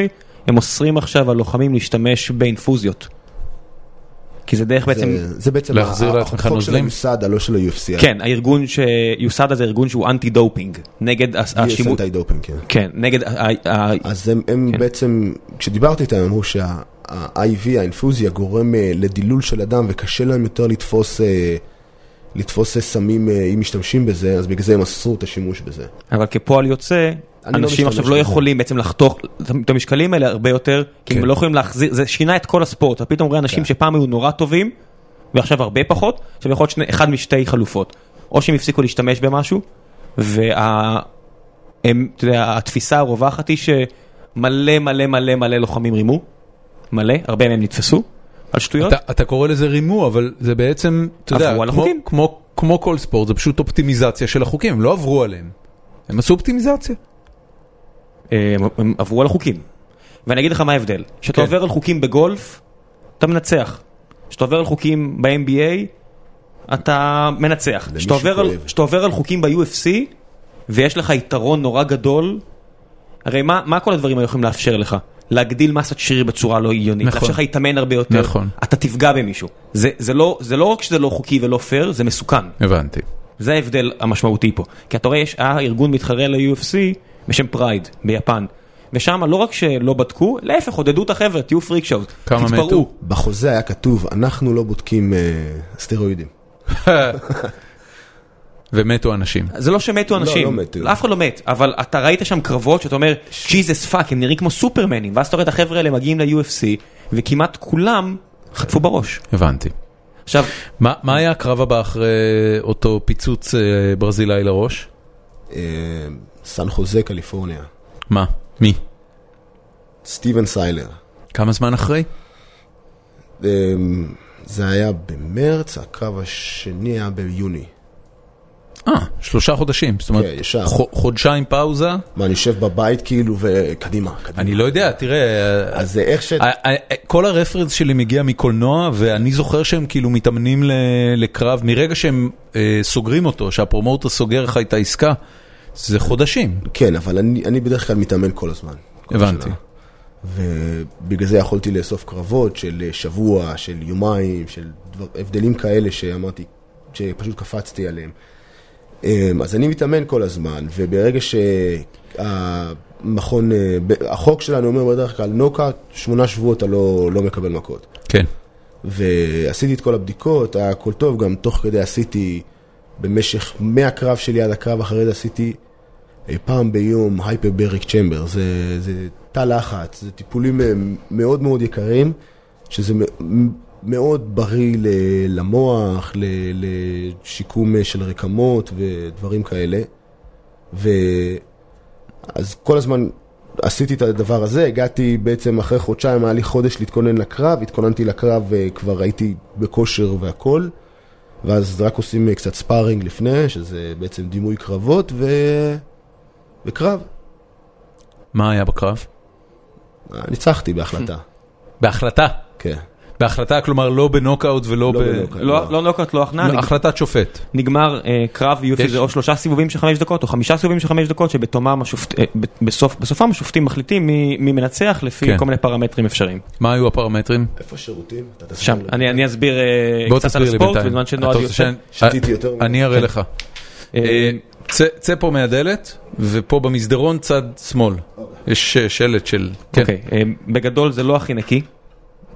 Speaker 2: הם אוסרים עכשיו על לוחמים להשתמש באינפוזיות. כי זה דרך בעצם,
Speaker 3: זה- זה בעצם
Speaker 1: להחזיר
Speaker 3: ה-
Speaker 1: לעצמך
Speaker 3: החוק של
Speaker 1: נוזלים?
Speaker 3: הממסד, הלא של ה-UFC.
Speaker 2: כן, הארגון שיוסד הזה ארגון שהוא אנטי דופינג, נגד הס-
Speaker 3: יש
Speaker 2: השימוש,
Speaker 3: אנטי דופינג, כן.
Speaker 2: כן, נגד, ה- ה- ה-
Speaker 3: אז הם- הם בעצם, כשדיברתי איתם, אמרו שה-IV, האינפוזיה, גורם אה, לדילול של הדם, וקשה להם יותר לתפוס... אה, לתפוס אה, סמים אה, אם משתמשים בזה, אז בגלל זה הם אסרו את השימוש בזה.
Speaker 2: אבל כפועל יוצא,
Speaker 3: לא
Speaker 2: אנשים
Speaker 3: משתמש
Speaker 2: עכשיו לא
Speaker 3: בזה.
Speaker 2: יכולים בעצם לחתוך את המשקלים האלה הרבה יותר, כי הם
Speaker 1: כן.
Speaker 2: לא יכולים להחזיר, זה שינה את כל הספורט, אתה פתאום רואה אנשים
Speaker 3: כן.
Speaker 2: שפעם היו נורא טובים, ועכשיו הרבה פחות, עכשיו יכול להיות שני- אחד משתי חלופות, או שהם הפסיקו להשתמש במשהו, וה... הם, אתה יודע, התפיסה הרווחת היא שמלא מלא מלא מלא לוחמים רימו, מלא, הרבה מהם נתפסו, על שטויות,
Speaker 1: אתה- אתה קורא לזה רימו, אבל זה בעצם, אתה יודע,
Speaker 2: לא. עברו על
Speaker 1: כמו-
Speaker 2: החוקים.
Speaker 1: כמו- כמו כל ספורט, זה פשוט אופטימיזציה של החוקים, הם לא עברו עליהם. הם עשו אופטימיזציה.
Speaker 2: אה, הם, הם עברו על החוקים. ואני אגיד לך מה ההבדל. כשאתה
Speaker 1: כן.
Speaker 2: עובר על חוקים בגולף, אתה מנצח. כשאתה עובר על חוקים ב-NBA, אתה מנצח.
Speaker 3: למי
Speaker 2: כשאתה עובר, על,
Speaker 3: שכואב.
Speaker 2: כשאתה עובר על חוקים ב-UFC, ויש לך יתרון נורא גדול, הרי מה, מה כל הדברים האלה יכולים לאפשר לך? להגדיל מסת שריר בצורה לא הגיונית,
Speaker 1: נכון.
Speaker 2: לאפשר לך להתאמן הרבה יותר,
Speaker 1: נכון.
Speaker 2: אתה תפגע במישהו. זה, זה, לא, זה לא רק שזה לא חוקי ולא פייר, זה מסוכן.
Speaker 1: הבנתי.
Speaker 2: זה ההבדל המשמעותי פה. כי אתה רואה, יש היה ארגון מתחרה ל-UFC בשם פרייד ביפן. ושם לא רק שלא בדקו, להפך, עודדו את החבר'ה, תהיו פריק שואו.
Speaker 1: כמה מתו?
Speaker 2: תתפרעו.
Speaker 3: בחוזה היה כתוב, אנחנו לא בודקים אה, סטרואידים.
Speaker 1: ומתו אנשים.
Speaker 2: זה לא שמתו אנשים,
Speaker 3: לא מתו.
Speaker 2: אף אחד לא מת, אבל אתה ראית שם קרבות שאתה אומר, ג'יזוס פאק, הם נראים כמו סופרמנים, ואז אתה רואה את החבר'ה האלה מגיעים ל-UFC, וכמעט כולם חטפו בראש.
Speaker 1: הבנתי.
Speaker 2: עכשיו,
Speaker 1: מה מה היה הקרב הבא אחרי אותו פיצוץ אה, ברזילאי לראש?
Speaker 3: אה, סן חוזה, קליפורניה.
Speaker 1: מה? מי?
Speaker 3: סטיבן סיילר.
Speaker 1: כמה זמן אחרי?
Speaker 3: אה, זה היה במרץ, הקרב השני היה ביוני.
Speaker 1: אה, שלושה חודשים. זאת אומרת,
Speaker 3: כן, ישר.
Speaker 1: חו- חודשיים פאוזה?
Speaker 3: מה, אני יושב בבית כאילו, וקדימה, קדימה.
Speaker 1: אני לא אה- יודע, תראה,
Speaker 3: אז זה איך ש...
Speaker 1: ה- ה- כל הרפרנס שלי מגיע מקולנוע, ואני זוכר שהם כאילו מתאמנים ל- לקרב, מרגע שהם אה, סוגרים אותו, שהפרומוטר סוגר לך את העסקה, זה חודשים.
Speaker 3: כן, אבל אני, אני בדרך כלל מתאמן כל הזמן. כל
Speaker 1: הבנתי.
Speaker 3: השנה. ובגלל זה יכולתי לאסוף קרבות של שבוע, של יומיים, של דבר, הבדלים כאלה שאמרתי, שפשוט קפצתי עליהם. אמ, אז אני מתאמן כל הזמן, וברגע שהמכון, אה, ב- החוק שלנו אומר בדרך כלל נוקאט, שמונה שבועות אתה לא, לא מקבל מכות.
Speaker 1: כן.
Speaker 3: ועשיתי את כל הבדיקות, היה הכל טוב, גם תוך כדי עשיתי, במשך, מהקרב שלי עד הקרב אחרי זה עשיתי אה, פעם ביום הייפרבריק צ'מבר, זה, זה תא לחץ, זה טיפולים אה, מאוד מאוד יקרים, שזה מ- מאוד בריא ל- למוח, ל- לשיקום אה, של רקמות ודברים כאלה. ו... אז כל הזמן עשיתי את הדבר הזה, הגעתי בעצם אחרי חודשיים, היה לי חודש להתכונן לקרב, התכוננתי לקרב וכבר הייתי אה, בכושר והכל. ואז רק עושים אה, קצת ספארינג לפני, שזה בעצם דימוי קרבות ו... וקרב.
Speaker 1: מה היה בקרב?
Speaker 3: אה, ניצחתי בהחלטה,
Speaker 1: בהחלטה.
Speaker 3: כן.
Speaker 1: בהחלטה, כלומר לא בנוקאוט ולא ב...
Speaker 3: לא בנוקאוט.
Speaker 2: לא לא נוקאוט, לא הכנעה,
Speaker 1: לא,
Speaker 2: נג-
Speaker 1: החלטת שופט.
Speaker 2: נגמר אה, קרב יופי
Speaker 1: יש-
Speaker 2: זה או שלושה סיבובים של חמש דקות או חמישה סיבובים של חמש דקות שבתומם השופט- אה, ב- בסוף- בסופם השופטים מחליטים מי מי מנצח לפי
Speaker 1: כן.
Speaker 2: כל מיני פרמטרים אפשריים.
Speaker 1: מה היו הפרמטרים?
Speaker 3: איפה השירותים? אתה תסביר
Speaker 2: שם,
Speaker 3: לי.
Speaker 2: אני אני אסביר אה,
Speaker 1: בוא
Speaker 2: קצת על
Speaker 1: תסביר לי
Speaker 2: הספורט
Speaker 1: בינתיים.
Speaker 2: בזמן
Speaker 1: אתה
Speaker 2: שנועד
Speaker 1: רוצה
Speaker 2: יוצא.
Speaker 1: שאני- אה,
Speaker 3: שתיתי יותר מדי.
Speaker 1: אני אראה לך.
Speaker 2: אה,
Speaker 1: אה, צא- צא פה מהדלת, ופה במסדרון צד שמאל. יש אה, שלט של... כן.
Speaker 2: אוקיי, אה, בגדול זה לא הכי נקי.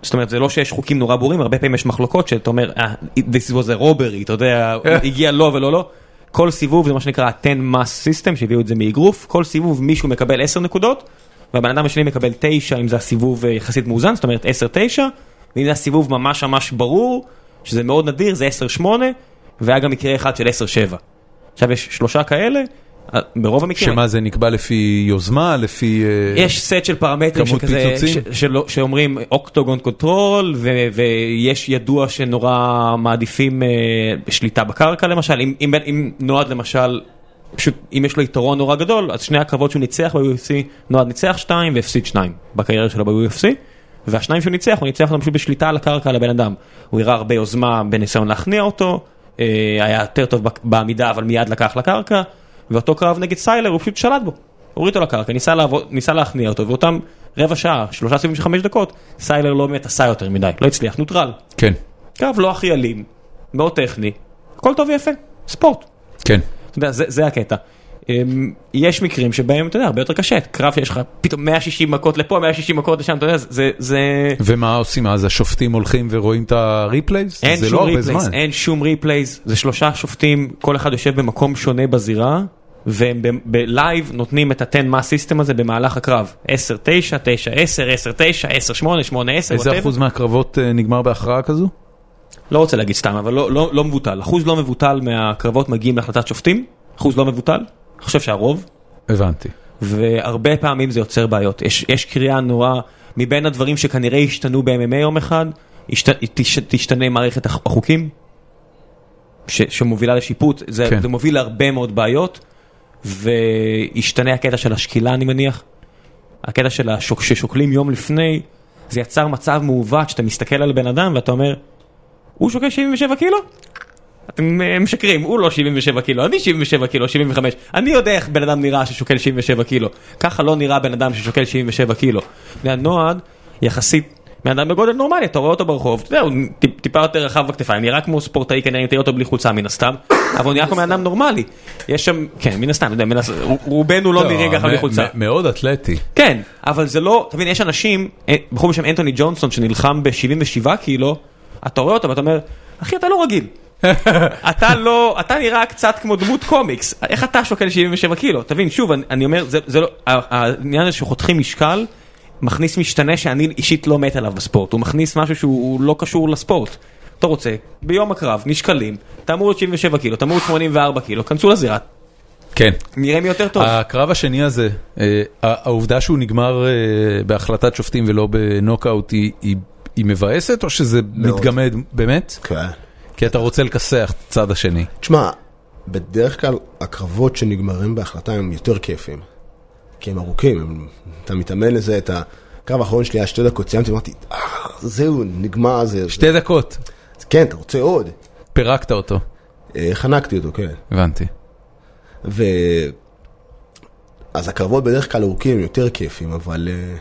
Speaker 2: זאת אומרת, זה לא שיש חוקים נורא ברורים, הרבה פעמים יש מחלוקות שאתה אומר, "אה, this was a robbery, אתה יודע, הגיע לא ולא לא. כל סיבוב זה מה שנקרא ה-10 mass system, שהביאו את זה מאגרוף, כל סיבוב מישהו מקבל 10 נקודות, והבן אדם השני מקבל 9 אם זה הסיבוב אה, יחסית מאוזן, זאת אומרת 10-9, ואם זה הסיבוב ממש ממש ברור, שזה מאוד נדיר, זה 10-8, והיה גם מקרה אחד של 10-7. עכשיו יש שלושה כאלה, אה, ברוב המקרים...
Speaker 1: שמה זה נקבע לפי יוזמה, לפי... אה,
Speaker 2: יש סט של פרמטרים
Speaker 1: כמות
Speaker 2: שכזה,
Speaker 1: פיצוצים?
Speaker 2: ש, שלא, שאומרים אוקטוגון קונטרול, ו, ויש ידוע שנורא מעדיפים אה, שליטה בקרקע למשל, אם, אם, אם נועד למשל, פשוט אם יש לו יתרון נורא גדול, אז שני הקרבות שהוא ניצח ב-UFC, נועד ניצח שתיים והפסיד שניים בקריירה שלו ב-UFC, והשניים שהוא ניצח, הוא ניצח אותם פשוט בשליטה על הקרקע על הבן אדם. הוא הראה הרבה יוזמה בניסיון להכניע אותו, אה, היה יותר טוב בק- בעמידה אבל מיד לקח לקרקע, ואותו קרב נגד סיילר הוא פשוט שלט בו. הוריד אותו לקרקע, ניסה, לעבוד, ניסה להכניע אותו, ואותם רבע שעה, שלושה סיבובים של חמש דקות, סיילר לא באמת עשה יותר מדי, לא הצליח, נוטרל.
Speaker 1: כן,
Speaker 2: קרב לא הכי אלים, מאוד טכני, הכל טוב ויפה, ספורט.
Speaker 1: כן.
Speaker 2: אתה יודע, זה, זה הקטע. אמ, יש מקרים שבהם, אתה יודע, הרבה יותר קשה, קרב שיש לך פתאום 160 מכות לפה, 160 מכות לשם, אתה יודע, זה... זה...
Speaker 1: ומה עושים אז? השופטים הולכים ורואים את הריפלייז?
Speaker 2: אין
Speaker 1: זה
Speaker 2: שום
Speaker 1: לא הרבה
Speaker 2: ריפלייז,
Speaker 1: זמן.
Speaker 2: אין שום ריפלייז, זה שלושה שופטים, כל אחד יושב במקום שונה בזירה, והם ב- בלייב נותנים את ה-10 מה סיסטם הזה במהלך הקרב. 10, 9, 9, 10, 10, 9, 10, 8, 8, 10,
Speaker 1: איזה אחוז מהקרבות אה, נגמר בהכרעה כזו?
Speaker 2: לא רוצה להגיד סתם, אבל לא, לא, לא מבוטל. אחוז לא מבוטל מהקרבות מגיעים להחלטת שופטים, אחוז לא מבוטל, אני חושב שהרוב,
Speaker 1: הבנתי.
Speaker 2: והרבה פעמים זה יוצר בעיות. יש, יש קריאה נורא, מבין הדברים שכנראה השתנו ב-MMA יום אחד, השת, תש, תשתנה מערכת הח- החוקים, ש, שמובילה לשיפוט, זה,
Speaker 1: כן.
Speaker 2: כן. זה מוביל להרבה מאוד בעיות, והשתנה הקטע של השקילה אני מניח, הקטע של השוק, ששוקלים יום לפני, זה יצר מצב מעוות שאתה מסתכל על בן אדם ואתה אומר, הוא שוקל 77 קילו? אתם אה, משקרים, הוא לא 77 קילו, אני 77 קילו, 75. אני יודע איך בן אדם נראה ששוקל 77 קילו. ככה לא נראה בן אדם ששוקל 77 קילו. והנועד, יחסית, בן אדם בגודל נורמלי, אתה רואה אותו ברחוב, אתה יודע, הוא טיפ- טיפה יותר רחב בכתפיים, נראה כמו ספורטאי, כנראה אם תראה אותו בלי חולצה מן הסתם, אבל הוא נראה כמו בן אדם נורמלי. יש שם, כן, מן הסתם, אתה יודע, מן הסתם, רובנו לא נראה ככה בלי
Speaker 1: מ-
Speaker 2: חולצה.
Speaker 1: מ- מאוד אתלטי.
Speaker 2: כן, אבל זה לא, אתה מבין, יש אנשים, אה, בחור בשם אנטוני ג'ונסון שנלחם ב-77 קילו, אתה רואה אותו ואתה אומר, אחי, אתה לא רגיל. אתה לא, אתה נראה קצת כמו דמות קומיקס, איך אתה שוקל 77 קילו? תבין, שוב, אני, אני אומר, זה, זה לא, ה- העניין הזה שחותכים משקל, מכניס משתנה שאני אישית לא מת עליו בספורט, הוא מכניס משהו שהוא לא קשור לספורט. אתה רוצה, ביום הקרב, נשקלים, אתה אמור להיות 77 קילו, אתה אמור להיות 84 קילו, כנסו לזירה,
Speaker 1: כן.
Speaker 2: נראה מי יותר טוב.
Speaker 1: הקרב השני הזה, אה, ה- העובדה שהוא נגמר אה, בהחלטת שופטים ולא בנוקאוט היא- היא היא מבאסת, או שזה מתגמד באמת?
Speaker 3: כן.
Speaker 1: כי אתה רוצה לכסח את הצד השני.
Speaker 3: תשמע, בדרך כלל הקרבות שנגמרים בהחלטה הם יותר כיפים. כי הם ארוכים, הם... אתה מתאמן לזה, את הקרב האחרון שלי היה שתי דקות, סיימתי, אמרתי, "אה, זהו, נגמר זה.
Speaker 1: שתי דקות,
Speaker 3: זה- כן, אתה רוצה עוד.
Speaker 1: פירקת אותו.
Speaker 3: אה, חנקתי אותו, כן.
Speaker 1: הבנתי.
Speaker 3: ו... אז הקרבות בדרך כלל ארוכים, הם יותר כיפים, אבל אה,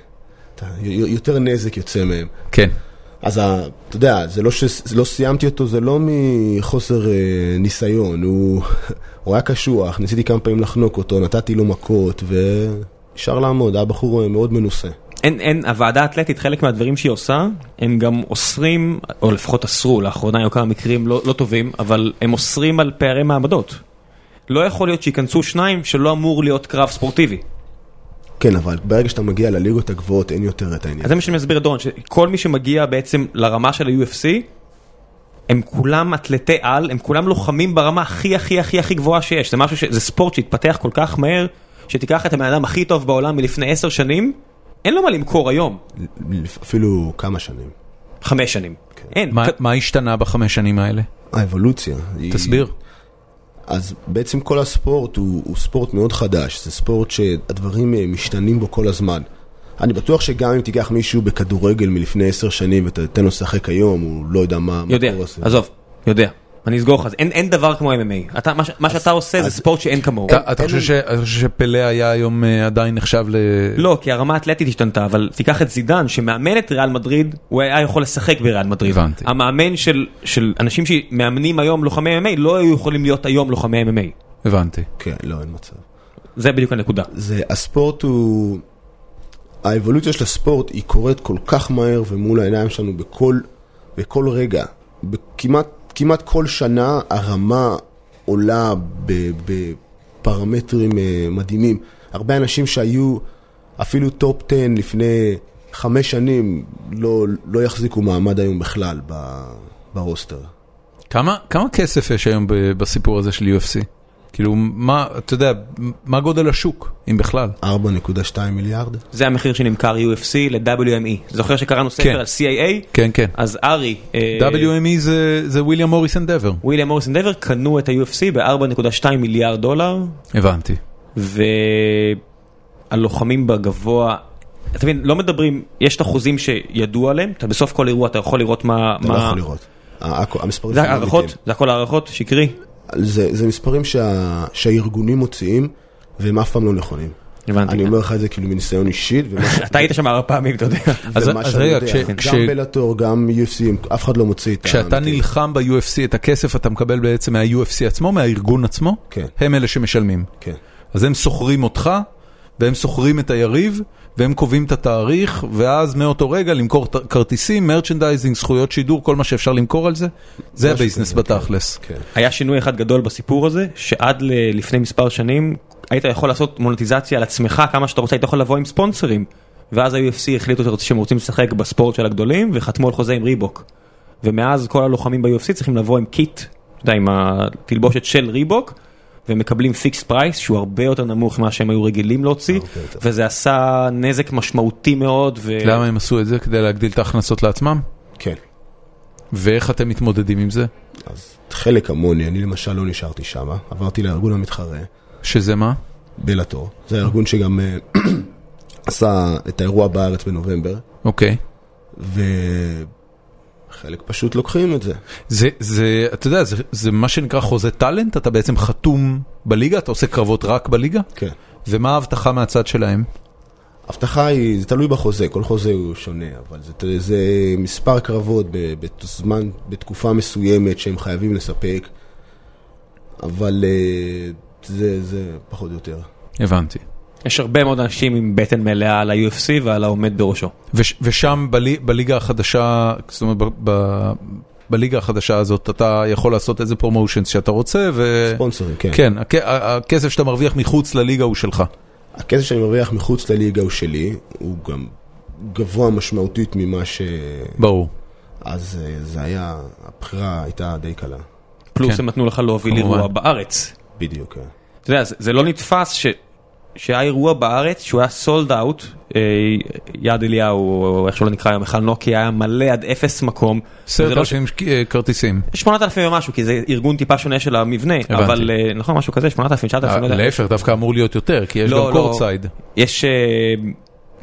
Speaker 3: אתה- י- יותר נזק יוצא מהם.
Speaker 1: כן.
Speaker 3: אז ה- אתה יודע, זה לא, ש... זה לא סיימתי אותו, זה לא מחוסר אה, ניסיון, הוא... הוא היה קשוח, ניסיתי כמה פעמים לחנוק אותו, נתתי לו מכות, ונשאר לעמוד, היה בחור אה, מאוד מנוסה.
Speaker 2: אין, אין, הוועדה האתלטית, חלק מהדברים שהיא עושה, הם גם אוסרים, או לפחות אסרו, לאחרונה היו כמה מקרים לא, לא טובים, אבל הם אוסרים על פערי מעמדות. לא יכול להיות שייכנסו שניים שלא אמור להיות קרב ספורטיבי.
Speaker 3: כן, אבל ברגע שאתה מגיע לליגות הגבוהות, אין יותר את העניין.
Speaker 2: אז זה מה שאני מסביר דורון, שכל מי שמגיע בעצם לרמה של ה-UFC, הם כולם אתלטי על, הם כולם לוחמים ברמה הכי הכי הכי הכי גבוהה שיש. זה משהו ש... זה ספורט שהתפתח כל כך מהר, שתיקח את הבן אדם הכי טוב בעולם מלפני עשר שנים, אין לו מה למכור היום.
Speaker 3: אפילו כמה שנים.
Speaker 2: חמש שנים. אין.
Speaker 1: מה- אה,
Speaker 2: כ-
Speaker 1: מה השתנה בחמש שנים האלה?
Speaker 3: האבולוציה. היא-
Speaker 1: תסביר.
Speaker 3: אז בעצם כל הספורט הוא, הוא ספורט מאוד חדש, זה ספורט שהדברים אה, משתנים בו כל הזמן. אני בטוח שגם אם תיקח מישהו בכדורגל מלפני עשר שנים ותתן לו לשחק היום, הוא לא יודע מה... מה
Speaker 2: יודע,
Speaker 3: הוא עושה.
Speaker 2: עזוב, יודע. אני אסגור לך, אין אין דבר כמו MMA. אתה- מה ש- מה שאתה עושה זה
Speaker 3: אז-
Speaker 2: ספורט שאין כמוהו.
Speaker 1: אתה אתה חושב ש- אתה חושב שפלא היה היום אה, עדיין נחשב ל...
Speaker 2: לא, כי הרמה האתלטית השתנתה, אבל תיקח את זידן, שמאמן את ריאל מדריד, הוא היה יכול לשחק בריאל מדריד.
Speaker 1: הבנתי.
Speaker 2: המאמן של, של אנשים שמאמנים היום לוחמי MMA, לא היו יכולים להיות היום לוחמי MMA.
Speaker 1: הבנתי.
Speaker 3: כן, לא, אין מצב.
Speaker 2: זה בדיוק הנקודה.
Speaker 3: זה, הספורט הוא... האבולוציה של הספורט היא קורית כל כך מהר ומול העיניים שלנו בכל, בכל רגע. כמעט, כמעט כל שנה הרמה עולה ב- בפרמטרים אה, מדהימים. הרבה אנשים שהיו אפילו טופ 10 לפני חמש שנים לא, לא יחזיקו מעמד היום בכלל ב, ברוסטר.
Speaker 1: כמה כמה כסף יש היום ב- בסיפור הזה של UFC? כאילו, מה, אתה יודע, מה גודל השוק, אם בכלל?
Speaker 3: 4.2 מיליארד?
Speaker 2: זה המחיר שנמכר UFC ל-WME. E. זוכר שקראנו ספר
Speaker 1: כן.
Speaker 2: על CIA?
Speaker 1: כן, כן.
Speaker 2: אז ארי, אה,
Speaker 1: WME E זה- זה וויליאם מוריס אנדבר.
Speaker 2: וויליאם מוריסון דבר, קנו את ה-UFC ב-4.2 מיליארד דולר,
Speaker 1: הבנתי.
Speaker 2: והלוחמים בגבוה, אתה מבין, לא מדברים, יש את החוזים שידוע עליהם, אתה בסוף כל אירוע אתה יכול לראות מה...
Speaker 3: אתה לא
Speaker 2: מה-
Speaker 3: יכול לראות. ה- הכ- המספרים
Speaker 2: זה
Speaker 3: שלהם
Speaker 2: הערכות?
Speaker 3: אמיתיים.
Speaker 2: זה הכל הערכות? שקרי?
Speaker 3: זה, זה מספרים שה, שהארגונים מוציאים, והם אף פעם לא נכונים.
Speaker 2: הבנתי.
Speaker 3: אני אומר לך את זה כאילו מניסיון אישית, ומה, ש-
Speaker 2: אתה היית שם ארבע פעמים, אתה יודע.
Speaker 1: אז-
Speaker 3: ומה
Speaker 1: אז
Speaker 3: שאני
Speaker 1: רגע,
Speaker 3: יודע,
Speaker 1: כש-
Speaker 3: גם
Speaker 1: כש-
Speaker 3: בלאטור, גם UFC, הם- אף אחד לא מוציא את
Speaker 1: כשאתה
Speaker 3: האמיתי.
Speaker 1: נלחם ב-UFC, את הכסף אתה מקבל בעצם מה-UFC עצמו, מהארגון עצמו?
Speaker 3: כן.
Speaker 1: הם אלה שמשלמים.
Speaker 3: כן.
Speaker 1: אז הם שוכרים אותך, והם שוכרים את היריב, והם קובעים את התאריך, ואז מאותו רגע למכור ת- כרטיסים, מרצ'נדייזינג, זכויות שידור, כל מה שאפשר למכור על זה, זה
Speaker 3: משהו
Speaker 1: הביזנס
Speaker 3: כזה, כן.
Speaker 1: בתכלס.
Speaker 3: כן.
Speaker 2: היה שינוי אחד גדול בסיפור הזה, שעד ל- לפני מספר שנים היית יכול לעשות מונטיזציה על עצמך כמה שאתה רוצה, היית יכול לבוא עם ספונסרים. ואז ה-UFC החליטו שרוצ- שהם רוצים לשחק בספורט של הגדולים, וחתמו על חוזה עם ריבוק. ומאז כל הלוחמים ב-UFC צריכים לבוא עם קיט, אתה יודע, עם התלבושת של ריבוק, ומקבלים פיקס פרייס שהוא הרבה יותר נמוך ממה שהם היו רגילים להוציא,
Speaker 3: הרבה יותר.
Speaker 2: וזה עשה נזק משמעותי מאוד. ו...
Speaker 1: למה הם עשו את זה? כדי להגדיל את ההכנסות לעצמם?
Speaker 3: כן.
Speaker 1: ואיך אתם מתמודדים עם זה?
Speaker 3: אז חלק כמוני, אני למשל לא נשארתי שם, עברתי לארגון המתחרה,
Speaker 1: שזה מה?
Speaker 3: בלאטור. זה הארגון שגם אה, עשה את האירוע בארץ בנובמבר,
Speaker 1: אוקיי.
Speaker 3: וחלק פשוט לוקחים את זה.
Speaker 1: זה, זה, אתה יודע, זה, זה מה שנקרא חוזה טאלנט, אתה בעצם חתום בליגה, אתה עושה קרבות רק בליגה,
Speaker 3: כן.
Speaker 1: ומה ההבטחה מהצד שלהם?
Speaker 3: הבטחה היא, זה תלוי בחוזה, כל חוזה הוא שונה, אבל זה, זה מספר קרבות ב- בזמן, בתקופה מסוימת שהם חייבים לספק, אבל אה, זה, זה פחות או יותר.
Speaker 1: הבנתי.
Speaker 2: יש הרבה מאוד אנשים עם בטן מלאה על ה-UFC ועל העומד בראשו.
Speaker 1: וש, ושם בלי, בליגה החדשה, זאת אומרת, ב, ב, בליגה החדשה הזאת אתה יכול לעשות איזה פרומושנס שאתה רוצה, ו...
Speaker 3: ספונסרים, כן.
Speaker 1: כן, הכ, ה- הכסף שאתה מרוויח מחוץ לליגה הוא שלך.
Speaker 3: הכסף שאני מרוויח מחוץ לליגה הוא שלי, הוא גם גבוה משמעותית ממה ש...
Speaker 1: ברור.
Speaker 3: אז אה, זה היה, הבחירה הייתה די קלה,
Speaker 2: פלוס
Speaker 1: כן.
Speaker 2: הם נתנו לך להוביל
Speaker 1: כמובן.
Speaker 2: אירוע בארץ.
Speaker 3: בדיוק. כן.
Speaker 2: אתה יודע, זה, זה לא נתפס ש... שהיה אירוע בארץ שהוא היה סולד אאוט, אה, יד אליהו, או איך שהוא לא נקרא היום, היכל נוקי היה מלא עד אפס מקום. וזה
Speaker 1: עשרת
Speaker 2: לא ש-
Speaker 1: אלפים ש- אה, כרטיסים.
Speaker 2: 8,000 ומשהו, כי זה ארגון טיפה שונה של המבנה,
Speaker 1: הבנתי.
Speaker 2: אבל אה, נכון, משהו כזה, 8,000, 9,000, לא
Speaker 1: אה,
Speaker 2: יודע.
Speaker 1: להפך, דווקא אמור להיות יותר, כי יש
Speaker 2: לא,
Speaker 1: גם
Speaker 2: לא.
Speaker 1: קורטסייד.
Speaker 2: יש... אה,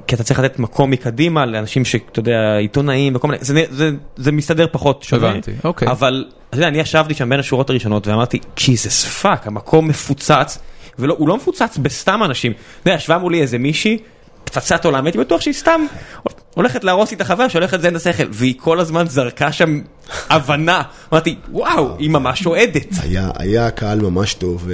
Speaker 2: כי אתה צריך לתת מקום מקדימה לאנשים שאתה יודע, עיתונאים וכל מיני, זה, נ- זה, זה מסתדר פחות שווה.
Speaker 1: הבנתי, אוקיי.
Speaker 2: אבל, אתה יודע, אני ישבתי שם בין השורות הראשונות ואמרתי, ג'יזוס פאק, המקום מפוצץ, והוא לא מפוצץ בסתם אנשים. אתה יודע, ישבה מולי איזה מישהי, פצצת עולם, הייתי בטוח שהיא סתם הולכת להרוס לי את החבר שהולכת לזיין את השכל, והיא כל הזמן זרקה שם הבנה. אמרתי, וואו, היא ממש אוהדת.
Speaker 3: היה, היה קהל ממש טוב,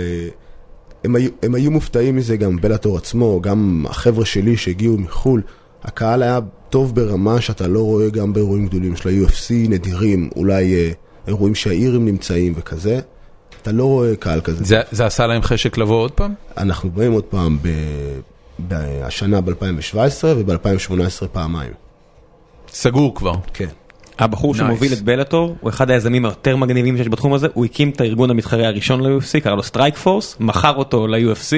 Speaker 3: והם היו, הם היו מופתעים מזה גם בלאטור עצמו, גם החבר'ה שלי שהגיעו מחו"ל, הקהל היה טוב ברמה שאתה לא רואה גם באירועים גדולים של ה-UFC, נדירים, אולי אה, אירועים שהאירים נמצאים וכזה, אתה לא רואה קהל כזה.
Speaker 1: זה, זה עשה להם חשק לבוא עוד פעם?
Speaker 3: אנחנו באים עוד פעם ב... ב- השנה ב-2017 וב-2018 פעמיים.
Speaker 1: סגור כבר.
Speaker 3: כן.
Speaker 2: הבחור
Speaker 1: Nice.
Speaker 2: שמוביל את בלאטור הוא אחד היזמים היותר מגניבים שיש בתחום הזה הוא הקים את הארגון המתחרה הראשון ל-UFC קרא לו סטרייק פורס מכר אותו ל-UFC.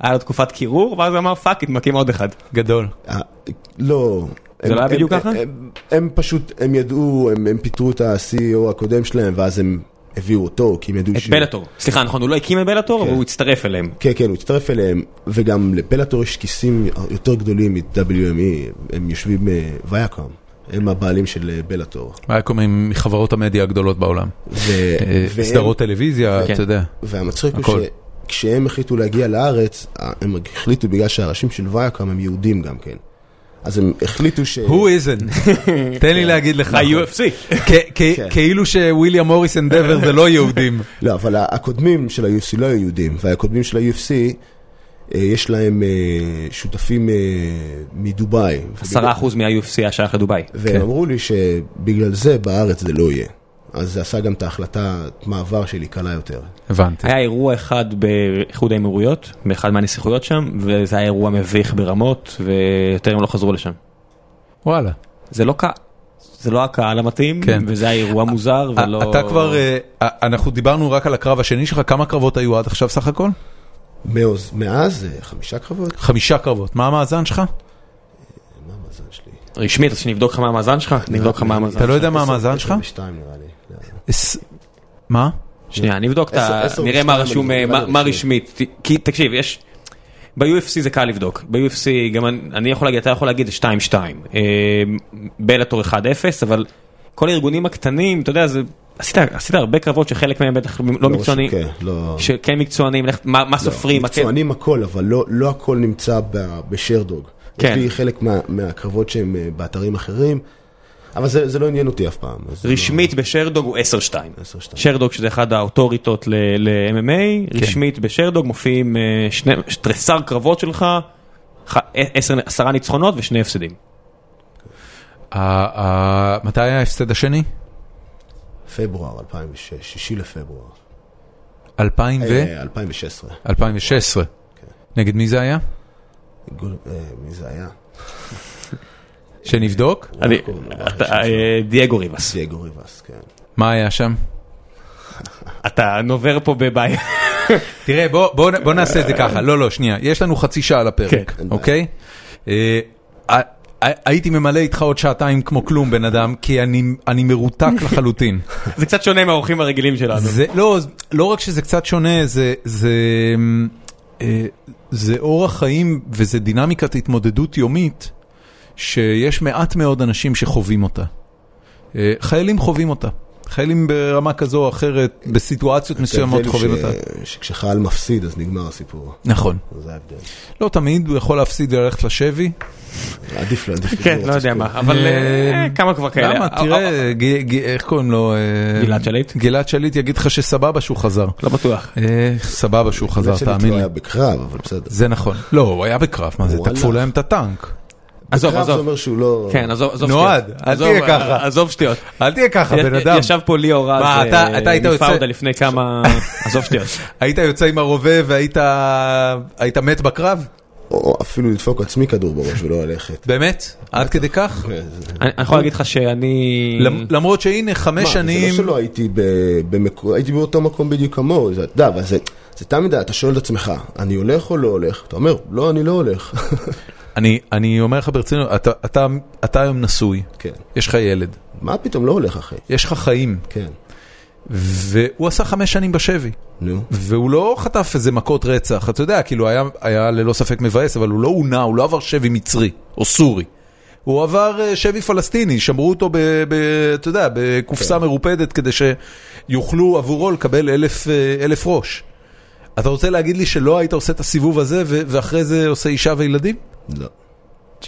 Speaker 2: היה לו תקופת קירור ואז הוא אמר פאק it מקים עוד אחד.
Speaker 1: גדול.
Speaker 3: ה- אה, לא,
Speaker 2: זה
Speaker 3: הם-
Speaker 2: לא היה
Speaker 3: הם-
Speaker 2: בדיוק ככה?
Speaker 3: הם- הם- הם פשוט, הם ידעו, הם הם פיטרו את ה-CEO הקודם שלהם, ואז הם הביאו אותו, כי הם ידעו
Speaker 2: את בלאטור. סליחה, נכון, הוא לא הקים את בלאטור, אבל הוא הצטרף אליהם.
Speaker 3: כן, כן, הוא הצטרף אליהם, וגם לבלאטור יש כיסים יותר גדולים מ-WME, הם יושבים בוויאקום, הם הבעלים של אה, בלאטור.
Speaker 1: היה כל מיני מחברות המדיה הגדולות בעולם.
Speaker 3: ו-
Speaker 1: אה,
Speaker 3: והם-
Speaker 1: סדרות טלוויזיה,
Speaker 2: כן.
Speaker 1: אתה יודע.
Speaker 3: והמצחיק הוא
Speaker 1: הכל.
Speaker 3: שכשהם החליטו להגיע לארץ, אה, הם החליטו בגלל שהראשים של ויאקום הם יהודים גם כן. אז הם החליטו ש...
Speaker 1: Who isn't? תן לי להגיד לך.
Speaker 2: ה-UFC.
Speaker 1: כ- כ-
Speaker 3: כן.
Speaker 1: כאילו שוויליאם מוריס אנד דבר זה לא יהודים.
Speaker 3: לא, אבל הקודמים של ה-UFC לא היו יהודים, והקודמים של ה-UFC, אה, יש להם אה, שותפים אה, מדובאי.
Speaker 2: 10% מה-UFC היה שייך לדובאי.
Speaker 3: והם אמרו לי שבגלל זה בארץ זה לא יהיה. אז זה עשה גם את ההחלטה, את מעבר שלי קלה יותר.
Speaker 1: הבנתי.
Speaker 2: היה אירוע אחד באיחוד האמירויות, באחד מהנסיכויות שם, וזה היה אירוע מביך ברמות, ויותר הם לא חזרו לשם.
Speaker 1: וואלה.
Speaker 2: זה לא קה... זה לא הקהל המתאים,
Speaker 1: כן.
Speaker 2: וזה היה אירוע מוזר,
Speaker 3: לא-
Speaker 2: ולא...
Speaker 1: אתה כבר, אה, אנחנו דיברנו רק על הקרב השני שלך, כמה קרבות היו עד עכשיו סך הכל?
Speaker 3: מאז, מאז אה, חמישה קרבות?
Speaker 1: חמישה קרבות. מה המאזן שלך?
Speaker 3: מה המאזן שלי?
Speaker 2: רשמית, אז שנבדוק לך מה המאזן שלך? נבדוק לך מה המאזן.
Speaker 1: אתה לא יודע מה
Speaker 3: עשר-
Speaker 1: המאזן שלך?
Speaker 3: 22 נראה לי. לא.
Speaker 1: עש- מה?
Speaker 2: שנייה, נבדוק את ה...
Speaker 3: עשר- עשר
Speaker 2: נראה מה
Speaker 3: ושתיים,
Speaker 2: רשום,
Speaker 3: אני- לא
Speaker 2: אה, מה
Speaker 3: אני-
Speaker 2: מה
Speaker 3: אני-
Speaker 2: רשמית. ת- כי תקשיב, יש... ב-UFC זה קל לבדוק. ב-UFC גם אני- אני יכול להגיד, אתה יכול להגיד זה 2-2. אה, בלאטור 1-0, אבל כל הארגונים הקטנים, אתה יודע, זה... עשית, עשית הרבה קרבות שחלק מהם בטח לא
Speaker 3: לא
Speaker 2: מקצוענים,
Speaker 3: רשום, כן, לא...
Speaker 2: שכן מקצוענים, לך- מה מה סופרים, מה כן-
Speaker 3: מקצוענים הכל, אבל לא- לא הכל נמצא ב- בשרדוג.
Speaker 2: כן.
Speaker 3: יש לי חלק מה- מהקרבות שהם אה, באתרים אחרים, אבל זה זה לא עניין אותי אף פעם. אז זה לא-
Speaker 2: רשמית בשרדוג הוא 10-2.
Speaker 3: 10-2.
Speaker 2: שרדוג שזה אחד האוטוריטות ל-MMA,
Speaker 1: כן.
Speaker 2: רשמית בשרדוג מופיעים אה, שני- תריסר קרבות שלך, ח- אה, עשר- עשרה ניצחונות ושני הפסדים.
Speaker 1: ה- ה- מתי היה ההפסד השני?
Speaker 3: פברואר 2006, 6 לפברואר.
Speaker 1: 2000 ו...
Speaker 3: אה, כן. 2016.
Speaker 1: 2016. נגד מי זה היה?
Speaker 3: גול- אה, מי זה היה?
Speaker 1: שנבדוק?
Speaker 2: אני-
Speaker 3: איך קוראים לו?
Speaker 2: אתה- אה, דייגו ריבס,
Speaker 3: דייגו ריבס, כן.
Speaker 1: מה היה שם?
Speaker 2: אתה נובר פה בבעיה.
Speaker 1: תראה, בוא, בוא, נ- בוא נעשה את זה ככה. לא, לא, שנייה. יש לנו חצי שעה על הפרק,
Speaker 3: כן.
Speaker 1: אוקיי? אה, ה- ה- הייתי ממלא איתך עוד שעתיים כמו כלום, בן אדם, כי אני, אני מרותק לחלוטין.
Speaker 2: זה קצת שונה מהאורחים הרגילים שלנו.
Speaker 1: זה, לא, זה- לא רק שזה קצת שונה, זה, זה, אה, זה אורח חיים וזה דינמיקת התמודדות יומית שיש מעט מאוד אנשים שחווים אותה. אה, חיילים חווים אותה. חיילים ברמה כזו או אחרת, בסיטואציות מסוימת
Speaker 3: ההבדל הוא
Speaker 1: חווים
Speaker 3: ש-
Speaker 1: אותה.
Speaker 3: שכשחייל מפסיד אז נגמר הסיפור,
Speaker 1: נכון.
Speaker 3: זה ההבדל.
Speaker 1: לא תמיד, הוא יכול להפסיד וללכת לשבי.
Speaker 3: עדיף לו, עדיף לו.
Speaker 2: כן, לא יודע מה, אבל אה,
Speaker 1: אה,
Speaker 2: כמה כבר כאלה.
Speaker 1: למה?
Speaker 2: אה, אה,
Speaker 1: תראה, ג- ג- איך קוראים לו? אה,
Speaker 2: גלעד שליט?
Speaker 1: גלעד שליט יגיד לך שסבבה שהוא חזר.
Speaker 2: לא בטוח.
Speaker 1: אה, סבבה שהוא חזר, תאמין
Speaker 3: לא
Speaker 1: לי.
Speaker 3: היה בקרב, אבל בסדר.
Speaker 1: זה נכון. לא, הוא היה בקרב, מה זה,
Speaker 3: הוא
Speaker 1: תקפו
Speaker 3: הלך.
Speaker 1: להם את הטנק.
Speaker 2: עזוב,
Speaker 3: בקרב זה
Speaker 2: עזוב.
Speaker 3: אומר שהוא לא...
Speaker 2: כן, עזוב, עזוב
Speaker 1: נועד,
Speaker 2: שטויות.
Speaker 1: אל
Speaker 2: עזוב,
Speaker 1: תהיה ככה.
Speaker 2: אה, עזוב שטויות.
Speaker 1: אל תהיה ככה, בן אדם.
Speaker 2: ישב פה ליאור רז,
Speaker 1: מה, אתה-
Speaker 2: אה,
Speaker 1: אתה היית יוצא-
Speaker 2: מפאודה לפני כמה... עזוב שטויות.
Speaker 1: היית יוצא עם הרובה והיית היית מת בקרב?
Speaker 3: או אפילו לדפוק עצמי כדור בראש ולא ללכת.
Speaker 1: באמת? עד כדי כך?
Speaker 3: כן, זה-
Speaker 2: אני אני יכול להגיד לך שאני...
Speaker 1: למ- למרות שהנה, חמש
Speaker 3: מה,
Speaker 1: שנים...
Speaker 3: זה לא שלא הייתי ב- במקום, הייתי באותו מקום בדיוק כמוהו, זה- אתה יודע, אבל זה, זה תמיד, אתה שואל את עצמך, אני הולך או לא הולך? אתה אומר, לא, אני לא הולך.
Speaker 1: אני- אני אומר לך ברצינות, אתה- אתה- אתה היום נשוי,
Speaker 3: כן.
Speaker 1: יש לך ילד,
Speaker 3: מה פתאום לא הולך אחי?
Speaker 1: יש לך חיים,
Speaker 3: כן.
Speaker 1: והוא עשה חמש שנים בשבי.
Speaker 3: נו.
Speaker 1: והוא לא חטף איזה מכות רצח, אתה יודע, כאילו היה, היה ללא ספק מבאס, אבל הוא לא עונה, הוא לא עבר שבי מצרי או סורי. הוא עבר אה, שבי פלסטיני, שמרו אותו, ב, ב, אתה יודע, בקופסה מרופדת כדי שיוכלו עבורו לקבל אלף, אה, אלף ראש. אתה רוצה להגיד לי שלא היית עושה את הסיבוב הזה ו- ואחרי זה עושה אישה וילדים?
Speaker 3: לא.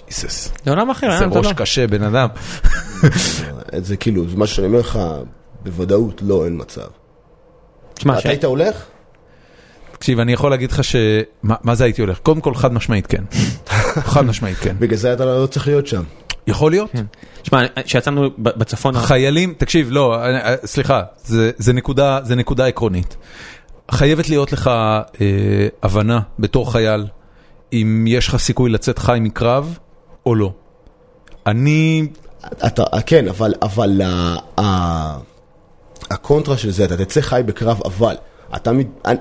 Speaker 1: ג'יסוס,
Speaker 2: זה עולם אחר,
Speaker 1: זה
Speaker 2: אה, אתה
Speaker 1: ראש
Speaker 2: לא.
Speaker 1: קשה, בן אדם.
Speaker 3: זה כאילו, זה מה שאני אומר לך, בוודאות לא, אין מצב.
Speaker 2: תשמע, ש-
Speaker 3: אתה היית הולך?
Speaker 1: תקשיב, אני יכול להגיד לך ש... מה, מה זה הייתי הולך? קודם כל, חד משמעית כן. חד משמעית כן.
Speaker 3: בגלל זה אתה לא צריך להיות שם.
Speaker 1: יכול להיות?
Speaker 2: תשמע, כשיצאנו ב- בצפון,
Speaker 1: חיילים, תקשיב, לא, אני- אה, סליחה, זה, זה, נקודה, זה נקודה עקרונית. חייבת להיות לך אה, הבנה בתור חייל, אם יש לך סיכוי לצאת חי מקרב או לא. אני,
Speaker 3: אתה, כן, אבל, אבל אה, ה, ה, הקונטרה של זה, אתה תצא חי בקרב, אבל אתה, מת- אני-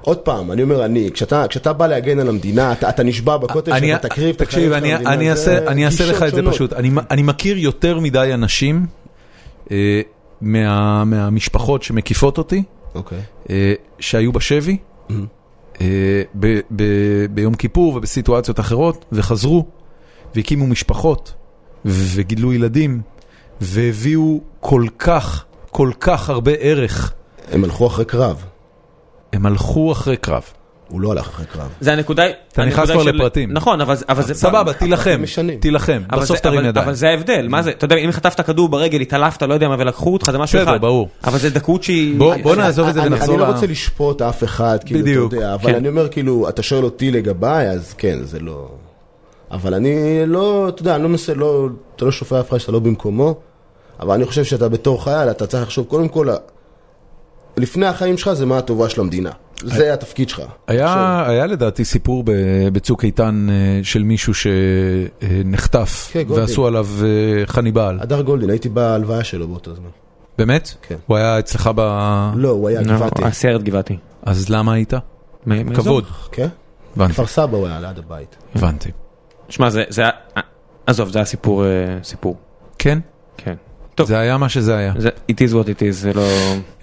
Speaker 3: עוד פעם, אני אומר, אני, כשאתה, כשאתה בא להגן על המדינה, אתה, לא אתה נשבע בכותל
Speaker 1: אני-
Speaker 3: שאתה תקריב את החיים
Speaker 1: תקשיב,
Speaker 3: שלך
Speaker 1: אני-
Speaker 3: למדינה,
Speaker 1: אני
Speaker 3: זה
Speaker 1: אעשה- אני אעשה
Speaker 3: גישות
Speaker 1: לך את זה
Speaker 3: שונות.
Speaker 1: פשוט. אני- אני מכיר יותר מדי אנשים אה, מה- מהמשפחות שמקיפות אותי,
Speaker 3: אוקיי.
Speaker 1: אה, שהיו בשבי
Speaker 2: Mm-hmm.
Speaker 1: אה, ב- ב- ביום כיפור ובסיטואציות אחרות, וחזרו, והקימו משפחות, וגידלו ילדים, והביאו כל כך, כל כך הרבה ערך.
Speaker 3: הם הלכו אחרי קרב,
Speaker 1: הם הלכו אחרי קרב.
Speaker 3: הוא לא הלך אחרי קרב.
Speaker 2: זה הנקודה,
Speaker 1: אתה נכנס
Speaker 2: הנקודה
Speaker 1: כבר
Speaker 2: של-
Speaker 1: לפרטים.
Speaker 2: נכון, אבל אבל זה...
Speaker 1: סבבה, תילחם,
Speaker 3: משנים.
Speaker 1: תילחם,
Speaker 2: אבל
Speaker 1: בסוף
Speaker 2: זה-
Speaker 1: תרים
Speaker 2: אבל-
Speaker 1: ידיים.
Speaker 2: אבל זה ההבדל, מה זה, אתה יודע, אם חטפת כדור ברגל, התעלפת, לא יודע מה, ולקחו אותך, זה משהו אחד.
Speaker 1: בסדר, ברור.
Speaker 2: אבל זה דקות שהיא...
Speaker 1: בוא- בוא נעזוב את זה
Speaker 3: אני-
Speaker 1: ונחזור
Speaker 3: אני
Speaker 1: ל-
Speaker 3: לא רוצה לשפוט אף אחד, כאילו,
Speaker 1: בדיוק,
Speaker 3: אתה יודע, אבל
Speaker 2: כן.
Speaker 3: אני אומר, כאילו, אתה שואל אותי לגביי, אז כן, זה לא... אבל אני לא, אתה יודע, אני לא מנסה, לא, אתה לא שופט אף אחד שאתה לא במקומו, אבל אני חושב שאתה בתור חייל, אתה צריך לחשוב, קודם כל, ה- לפני החיים שלך זה מה הטובה של המדינה.
Speaker 1: אה-
Speaker 3: זה התפקיד שלך.
Speaker 1: היה, היה לדעתי סיפור ב- בצוק איתן אה, של מישהו שנחטף
Speaker 3: כן, גולדין.
Speaker 1: ועשו עליו אה, חניבל.
Speaker 3: הדר גולדין, הייתי בהלוויה שלו באותו זמן.
Speaker 1: באמת?
Speaker 3: כן.
Speaker 1: הוא היה אצלך ב...
Speaker 3: לא, הוא היה
Speaker 2: נו,
Speaker 3: גבעתי.
Speaker 1: אה-
Speaker 2: הסרט גבעתי.
Speaker 1: אז למה היית?
Speaker 2: מ- מאזור.
Speaker 1: כבוד.
Speaker 3: כן?
Speaker 1: הבנתי,
Speaker 3: כפר סבא הוא היה ליד הבית.
Speaker 1: הבנתי.
Speaker 2: שמע, זה... זה ה- עזוב, זה הסיפור, אה, סיפור.
Speaker 1: כן?
Speaker 2: כן. טוב.
Speaker 1: זה היה מה שזה היה.
Speaker 2: זה it is what it is, זה לא...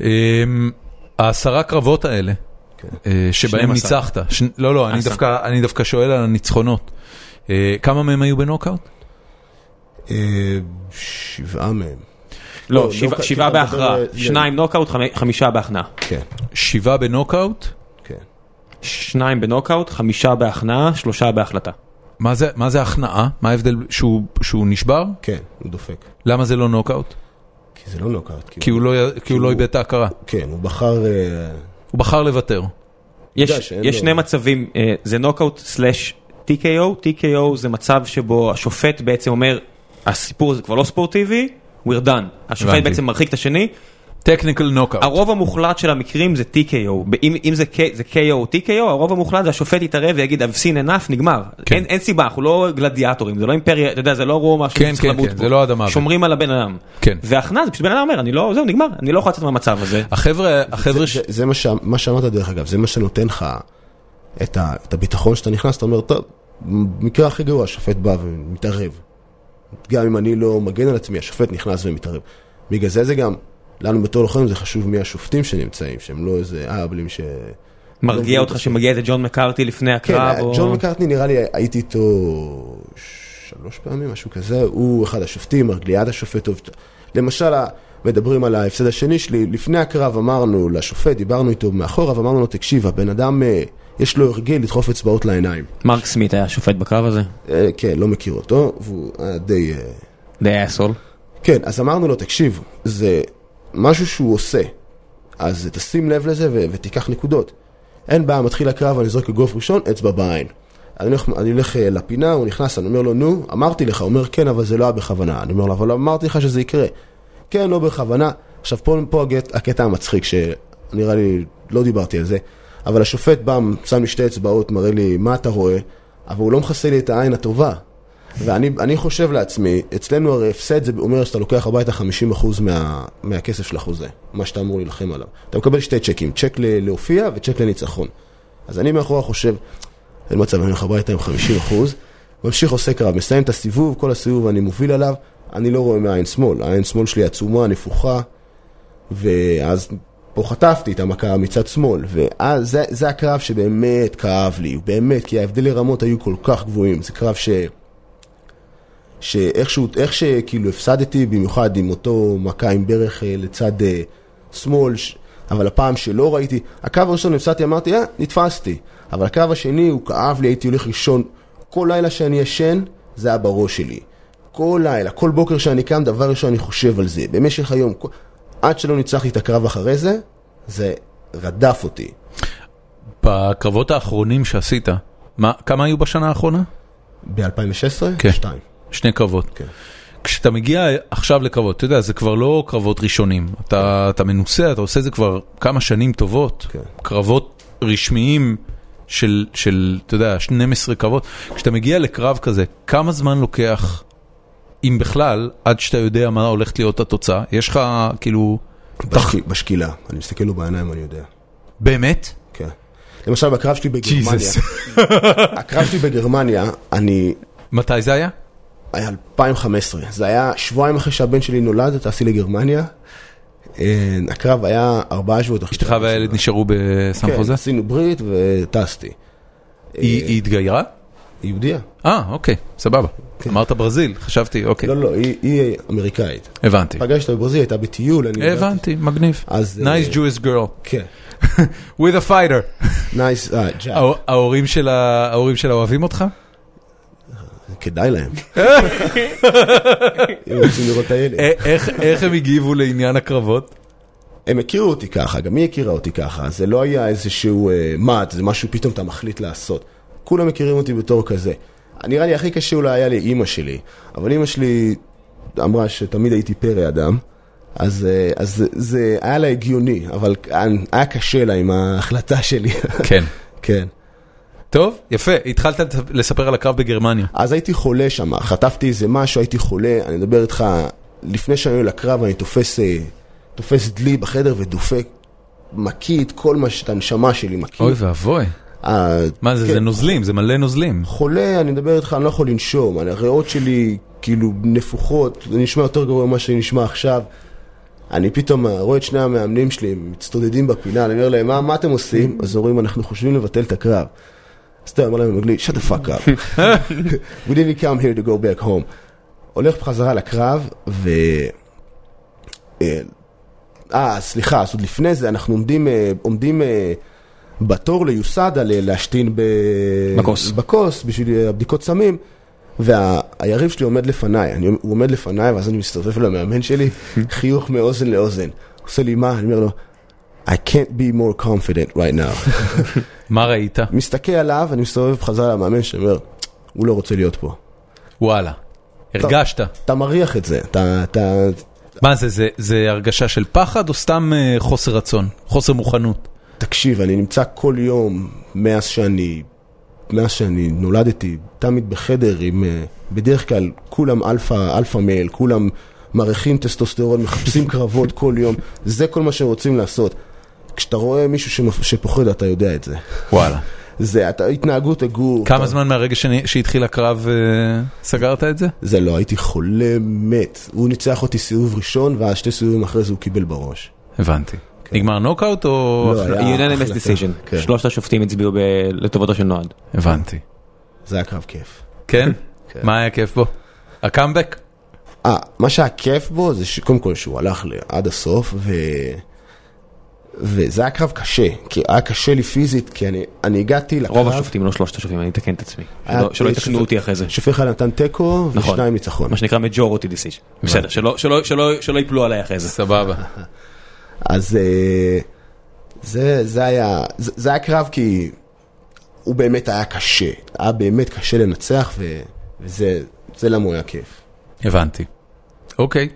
Speaker 1: אמ, העשרה קרבות האלה,
Speaker 3: כן.
Speaker 1: אה, שבהם
Speaker 2: 12.
Speaker 1: ניצחת, ש- לא, לא, אני
Speaker 2: עשרה.
Speaker 1: דווקא- אני דווקא שואל על הניצחונות. אה, כמה מהם היו בנוקאוט?
Speaker 3: אה, שבעה מהם.
Speaker 2: לא,
Speaker 3: לא,
Speaker 2: שבעה-
Speaker 3: לא,
Speaker 2: שבעה
Speaker 3: כי אתה
Speaker 2: בהכרעה,
Speaker 3: מדבר, אה,
Speaker 2: שניים נוקאוט, חמי- חמישה בהכנעה.
Speaker 3: כן,
Speaker 1: שבעה בנוקאוט?
Speaker 3: כן.
Speaker 2: שניים בנוקאוט, חמישה בהכנעה, שלושה בהחלטה.
Speaker 1: מה זה- מה זה הכנעה? מה ההבדל שהוא שהוא נשבר?
Speaker 3: כן, הוא דופק.
Speaker 1: למה זה לא נוקאוט?
Speaker 3: כי זה לא נוקארט. כי
Speaker 1: כי הוא לא י- כי הוא לא איבד את ההכרה.
Speaker 3: כן, הוא בחר... אה,
Speaker 1: הוא בחר לוותר.
Speaker 3: יודע
Speaker 2: יש
Speaker 3: שאין
Speaker 2: יש
Speaker 3: לו-
Speaker 2: שני מצבים, אה, זה נוקאוט סלאש TKO, TKO זה מצב שבו השופט בעצם אומר, הסיפור הזה כבר לא ספורטיבי, we're done. השופט
Speaker 1: הבנתי.
Speaker 2: בעצם מרחיק את השני,
Speaker 1: טכניקל נוקאוט.
Speaker 2: הרוב המוחלט של המקרים זה TKO, ב- אם, אם זה, K, זה KO או TKO, הרוב המוחלט זה השופט יתערב ויגיד I've seen enough, נגמר.
Speaker 1: כן.
Speaker 2: כן. אין, אין סיבה, אנחנו לא גלדיאטורים, זה לא אימפריה, אתה יודע, זה לא רומא
Speaker 1: כן,
Speaker 2: שצריך
Speaker 1: כן,
Speaker 2: למות
Speaker 1: כן,
Speaker 2: פה.
Speaker 1: זה לא עד המוות.
Speaker 2: שומרים על הבן אדם.
Speaker 1: כן. אה,
Speaker 2: והכנעה זה פשוט בן אדם אומר, אני לא, זהו, נגמר, אני לא יכול לצאת מהמצב הזה.
Speaker 1: החבר'ה,
Speaker 3: זה-
Speaker 1: החבר'ה ש...
Speaker 3: זה- זה מה שה- מה שאמרת דרך אגב, זה מה שנותן לך את ה- את הביטחון שאתה נכנס, אתה אומר, טוב, במקרה הכי גרוע, השופט בא ומתערב. גם אם אני לא מגן על עצמי, השופט נכנס ומתערב. בגלל זה זה גם, לנו בתור לוחמים זה חשוב מי השופטים שנמצאים, שהם לא איזה אהבלים ש...
Speaker 2: מרגיע אותך שמגיע איזה ג'ון מקארתי לפני
Speaker 3: כן,
Speaker 2: הקרב. או-
Speaker 3: ג'ון מקארטני נראה לי, הייתי איתו שלוש פעמים, משהו כזה, הוא אחד השופטים, ליד השופט טוב. למשל, ה- מדברים על ההפסד השני שלי, לפני הקרב אמרנו לשופט, דיברנו איתו מאחורה, ואמרנו לו, תקשיב, הבן אדם, אה, יש לו הרגל לדחוף אצבעות לעיניים.
Speaker 2: מרק סמית היה שופט בקרב הזה,
Speaker 3: אה, כן, לא מכיר אותו, והוא היה די... אה,
Speaker 2: די אסול.
Speaker 3: כן, אז אמרנו לו, תקשיב, זה משהו שהוא עושה, אז תשים לב לזה ו- ותיקח נקודות. אין בעיה, מתחיל הקרב, אני זורק לגוף ראשון, אצבע בעין. אני הולך, אני הולך אה, לפינה, הוא נכנס, אני אומר לו, נו, אמרתי לך, הוא אומר, כן, אבל זה לא היה בכוונה. אני אומר לו, אבל אמרתי לך שזה יקרה. כן, לא בכוונה. עכשיו, פה, פה הגט, הקטע המצחיק, שנראה לי, לא דיברתי על זה, אבל השופט בא, שם לי שתי אצבעות, מראה לי, מה אתה רואה? אבל הוא לא מכסה לי את העין הטובה. ואני אני חושב לעצמי, אצלנו הרי הפסד זה אומר שאתה לוקח הביתה 50% מה, מהכסף של החוזה, מה שאתה אמור להילחם עליו. אתה מקבל שתי צ'קים, צ'ק ל- להופיע וצ'ק לניצחון. אז אני מאחורה חושב, אין מצב, אני הולך הביתה עם 50%, ממשיך עושה קרב, מסיים את הסיבוב, כל הסיבוב אני מוביל עליו, אני לא רואה מהעין שמאל, העין שמאל שלי עצומה, נפוחה, ואז פה חטפתי את המכה מצד שמאל, ואז זה, זה הקרב שבאמת כאב לי, באמת, כי ההבדלי רמות היו כל כך גבוהים, זה קרב ש... שאיכשהו, איך שכאילו הפסדתי, במיוחד עם אותו מכה עם ברך אה, לצד אה, שמאל, ש... אבל הפעם שלא ראיתי, הקו הראשון הפסדתי, אמרתי, אה, נתפסתי. אבל הקו השני, הוא כאב לי, הייתי הולך לישון. כל לילה שאני ישן, זה היה בראש שלי. כל לילה, כל בוקר שאני קם, דבר ראשון אני חושב על זה. במשך היום, כל... עד שלא ניצחתי את הקרב אחרי זה, זה רדף אותי.
Speaker 1: בקרבות האחרונים שעשית, מה, כמה היו בשנה האחרונה?
Speaker 3: ב-2016?
Speaker 1: כן.
Speaker 3: שתיים.
Speaker 1: שני קרבות.
Speaker 3: כן.
Speaker 1: כשאתה מגיע עכשיו לקרבות, אתה יודע, זה כבר לא קרבות ראשונים. אתה, אתה מנוסה, אתה עושה את זה כבר כמה שנים טובות.
Speaker 3: כן.
Speaker 1: קרבות רשמיים של, של, אתה יודע, 12 קרבות. כשאתה מגיע לקרב כזה, כמה זמן לוקח, אם בכלל, עד שאתה יודע מה הולכת להיות התוצאה? יש לך, כאילו,
Speaker 3: בשק... בשקילה, אני מסתכל לו בעיניים, אני יודע.
Speaker 1: באמת?
Speaker 3: כן. למשל, בקרב שלי בגרמניה,
Speaker 1: ג'יזוס.
Speaker 3: הקרב שלי בגרמניה, אני...
Speaker 1: מתי זה היה?
Speaker 3: היה 2015, זה היה שבועיים אחרי שהבן שלי נולד, טסתי לגרמניה. אה, הקרב היה ארבעה שבועות אחרי
Speaker 1: אשתך
Speaker 3: שהבן שלי
Speaker 1: והילד
Speaker 3: נולד.
Speaker 1: נשארו בסן
Speaker 3: כן,
Speaker 1: חוזה?
Speaker 3: עשינו ברית וטסתי.
Speaker 1: היא היא התגיירה?
Speaker 3: יהודייה.
Speaker 1: אה, אוקיי, סבבה. אמרת ברזיל, חשבתי, אוקיי,
Speaker 3: כן. לא, לא, היא- היא אמריקאית.
Speaker 1: הבנתי.
Speaker 3: פגשת בברזיל, הייתה בטיול, אני יודעת.
Speaker 1: כן. הבנתי, מגניב.
Speaker 3: אז,
Speaker 1: Nice
Speaker 3: אה,
Speaker 1: Jewish girl.
Speaker 3: כן.
Speaker 1: With a fighter.
Speaker 3: נייס, אה, ג'אק.
Speaker 1: ההור- ההורים שלה ההורים שלה אוהבים אותך?
Speaker 3: כדאי להם. הם רוצים לראות את הילד.
Speaker 1: אה, איך- איך הם הגיבו לעניין הקרבות?
Speaker 3: הם הכירו אותי ככה, גם היא הכירה אותי ככה, זה לא היה איזשהו אה, מאט, זה משהו פתאום אתה מחליט לעשות. כולם מכירים אותי בתור כזה. נראה לי הכי קשה אולי היה לאימא שלי, אבל אימא שלי אמרה שתמיד הייתי פרא אדם, אז, אה, אז זה- זה היה לה הגיוני, אבל היה קשה לה עם ההחלטה שלי.
Speaker 1: כן.
Speaker 3: כן.
Speaker 1: טוב, יפה, התחלת לת- לספר על הקרב בגרמניה.
Speaker 3: אז הייתי חולה שם, חטפתי איזה משהו, הייתי חולה, אני מדבר איתך, לפני שאני עולה לקרב, אני תופס, אה, תופס דלי בחדר ודופק, מקיא את כל מה שאת הנשמה שלי מקיא.
Speaker 1: אוי ואבוי.
Speaker 3: אה,
Speaker 1: מה זה,
Speaker 3: כן.
Speaker 1: זה נוזלים, זה מלא נוזלים.
Speaker 3: חולה, אני מדבר איתך, אני לא יכול לנשום, אני- הריאות שלי כאילו נפוחות, זה נשמע יותר גרוע ממה שנשמע עכשיו. אני פתאום אה, רואה את שני המאמנים שלי, הם מצטודדים בפינה, אני אומר להם, מה, מה אתם עושים? אז אומרים, אנחנו חושבים לבטל את הקרב. אז אתה אומר להם באנגלית, shut the fuck up. We didn't come here to go back home. הולך בחזרה לקרב, ו... אה, אה, סליחה, אז עוד לפני זה, אנחנו עומדים, אה, עומדים אה, בתור ליוסדה ל- להשתין ב...
Speaker 2: בכוס.
Speaker 3: בכוס, בשביל אה, הבדיקות סמים. והיריב שלי עומד לפניי, אני, הוא עומד לפניי ואז אני מסתובב למאמן שלי, חיוך מאוזן לאוזן. הוא עושה לי מה? אני אומר לו, I can't be more confident right now.
Speaker 1: מה ראית?
Speaker 3: מסתכל עליו, אני מסתובב בחזרה למאמן שלי, אומר, הוא לא רוצה להיות פה.
Speaker 1: וואלה. הרגשת.
Speaker 3: אתה מריח את זה, אתה, אתה,
Speaker 1: מה זה, זה, זה הרגשה של פחד או סתם אה, חוסר רצון? חוסר מוכנות?
Speaker 3: תקשיב, אני נמצא כל יום מאז שאני, מאז שאני נולדתי, תמיד בחדר עם, אה, בדרך כלל כולם אלפא, אלפא מייל, כולם מעריכים טסטוסטרון, מחפשים קרבות כל יום, זה כל מה שרוצים לעשות. כשאתה רואה מישהו שמפ- שפוחד, אתה יודע את זה.
Speaker 1: וואלה.
Speaker 3: זה, אתה, התנהגות הגור.
Speaker 1: כמה
Speaker 3: אתה-
Speaker 1: זמן מהרגע שאני- שהתחיל הקרב אה, סגרת את זה?
Speaker 3: זה לא, הייתי חולה מת. הוא ניצח אותי סיבוב ראשון, ואז שתי סיבובים אחרי זה הוא קיבל בראש.
Speaker 1: הבנתי. נגמר נוקאוט או...
Speaker 3: לא, היה-
Speaker 2: unanimous
Speaker 3: ההחלטה,
Speaker 2: decision.
Speaker 3: כן.
Speaker 2: שלושת השופטים הצביעו ב- לטובתו של נועד.
Speaker 1: הבנתי.
Speaker 3: זה היה קרב כיף.
Speaker 1: כן? מה היה כיף בו? הקאמבק?
Speaker 3: אה, מה שהיה כיף בו זה שקודם כל שהוא הלך ל- עד הסוף, ו... וזה היה קרב קשה, כי היה קשה לי פיזית, כי אני, אני הגעתי לקרב,
Speaker 2: רוב השופטים, לא שלושת השופטים, אני אתקן את עצמי.
Speaker 3: היה-
Speaker 2: שלא- שלא יתקנו
Speaker 3: שופט-
Speaker 2: אותי אחרי זה.
Speaker 3: שופט אחד נתן תיקו
Speaker 2: נכון.
Speaker 3: ושניים ניצחון.
Speaker 2: מה שנקרא majority decision. בסדר, שלא- שלא- שלא- שלא יפלו עליי אחרי זה.
Speaker 1: סבבה.
Speaker 3: אז אה, זה, זה, היה, זה, זה היה קרב כי הוא באמת היה קשה, היה באמת קשה לנצח, ו... וזה זה למה הוא היה כיף.
Speaker 1: הבנתי. אוקיי.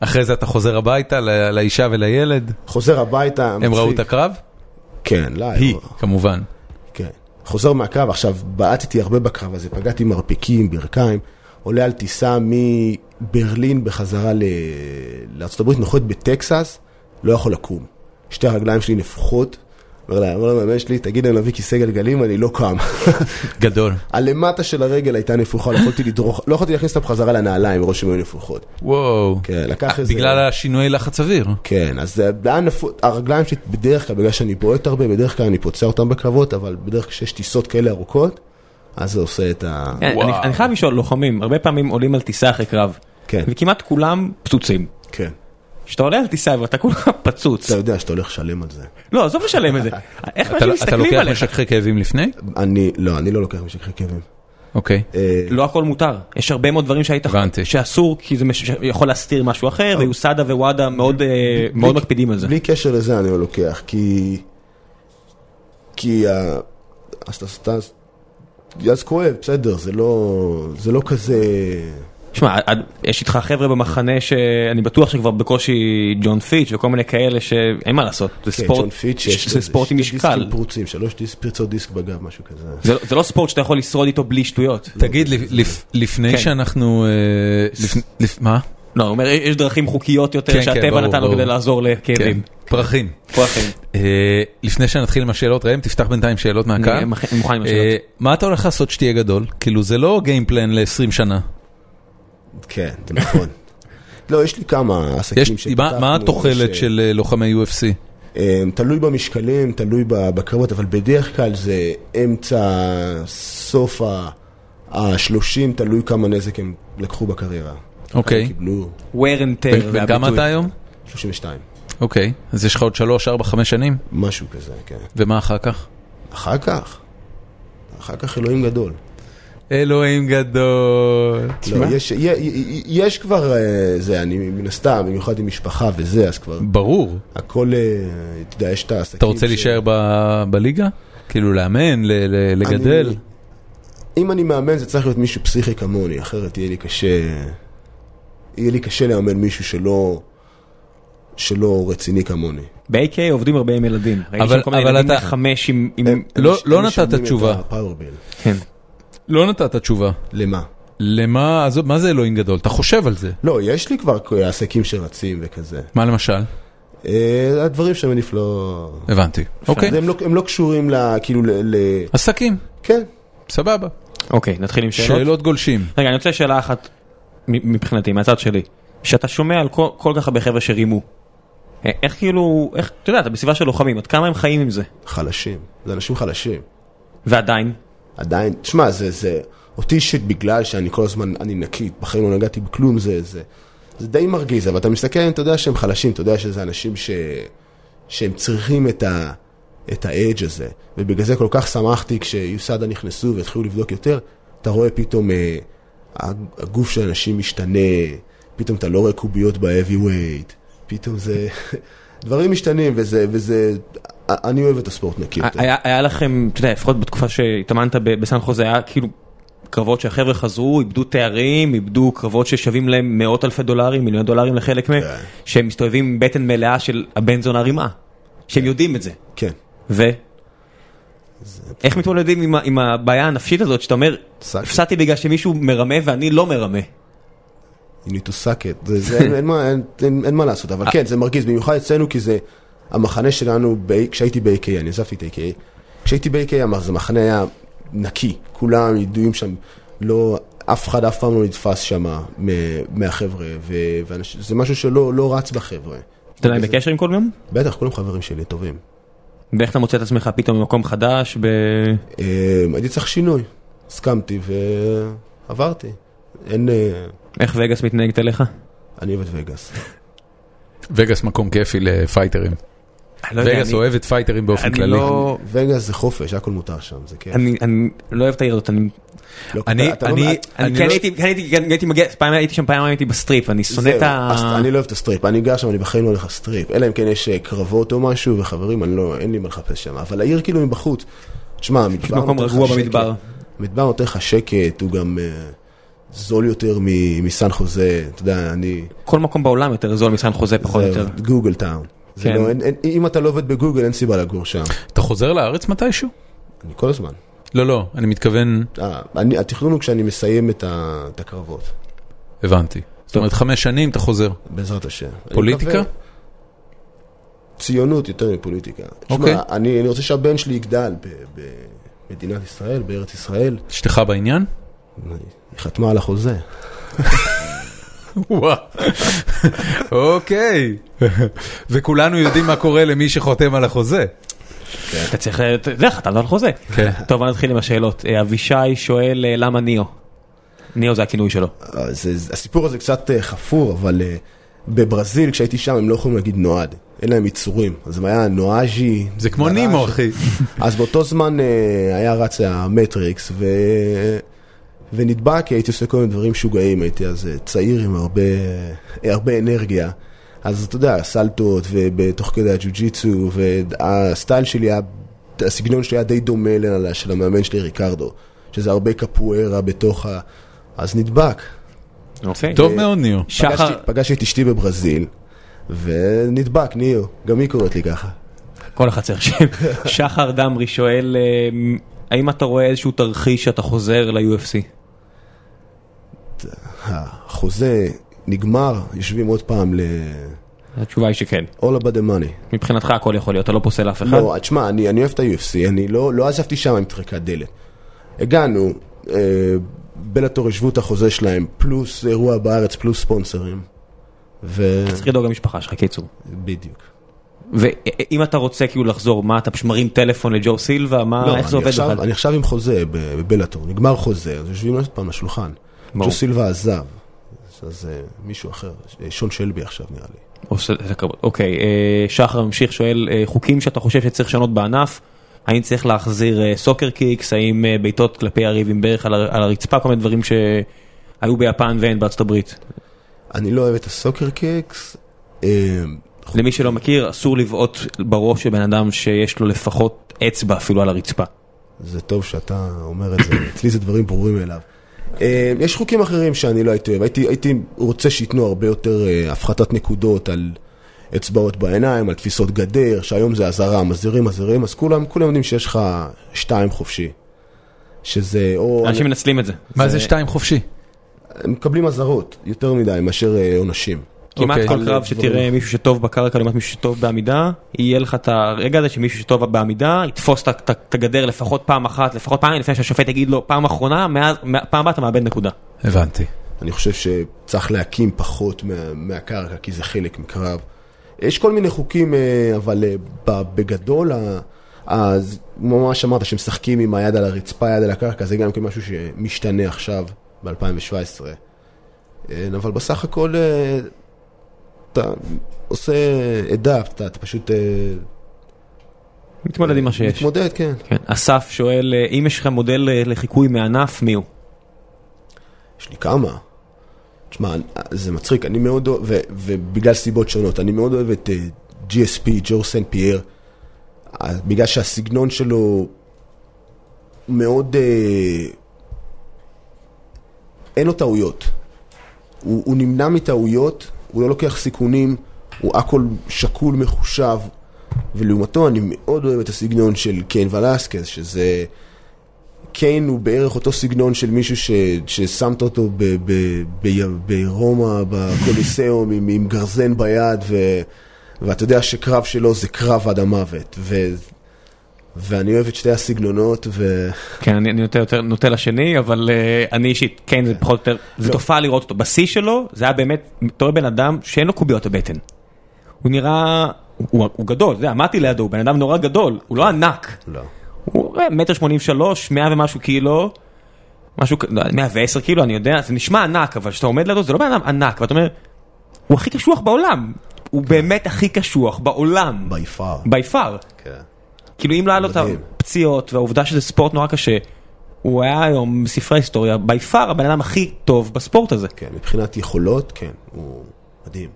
Speaker 1: אחרי זה אתה חוזר הביתה ל- לאישה ולילד,
Speaker 3: חוזר הביתה,
Speaker 1: הם
Speaker 3: מצחיק.
Speaker 1: ראו את הקרב?
Speaker 3: כן, לא,
Speaker 1: היא,
Speaker 3: לא.
Speaker 1: כמובן.
Speaker 3: כן. חוזר מהקרב, עכשיו בעטתי הרבה בקרב הזה, פגעתי מרפקים, ברכיים, עולה על טיסה מברלין בחזרה ל... לארה"ב, נוחת בטקסס, לא יכול לקום. שתי הרגליים שלי נפחות, אומר לה- אומר למאמן שלי, תגיד להם להביא כיסא גלגלים, אני לא קם.
Speaker 1: גדול.
Speaker 3: הלמטה של הרגל הייתה נפוחה, לא יכולתי לדרוך, לא יכולתי להכניס אותה בחזרה לנעליים, מרוב שהן היו נפוחות.
Speaker 1: וואו. אה,
Speaker 3: כן, לקח איזה...
Speaker 1: בגלל השינוי לחץ אוויר. לא-
Speaker 3: כן, אז זה היה נפוץ, הרגליים שלי בדרך כלל, בגלל שאני בועט הרבה, בדרך כלל אני פוצע אותם בקרבות, אבל בדרך כלל כשיש טיסות כאלה ארוכות, אז זה עושה את ה...
Speaker 2: כן, אני-
Speaker 1: וואו.
Speaker 2: אני חייב לשאול, לוחמים, הרבה פעמים עולים על טיסה אחרי קרב.
Speaker 3: כן.
Speaker 2: וכמעט כולם פצוצים.
Speaker 3: כן.
Speaker 2: כשאתה עולה על טיסה ואתה כולך פצוץ.
Speaker 3: אתה יודע שאתה הולך לשלם על זה.
Speaker 2: לא, עזוב לשלם את זה. איך
Speaker 1: אתה
Speaker 2: אנשים
Speaker 1: אתה
Speaker 2: מסתכלים
Speaker 1: לוקח
Speaker 2: עליך?
Speaker 1: משככי כאבים לפני?
Speaker 3: אני, לא, אני לא לוקח משככי כאבים.
Speaker 1: אוקיי.
Speaker 3: אה,
Speaker 2: לא הכל מותר, יש הרבה מאוד דברים שהיית,
Speaker 1: הבנתי.
Speaker 2: שאסור כי זה מש... יכול להסתיר משהו אחר, ויוסדה ווואדה מאוד, אה, מאוד מקפידים על זה.
Speaker 3: בלי קשר לזה אני לא לוקח, כי... כי ה... אז אתה- אתה... אז כואב, בסדר, זה לא... זה לא כזה...
Speaker 2: שמע, עד- יש איתך חבר'ה במחנה שאני בטוח שכבר בקושי ג'ון פיץ' וכל מיני כאלה שאין מה לעשות, זה
Speaker 3: כן,
Speaker 2: ספורט,
Speaker 3: ג'ון פיץ'
Speaker 2: ש-
Speaker 3: שיש לו
Speaker 2: זה
Speaker 3: איזה
Speaker 2: ספורט עם
Speaker 3: שתי דיסקים
Speaker 2: משקל,
Speaker 3: פרוצים, שלוש דיס- פרצות דיסק בגב, משהו כזה.
Speaker 2: זה, לא- זה לא ספורט שאתה יכול לשרוד איתו בלי שטויות.
Speaker 1: תגיד, לפ- לפ- לפני
Speaker 2: כן.
Speaker 1: שאנחנו... אה, לפ- לפ- מה?
Speaker 2: לא, הוא אומר, יש דרכים חוקיות
Speaker 1: כן,
Speaker 2: יותר
Speaker 1: כן,
Speaker 2: שהטבע
Speaker 1: ברור,
Speaker 2: נתן לו
Speaker 1: ברור.
Speaker 2: כדי לעזור
Speaker 1: כן,
Speaker 2: לכאבים.
Speaker 1: פרחים.
Speaker 4: פרחים.
Speaker 1: אה, לפני שנתחיל עם השאלות, ראם, תפתח בינתיים שאלות
Speaker 2: אני
Speaker 1: מהקהל.
Speaker 2: מוכן- מוכן עם השאלות.
Speaker 1: אה, מה אתה הולך לעשות שתהיה גדול? כאילו זה לא גיימפלן ל-20 שנה.
Speaker 3: כן, זה נכון. לא, יש לי כמה עסקים
Speaker 1: יש, מה, מה התוחלת
Speaker 3: ש-
Speaker 1: של אה, לוחמי UFC?
Speaker 3: אמ, תלוי במשקלים, תלוי ב- בקרבות, אבל בדרך כלל זה אמצע, סוף ה-30, תלוי כמה נזק הם לקחו בקריירה.
Speaker 1: אוקיי.
Speaker 3: כמה קיבלו
Speaker 2: wear and
Speaker 3: אה,
Speaker 2: tear
Speaker 1: בן כמה אתה היום?
Speaker 3: 32,
Speaker 1: אוקיי, אז יש לך עוד 3, 4, 5 שנים?
Speaker 3: משהו כזה, כן.
Speaker 1: ומה אחר כך?
Speaker 3: אחר כך, אחר כך אלוהים גדול.
Speaker 1: אלוהים גדול.
Speaker 3: לא, יש, יש, יש כבר אה, זה, אני מן הסתם, במיוחד עם משפחה וזה, אז כבר
Speaker 1: ברור.
Speaker 3: הכל, אה, אתה יודע, יש את העסקים.
Speaker 1: אתה רוצה
Speaker 3: ש-
Speaker 1: להישאר ב- בליגה? כאילו לאמן, ל- ל- לגדל?
Speaker 3: אני- אם אני מאמן זה צריך להיות מישהו פסיכי כמוני, אחרת יהיה לי קשה... יהיה לי קשה לאמן מישהו שלא... שלא רציני כמוני.
Speaker 2: ב-AK עובדים הרבה עם ילדים. ראיתי
Speaker 1: אבל-
Speaker 2: שם כל מיני
Speaker 1: אבל
Speaker 2: ילדים
Speaker 1: אתה-
Speaker 2: בני חמש עם... עם-
Speaker 3: הם- הם
Speaker 1: לא-
Speaker 3: מש-
Speaker 1: לא
Speaker 3: הם
Speaker 1: נתת
Speaker 3: משלמים את
Speaker 1: תשובה.
Speaker 3: הפאוורביל.
Speaker 2: כן.
Speaker 1: לא נתת תשובה.
Speaker 3: למה?
Speaker 1: למה, עזוב, מה זה אלוהים גדול? אתה חושב על זה.
Speaker 3: לא, יש לי כבר כ- עסקים שרצים וכזה.
Speaker 1: מה למשל?
Speaker 3: אה, הדברים שמניף לא...
Speaker 1: הבנתי. אוקיי,
Speaker 3: הם לא, הם לא קשורים ל... כאילו ל... ל...
Speaker 1: עסקים,
Speaker 3: כן.
Speaker 1: סבבה.
Speaker 2: אוקיי, נתחיל עם שאלות.
Speaker 1: שאלות גולשים.
Speaker 2: רגע, אני רוצה שאלה אחת מ- מבחינתי, מהצד שלי. שאתה שומע על כל, כל כך הרבה חבר'ה שרימו. א- איך כאילו, איך, אתה יודע, אתה בסביבה של לוחמים, עד כמה הם חיים עם זה?
Speaker 3: חלשים. זה אנשים חלשים.
Speaker 2: ועדיין,
Speaker 3: עדיין, תשמע, זה, זה, אותי אישית בגלל שאני כל הזמן, אני נקי, בחיים לא נגעתי בכלום, זה, זה, זה די מרגיז, אבל אתה מסתכל עליהם, אתה יודע שהם חלשים, אתה יודע שזה אנשים ש, שהם צריכים את ה... את האדג' הזה, ובגלל זה כל כך שמחתי כשיוסדה נכנסו והתחילו לבדוק יותר, אתה רואה פתאום אה, הגוף של אנשים משתנה, פתאום אתה לא רואה קוביות ב-heavy weight, פתאום זה... דברים משתנים, וזה... וזה אני אוהב את הספורט נקי יותר.
Speaker 2: היה, היה לכם, אתה יודע, לפחות בתקופה שהתאמנת ב- בסן חוזה, היה כאילו קרבות שהחבר'ה חזרו, איבדו תארים, איבדו קרבות ששווים להם מאות אלפי דולרים, מיליון דולרים לחלק מהם,
Speaker 3: כן.
Speaker 2: שהם מסתובבים עם בטן מלאה של הבן זון הרימה. שהם יודעים את זה.
Speaker 3: כן,
Speaker 2: ו? איך מתמודדים עם, ה- עם הבעיה הנפשית הזאת שאתה אומר,
Speaker 3: הפסקתי.
Speaker 2: הפסדתי בגלל שמישהו מרמה ואני לא מרמה.
Speaker 3: you need to suck it, זה, זה, אין, אין, מה, אין, אין, אין מה לעשות, אבל כן, זה מרגיז, במיוחד אצלנו, כי זה המחנה שלנו, ב, כשהייתי ב-AK, אני עזבתי את ה-AK, כשהייתי ב-AK, המח- זה מחנה היה נקי, כולם ידועים שם, לא, אף אחד אף פעם לא נתפס שם מ- מהחבר'ה, ו, ואנש, זה משהו שלא לא רץ בחבר'ה.
Speaker 2: אתה יודע, אני בקשר עם כל מיום?
Speaker 3: בטח, כולם חברים שלי, טובים.
Speaker 2: ואיך אתה מוצא את עצמך פתאום במקום חדש, ב...
Speaker 3: אה, הייתי צריך שינוי, הסכמתי ועברתי. אין, אה,
Speaker 2: איך וגאס מתנהגת אליך?
Speaker 3: אני אוהב את וגאס.
Speaker 1: וגאס מקום כיפי לפייטרים.
Speaker 2: אני לא יודע,
Speaker 1: וגאס
Speaker 2: אני-
Speaker 1: אוהבת פייטרים באופן
Speaker 2: אני
Speaker 1: כללי.
Speaker 2: לא...
Speaker 3: וגאס זה חופש, הכל מותר שם, זה כיף.
Speaker 2: אני, אני לא אוהב את העיר הזאת, אני,
Speaker 3: לא,
Speaker 1: אני-
Speaker 3: אתה לא-
Speaker 1: אני-
Speaker 3: אתה-
Speaker 2: אני,
Speaker 1: אני
Speaker 2: כן
Speaker 1: לא-
Speaker 2: הייתי, כן הייתי, כן הייתי מגיע, פעם הייתי שם פעמיים הייתי בסטריפ, אני שונא
Speaker 3: זהו,
Speaker 2: את ה...
Speaker 3: אז אני לא אוהב את הסטריפ, אני גר שם, אני בחיים לא הולך לסטריפ, אלא אם כן יש אה, קרבות או משהו, וחברים, אני לא, אין לי מה לחפש שם, אבל העיר כאילו מבחוץ. תשמע, המדבר
Speaker 2: מקום
Speaker 3: נותן לך
Speaker 2: רגוע
Speaker 3: שקט.
Speaker 2: במדבר.
Speaker 3: המדבר נותן לך שקט, הוא גם אה, זול יותר מ- מסן חוזה, אתה יודע, אני...
Speaker 2: כל מקום בעולם יותר זול מסן חוזה פחות או נכון יותר.
Speaker 3: גוגל טאון. זה
Speaker 2: כן.
Speaker 3: לא, אין- אין- אם אתה לא עובד בגוגל, אין סיבה לגור שם.
Speaker 1: אתה חוזר לארץ מתישהו?
Speaker 3: אני כל הזמן.
Speaker 1: לא, לא, אני מתכוון,
Speaker 3: אה, אני- התכנון הוא כשאני מסיים את ה- את הקרבות,
Speaker 1: הבנתי. זאת אומרת, חמש שנים אתה חוזר.
Speaker 3: בעזרת השם. אני
Speaker 1: פוליטיקה?
Speaker 3: מקווה. ציונות יותר מפוליטיקה.
Speaker 1: אוקיי.
Speaker 3: תשמע, אני, אני רוצה שהבן שלי יגדל ב- במדינת ישראל, בארץ ישראל.
Speaker 1: אשתך בעניין?
Speaker 3: היא חתמה על החוזה.
Speaker 1: וואו. אוקיי. וכולנו יודעים מה קורה למי שחותם על החוזה.
Speaker 2: אתה צריך, אתה יודע, חתמת על חוזה.
Speaker 1: כן.
Speaker 2: טוב, בוא נתחיל עם השאלות. אה, אבישי שואל אה, למה ניאו? ניאו זה הכינוי שלו.
Speaker 3: אה, זה, זה- הסיפור הזה קצת אה, חפור, אבל אה, בברזיל, כשהייתי שם, הם לא יכולים להגיד נועד. אין להם יצורים. אז הם היה נועז'י.
Speaker 1: זה כמו
Speaker 3: נרש.
Speaker 1: נימו, אחי.
Speaker 3: אז באותו זמן אה, היה רץ המטריקס, ו... ונתבע כי הייתי עושה כל מיני דברים משוגעים, הייתי אז אה, צעיר עם הרבה, אה, הרבה אנרגיה. אז אתה יודע, סלטות, ותוך כדי הג'ו-ג'יצו, והסטייל שלי היה, הסגנון שלי היה די דומה ל- של המאמן שלי, ריקרדו, שזה הרבה קפוארה בתוך ה... אז נדבק.
Speaker 2: אוקיי.
Speaker 1: טוב מאוד ניו.
Speaker 2: שחר,
Speaker 3: פגשתי, פגשתי את אשתי בברזיל, ונדבק, ניו, גם היא קוראת לי ככה.
Speaker 2: כל אחד צריך שם. שחר דמרי שואל, אה, האם אתה רואה איזשהו תרחיש שאתה חוזר ל-UFC?
Speaker 3: החוזה נגמר, יושבים עוד פעם ל...
Speaker 2: התשובה היא שכן.
Speaker 3: All about the money.
Speaker 2: מבחינתך הכל יכול להיות, אתה לא פוסל אף אחד.
Speaker 3: לא, תשמע, אני, אני אוהב את ה-UFC, אני לא, לא עזבתי שם עם טריקת דלת. הגענו, אה, בלאטור השוו את החוזה שלהם, פלוס אירוע בארץ, פלוס ספונסרים. ו...
Speaker 2: צריך לדאוג למשפחה שלך, קיצור.
Speaker 3: בדיוק.
Speaker 2: ואם אתה רוצה כאילו לחזור, מה, אתה פשוט מרים טלפון לג'ו סילבה, מה, אה, איך זה
Speaker 3: לא, אני
Speaker 2: עובד
Speaker 3: עכשיו,
Speaker 2: לך?
Speaker 3: אני עכשיו עם חוזה ב- בבלאטור, נגמר חוזה, אז יושבים עוד פעם לשולחן.
Speaker 2: ברור.
Speaker 3: ג'ו סילבה עזב, אז- אז אה, מישהו אחר, אה, שון שלבי עכשיו נראה לי.
Speaker 2: עושה את הכבוד. אוקיי, אה, שחר ממשיך, שואל, אה, חוקים שאתה חושב שצריך לשנות בענף? האם צריך להחזיר אה, סוקר קיקס? האם אה, בעיטות כלפי הריב עם ברך על ה- על הרצפה? כל מיני דברים שהיו ביפן ואין בארצות הברית.
Speaker 3: אני לא אוהב את הסוקר קיקס. אה,
Speaker 2: למי שלא מכיר, אסור לבעוט בראש של בן אדם שיש לו לפחות אצבע אפילו על הרצפה.
Speaker 3: זה טוב שאתה אומר את זה, אצלי זה דברים ברורים מאליו. אה, יש חוקים אחרים שאני לא הייתי אוהב, הייתי, הייתי רוצה שייתנו הרבה יותר אה, הפחתת נקודות על אצבעות בעיניים, על תפיסות גדר, שהיום זה אזהרה, מזהירים, מזהירים, אז כולם, כולם יודעים שיש לך שתיים חופשי. שזה או...
Speaker 2: אנשים מנצלים את זה.
Speaker 1: מה זה שתיים חופשי?
Speaker 3: הם מקבלים אזהרות יותר מדי מאשר אה, עונשים.
Speaker 2: כמעט
Speaker 1: אוקיי.
Speaker 2: כל
Speaker 3: על
Speaker 2: קרב
Speaker 3: דברים.
Speaker 2: שתראה מישהו שטוב בקרקע לעומת מישהו שטוב בעמידה, יהיה לך את הרגע הזה שמישהו שטוב בעמידה יתפוס את ה- את ה- את הגדר לפחות פעם אחת, לפחות פעם לפני שהשופט יגיד לו פעם אחרונה, מאז- מה- פעם הבאה אתה מאבד נקודה.
Speaker 1: הבנתי.
Speaker 3: אני חושב שצריך להקים פחות מה, מהקרקע, כי זה חלק מקרב. יש כל מיני חוקים, אה, אבל אה, ב- בגדול, ה- אז ממש אמרת שמשחקים עם היד על הרצפה, יד על הקרקע, זה גם כן משהו שמשתנה עכשיו, ב-2017. אבל בסך הכל, אה, אתה עושה אה, עדה, אתה, אתה פשוט אה,
Speaker 2: מתמודד עם מה שיש.
Speaker 3: מתמודד, כן.
Speaker 2: כן. אסף שואל אה, אם יש לך מודל אה, לחיקוי מענף מי הוא?
Speaker 3: יש לי כמה. תשמע, זה מצחיק, אני מאוד אוהב, ו- ובגלל סיבות שונות, אני מאוד אוהב את אה, GSP, ג'ו סן פייר, אה, בגלל שהסגנון שלו מאוד... אה, אין לו טעויות. הוא, הוא נמנע מטעויות, הוא לא לוקח סיכונים, הוא הכל שקול, מחושב, ולעומתו אני מאוד אוהב את הסגנון של קיין ולסקז, שזה... קיין כן, הוא בערך אותו סגנון של מישהו ש, ששמת אותו ב, ב, ב, ברומא, בקוליסאום, עם, עם גרזן ביד, ו, ואתה יודע שקרב שלו זה קרב עד המוות. ו, ואני אוהב את שתי הסגנונות, ו...
Speaker 2: כן, אני, אני נוטה יותר נוטה לשני, אבל uh, אני אישית, כן, זה פחות או יותר, זה
Speaker 3: לא.
Speaker 2: תופעה לראות אותו. בשיא שלו, זה היה באמת, אתה רואה בן אדם שאין לו קוביות הבטן. הוא נראה, הוא, הוא, הוא גדול, אתה יודע, עמדתי לידו, הוא בן אדם נורא גדול, הוא לא ענק.
Speaker 3: לא.
Speaker 2: הוא אה, מטר שמונים שלוש, מאה ומשהו קילו, משהו, כ- לא, מאה ועשר קילו, אני יודע, זה נשמע ענק, אבל כשאתה עומד לידו זה לא בן אדם ענק, ואתה אומר, הוא הכי קשוח בעולם. הוא באמת הכי קשוח בעולם,
Speaker 3: by far.
Speaker 2: by far.
Speaker 3: כן.
Speaker 2: כאילו אם לא היה לו את
Speaker 3: מדהים.
Speaker 2: הפציעות והעובדה שזה ספורט נורא קשה, הוא היה היום בספרי היסטוריה, בי פאר הבן אדם הכי טוב בספורט הזה.
Speaker 3: כן, מבחינת יכולות, כן, הוא מדהים.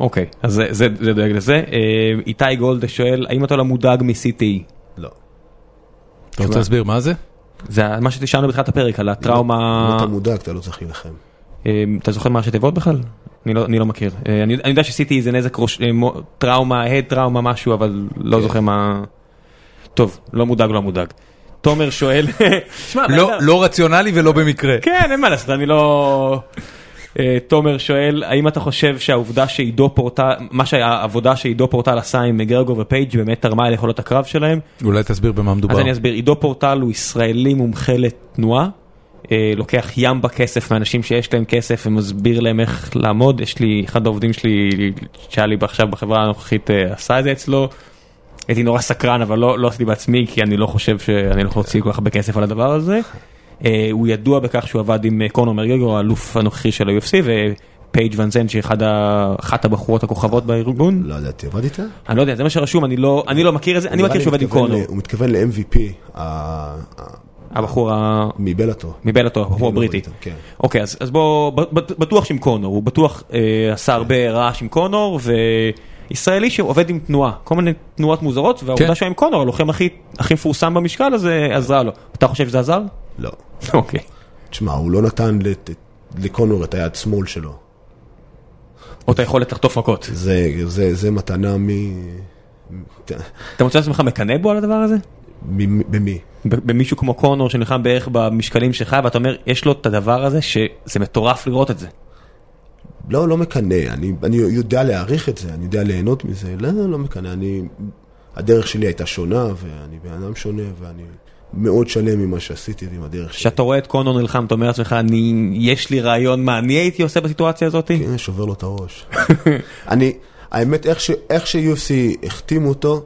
Speaker 2: אוקיי, אז זה, זה, זה דואג לזה. אה, איתי גולדה שואל, האם אתה לא מודאג מ-CTE?
Speaker 3: לא.
Speaker 1: אתה רוצה להסביר מה זה?
Speaker 2: לא, זה מה ששאלנו בתחילת הפרק, על
Speaker 3: אם
Speaker 2: הטראומה,
Speaker 3: אתה מודאג, אתה לא צריך להילחם.
Speaker 2: אה, אתה זוכר מה ראשי תיבות בכלל? אני לא, אני לא מכיר. אה, אני, אני יודע ש-CTE זה נזק ראש, אה, מו- טראומה, הד טראומה משהו, אבל לא זוכר מה... טוב, לא מודאג, לא מודאג. תומר שואל, שמע, בן
Speaker 1: לא-
Speaker 2: אדם-
Speaker 1: לא רציונלי ולא במקרה.
Speaker 2: כן, אין מה לעשות, אני לא... אה, תומר שואל, האם אתה חושב שהעובדה שעידו פורטל, מה שהעבודה שעידו פורטל עשה עם גרגו ופייג' באמת תרמה ליכולות הקרב שלהם?
Speaker 1: אולי תסביר במה מדובר.
Speaker 2: אז אני אסביר, עידו פורטל הוא ישראלי מומחה לתנועה, אה, לוקח ים בכסף מאנשים שיש להם כסף ומסביר להם איך לעמוד, יש לי, אחד העובדים שלי שהיה לי עכשיו בחברה הנוכחית אה, עשה את זה אצלו, הייתי נורא סקרן אבל לא, לא עשיתי בעצמי כי אני לא חושב שאני הולך להוציא כל כך הרבה כסף על הדבר הזה. אה, הוא ידוע בכך שהוא עבד עם אה, קונור מרגגו, האלוף הנוכחי של ה-UFC, ופייג' ון זן שהיא אחד ה- אחת הבחורות הכוכבות בארגון.
Speaker 3: לא ידעתי, עבד איתה?
Speaker 2: אני לא יודע, זה מה שרשום, אני לא, אני לא מכיר את זה, אני מכיר שהוא עובד עם קונור,
Speaker 3: הוא מתכוון ל-MVP ה- ה-
Speaker 2: הבחור ה...
Speaker 3: מבלאטור.
Speaker 2: מבלאטור, הבחור הבריטי.
Speaker 3: כן.
Speaker 2: אוקיי, אז, אז בוא, בט- בטוח שעם קונור, הוא בטוח אה, עשה הרבה רעש עם קונור, וישראלי שעובד עם תנועה, כל מיני תנועות מוזרות, והעובדה
Speaker 1: כן.
Speaker 2: שהיה עם קונור, הלוחם הכי, הכי מפורסם במשקל הזה, עזרה לו. אתה חושב שזה עזר?
Speaker 3: לא.
Speaker 2: אוקיי.
Speaker 3: תשמע, הוא לא נתן לת- לקונור את היד שמאל שלו.
Speaker 2: או את היכולת לחטוף מכות.
Speaker 3: זה, זה, זה מתנה מ...
Speaker 2: אתה מוצא את עצמך מקנא בו על הדבר הזה?
Speaker 3: מ... במי?
Speaker 2: ב- במישהו כמו קונור שנלחם בערך במשקלים שלך, ואתה אומר, יש לו את הדבר הזה שזה מטורף לראות את זה.
Speaker 3: לא, לא מקנא, אני, אני יודע להעריך את זה, אני יודע ליהנות מזה, לא, לא מקנא, אני... הדרך שלי הייתה שונה, ואני בן אדם שונה, ואני מאוד שלם עם מה שעשיתי ועם הדרך שלי.
Speaker 2: כשאתה רואה את קונור נלחם, אתה אומר לעצמך, "אני- יש לי רעיון מה אני הייתי עושה בסיטואציה הזאת?
Speaker 3: כן, שובר לו את הראש. אני, האמת, איך, ש, איך ש-UFC החתימו אותו,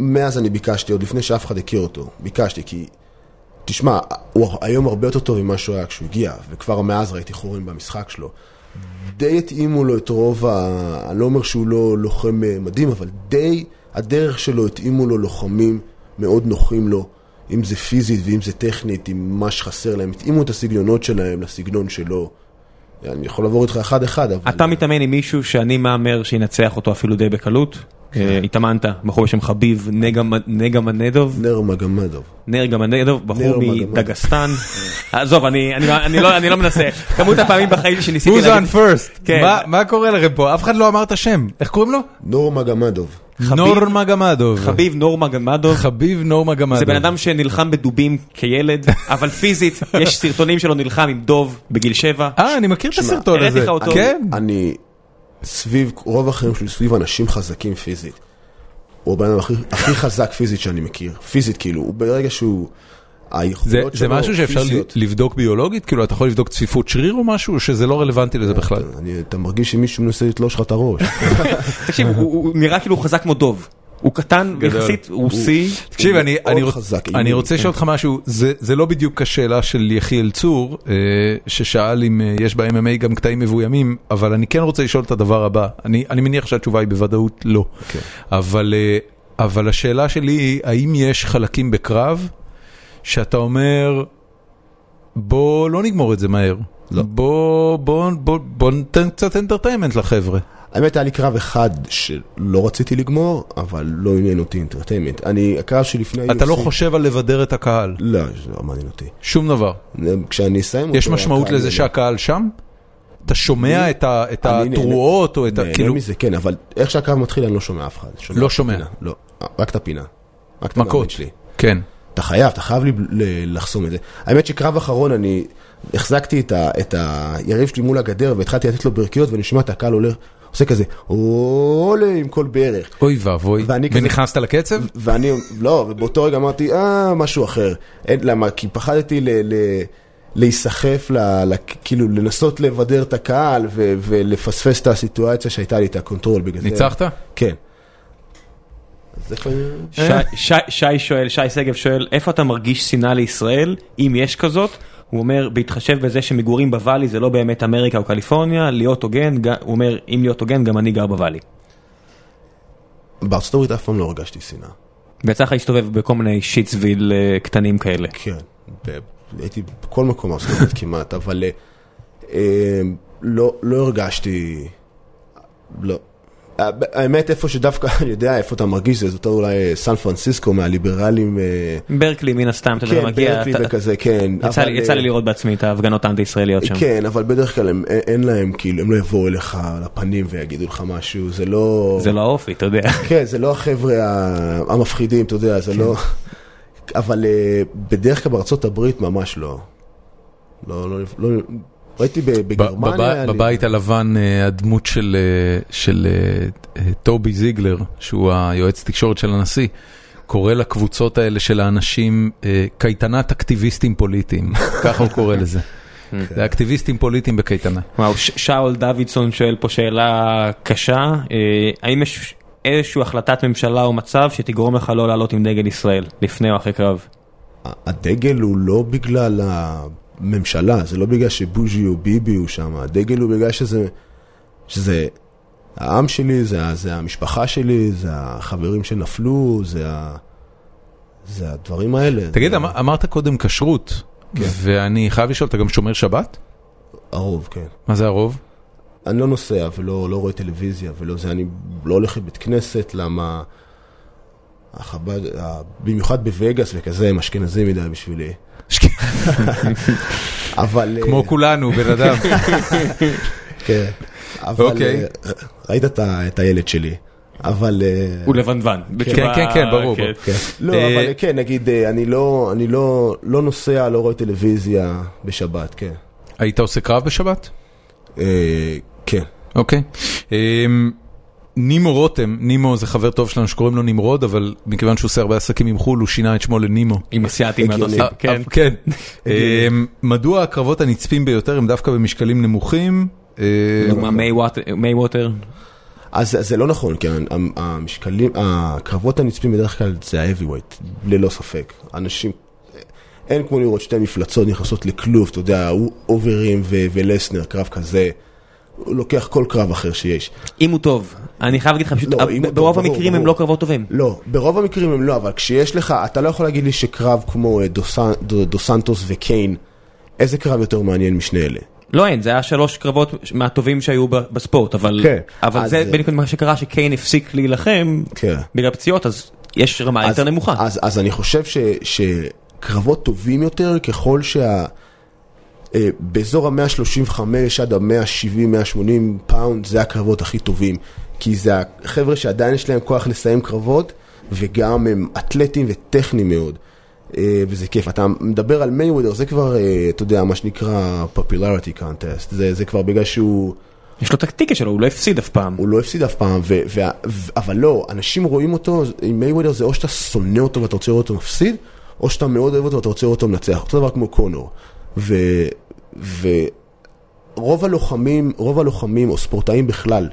Speaker 3: מאז אני ביקשתי, עוד לפני שאף אחד הכיר אותו, ביקשתי, כי... תשמע, הוא היום הרבה יותר טוב ממה שהוא היה כשהוא הגיע, וכבר מאז ראיתי חורים במשחק שלו. די התאימו לו את רוב ה... אני לא אומר שהוא לא לוחם אה, מדהים, אבל די הדרך שלו התאימו לו לוחמים מאוד נוחים לו, אם זה פיזית ואם זה טכנית, עם מה שחסר להם. התאימו את הסגנונות שלהם לסגנון שלו. אני יכול לעבור איתך אחד-אחד, אבל...
Speaker 2: אתה מתאמן עם מישהו שאני מהמר שינצח אותו אפילו די בקלות.
Speaker 1: כן.
Speaker 2: אה, התאמנת, בחור בשם חביב נגה מ- נגה מנדוב,
Speaker 3: נר מגמדוב.
Speaker 2: נרגה מנדוב, בחור
Speaker 3: נר מגמדוב.
Speaker 2: מדגסטן. עזוב, אני- אני לא- אני לא- אני לא מנסה. כמות הפעמים בחיים שניסיתי
Speaker 1: who's
Speaker 2: להגיד...
Speaker 1: on first?
Speaker 2: כן.
Speaker 1: מה- מה קורה לכם פה? אף אחד לא אמר את השם. איך קוראים לו?
Speaker 3: נור מגמדוב.
Speaker 1: נורמה גמדוב.
Speaker 2: חביב נורמה גמדוב.
Speaker 1: חביב נורמה גמדוב.
Speaker 2: זה בן אדם שנלחם בדובים כילד, אבל פיזית, יש סרטונים שלו נלחם עם דוב בגיל שבע.
Speaker 1: אה, אני מכיר את
Speaker 3: שמע,
Speaker 1: הסרטון
Speaker 2: הראיתי
Speaker 1: הזה.
Speaker 2: לך אותו.
Speaker 1: כן?
Speaker 3: אני סביב, רוב החיים שלי סביב אנשים חזקים פיזית. הוא הבן אדם הכי, הכי חזק פיזית שאני מכיר. פיזית, כאילו, הוא ברגע שהוא...
Speaker 1: זה,
Speaker 3: היכולות
Speaker 1: זה
Speaker 3: שלו
Speaker 1: משהו שאפשר
Speaker 3: פיזיות.
Speaker 1: ל- לבדוק ביולוגית? כאילו, אתה יכול לבדוק צפיפות שריר או משהו, או שזה לא רלוונטי לזה בכלל?
Speaker 3: אני, אתה מרגיש שמישהו מנסה לתלוש לך את הראש.
Speaker 2: תקשיב, הוא- הוא הוא נראה כאילו הוא חזק כמו דוב. הוא קטן,
Speaker 1: גדול.
Speaker 2: יחסית רוסי.
Speaker 1: תקשיב,
Speaker 3: הוא
Speaker 1: אני,
Speaker 3: מאוד
Speaker 1: אני, רוצ,
Speaker 3: חזק, כן.
Speaker 1: אני
Speaker 3: אימי,
Speaker 1: רוצה לשאול אותך משהו, זה, זה לא בדיוק השאלה של יחיאל צור, אה, ששאל אם אה, יש ב-MMA גם קטעים מבוימים, אבל אני כן רוצה לשאול את הדבר הבא. אני, אני מניח שהתשובה היא בוודאות לא.
Speaker 3: אוקיי.
Speaker 1: אבל, אה, אבל השאלה שלי היא, האם יש חלקים בקרב שאתה אומר, בוא לא נגמור את זה מהר. לא. בוא, בוא, בוא, בוא ניתן קצת אנטרטיימנט לחבר'ה.
Speaker 3: האמת, היה לי קרב אחד שלא רציתי לגמור, אבל לא עניין אותי אינטרטיימנט. אני, הקרב שלפני...
Speaker 1: אתה לא
Speaker 3: ה-UFC
Speaker 1: חושב על לבדר את הקהל,
Speaker 3: לא, זה לא מעניין אותי.
Speaker 1: שום דבר.
Speaker 3: כשאני אסיים אותו...
Speaker 1: יש משמעות
Speaker 3: הקהל
Speaker 1: לזה
Speaker 3: ידע.
Speaker 1: שהקהל שם? אתה שומע את ה- את
Speaker 3: אני נהנה-
Speaker 1: התרועות או את ה...
Speaker 3: נהנה
Speaker 1: כאילו,
Speaker 3: מזה, כן, אבל איך שהקרב מתחיל אני לא שומע אף אחד.
Speaker 1: לא
Speaker 3: את
Speaker 1: שומע.
Speaker 3: הפינה, לא, רק את הפינה. רק את המאמן
Speaker 1: מכות.
Speaker 3: שלי.
Speaker 1: כן.
Speaker 3: אתה חייב, אתה חייב לב- ל- לחסום את זה. האמת שקרב אחרון אני החזקתי את ה- את היריב שלי מול הגדר והתחלתי לתת לו ברכיות ואני שומע את הקהל הולך, עושה כזה, עולה עם כל ברך.
Speaker 1: אוי ואבוי.
Speaker 3: ואני כזה-
Speaker 1: ונכנסת לקצב?
Speaker 3: ואני, לא, ובאותו רגע אמרתי, אה, משהו אחר. אין, למה? כי פחדתי ל... ל... להיסחף, ל, ל, כאילו לנסות לבדר את הקהל ו, ולפספס את הסיטואציה שהייתה לי את הקונטרול בגלל זה.
Speaker 1: ניצחת?
Speaker 3: כן. אז איפה...
Speaker 2: שי-
Speaker 3: אה?
Speaker 2: שי- שי שואל, שי שגב שואל, איפה אתה מרגיש שנאה לישראל, אם יש כזאת? הוא אומר, בהתחשב בזה שמגורים בוואלי זה לא באמת אמריקה או קליפורניה, להיות הוגן, ג- הוא אומר, אם להיות הוגן, גם אני גר בוואלי.
Speaker 3: בארצות הברית אף פעם לא הרגשתי שנאה.
Speaker 2: ויצא לך להסתובב בכל מיני שיטסוויל אה, קטנים כאלה.
Speaker 3: כן. ב- הייתי בכל מקום בארצות הברית כמעט, אבל אה, אה, לא, לא הרגשתי... לא. הא- האמת, איפה שדווקא, אני יודע איפה אתה מרגיש זה, זה אותו אולי אה, סן פרנסיסקו מהליברלים, אה,
Speaker 2: ברקלי מן הסתם, אתה יודע,
Speaker 3: כן,
Speaker 2: לא מגיע,
Speaker 3: ברקלי
Speaker 2: אתה-
Speaker 3: וכזה, כן.
Speaker 2: יצא
Speaker 3: אבל,
Speaker 2: לי- יצא לי
Speaker 3: אה,
Speaker 2: לראות בעצמי את ההפגנות האנטי-ישראליות שם.
Speaker 3: כן, אבל בדרך כלל הם, אין- אין להם, כאילו, הם לא יבואו אליך לפנים ויגידו לך משהו, זה לא...
Speaker 2: זה לא האופי, אתה יודע.
Speaker 3: כן, זה לא החבר'ה ה- המפחידים, אתה יודע,
Speaker 1: כן.
Speaker 3: זה לא... אבל אה, בדרך כלל בארצות הברית ממש לא. לא, לא, לא... ראיתי ב-
Speaker 1: ב- בב-
Speaker 3: בגרמניה... היה לי-
Speaker 1: בבית הלבן אה, הדמות של אה, של, אה, אה, טובי זיגלר, שהוא היועץ תקשורת של הנשיא. קורא לקבוצות האלה של האנשים אה, קייטנת אקטיביסטים פוליטיים, ככה הוא קורא לזה.
Speaker 3: כן.
Speaker 1: זה אקטיביסטים פוליטיים בקייטנה.
Speaker 2: וואו, ש- שאול דוידסון שואל פה שאלה קשה, אה, האם יש איזושהי החלטת ממשלה או מצב שתגרום לך לא לעלות עם דגל ישראל, לפני או אחרי קרב?
Speaker 3: הדגל הוא לא בגלל הממשלה, זה לא בגלל שבוז'י או ביבי הוא שם, הדגל הוא בגלל שזה, שזה העם שלי, זה, ה- זה המשפחה שלי, זה החברים שנפלו, זה, ה, זה הדברים האלה.
Speaker 1: תגיד,
Speaker 3: זה
Speaker 1: אמ- אמרת קודם כשרות,
Speaker 3: כן.
Speaker 1: ואני חייב לשאול, אתה גם שומר שבת?
Speaker 3: הרוב, כן.
Speaker 1: מה זה הרוב?
Speaker 3: אני לא נוסע ולא לא רואה טלוויזיה ולא זה, אני לא הולך לבית כנסת, למה... החב"ד, ה- במיוחד בווגאס וכזה, הם אשכנזים מדי בשבילי. אבל...
Speaker 1: כמו
Speaker 3: אה,
Speaker 1: כולנו, בן אדם.
Speaker 3: כן. אבל
Speaker 1: אוקיי.
Speaker 3: אה, ראית את ה- את הילד שלי, אבל... אה,
Speaker 2: הוא לבנוון. בתשובה-
Speaker 1: כן, כן, ברור, ברור.
Speaker 3: כן. לא,
Speaker 1: אה,
Speaker 3: אבל אה, כן, נגיד, אה, אני לא אני לא- לא נוסע, לא רואה טלוויזיה בשבת, כן.
Speaker 1: היית עושה קרב בשבת?
Speaker 3: אה, כן.
Speaker 1: אוקיי. אמ, נימו רותם, נימו זה חבר טוב שלנו שקוראים לו נמרוד, אבל מכיוון שהוא עושה הרבה עסקים עם חו"ל, הוא שינה את שמו לנימו.
Speaker 2: עם אסיאתים
Speaker 3: הגיוני.
Speaker 2: מהדוסים,
Speaker 1: אה,
Speaker 2: כן.
Speaker 1: אה, כן. אמ, מדוע הקרבות הנצפים ביותר הם דווקא במשקלים נמוכים? אה,
Speaker 2: דוגמה מיי וואט- מיי ווטר,
Speaker 3: אז אז זה לא נכון, כי המ- המשקלים, הקרבות הנצפים בדרך כלל זה ה-heavyweight, ללא ספק. אנשים, אין כמו לראות שתי מפלצות נכנסות לכלוב, אתה יודע, הוא אוברים ו- ולסנר, קרב כזה, הוא לוקח כל קרב אחר שיש.
Speaker 2: אם הוא טוב. אני חייב להגיד לך, פשוט אה,
Speaker 3: לא, אם הוא טוב,
Speaker 2: ברוב
Speaker 3: ברור,
Speaker 2: המקרים הם
Speaker 3: ברור.
Speaker 2: לא קרבות טובים.
Speaker 3: לא, ברוב המקרים הם לא, אבל כשיש לך, אתה לא יכול להגיד לי שקרב כמו אה, דו סן- דו- דו סנטוס וקיין, איזה קרב יותר מעניין משני אלה?
Speaker 2: לא אין, זה היה שלוש קרבות מהטובים שהיו ב- בספורט, אבל
Speaker 3: כן.
Speaker 2: אבל
Speaker 3: אז-
Speaker 2: זה בדיוק מה שקרה, שקיין הפסיק להילחם
Speaker 3: כן.
Speaker 2: בגלל פציעות, אז יש רמה יותר נמוכה.
Speaker 3: אז, אז אני חושב ש, שקרבות טובים יותר ככל שה... אה, באזור ה-135 עד ה-170, 180 פאונד זה הקרבות הכי טובים. כי זה החבר'ה שעדיין יש להם כוח לסיים קרבות, וגם הם אתלטים וטכניים מאוד. אה, וזה כיף. אתה מדבר על מייוודר, זה כבר, אה, אתה יודע, מה שנקרא popularity contest. זה, זה כבר בגלל שהוא...
Speaker 2: יש לו את הטיקט שלו, הוא לא הפסיד אף פעם.
Speaker 3: הוא לא הפסיד אף פעם, ו- וה- ו- אבל לא, אנשים רואים אותו, עם מייוודר זה או שאתה שונא אותו ואתה רוצה לראות אותו מפסיד, או שאתה מאוד אוהב אותו ואתה רוצה לראות אותו מנצח, אותו דבר כמו קונור. ו- ורוב הלוחמים, רוב הלוחמים, או ספורטאים בכלל,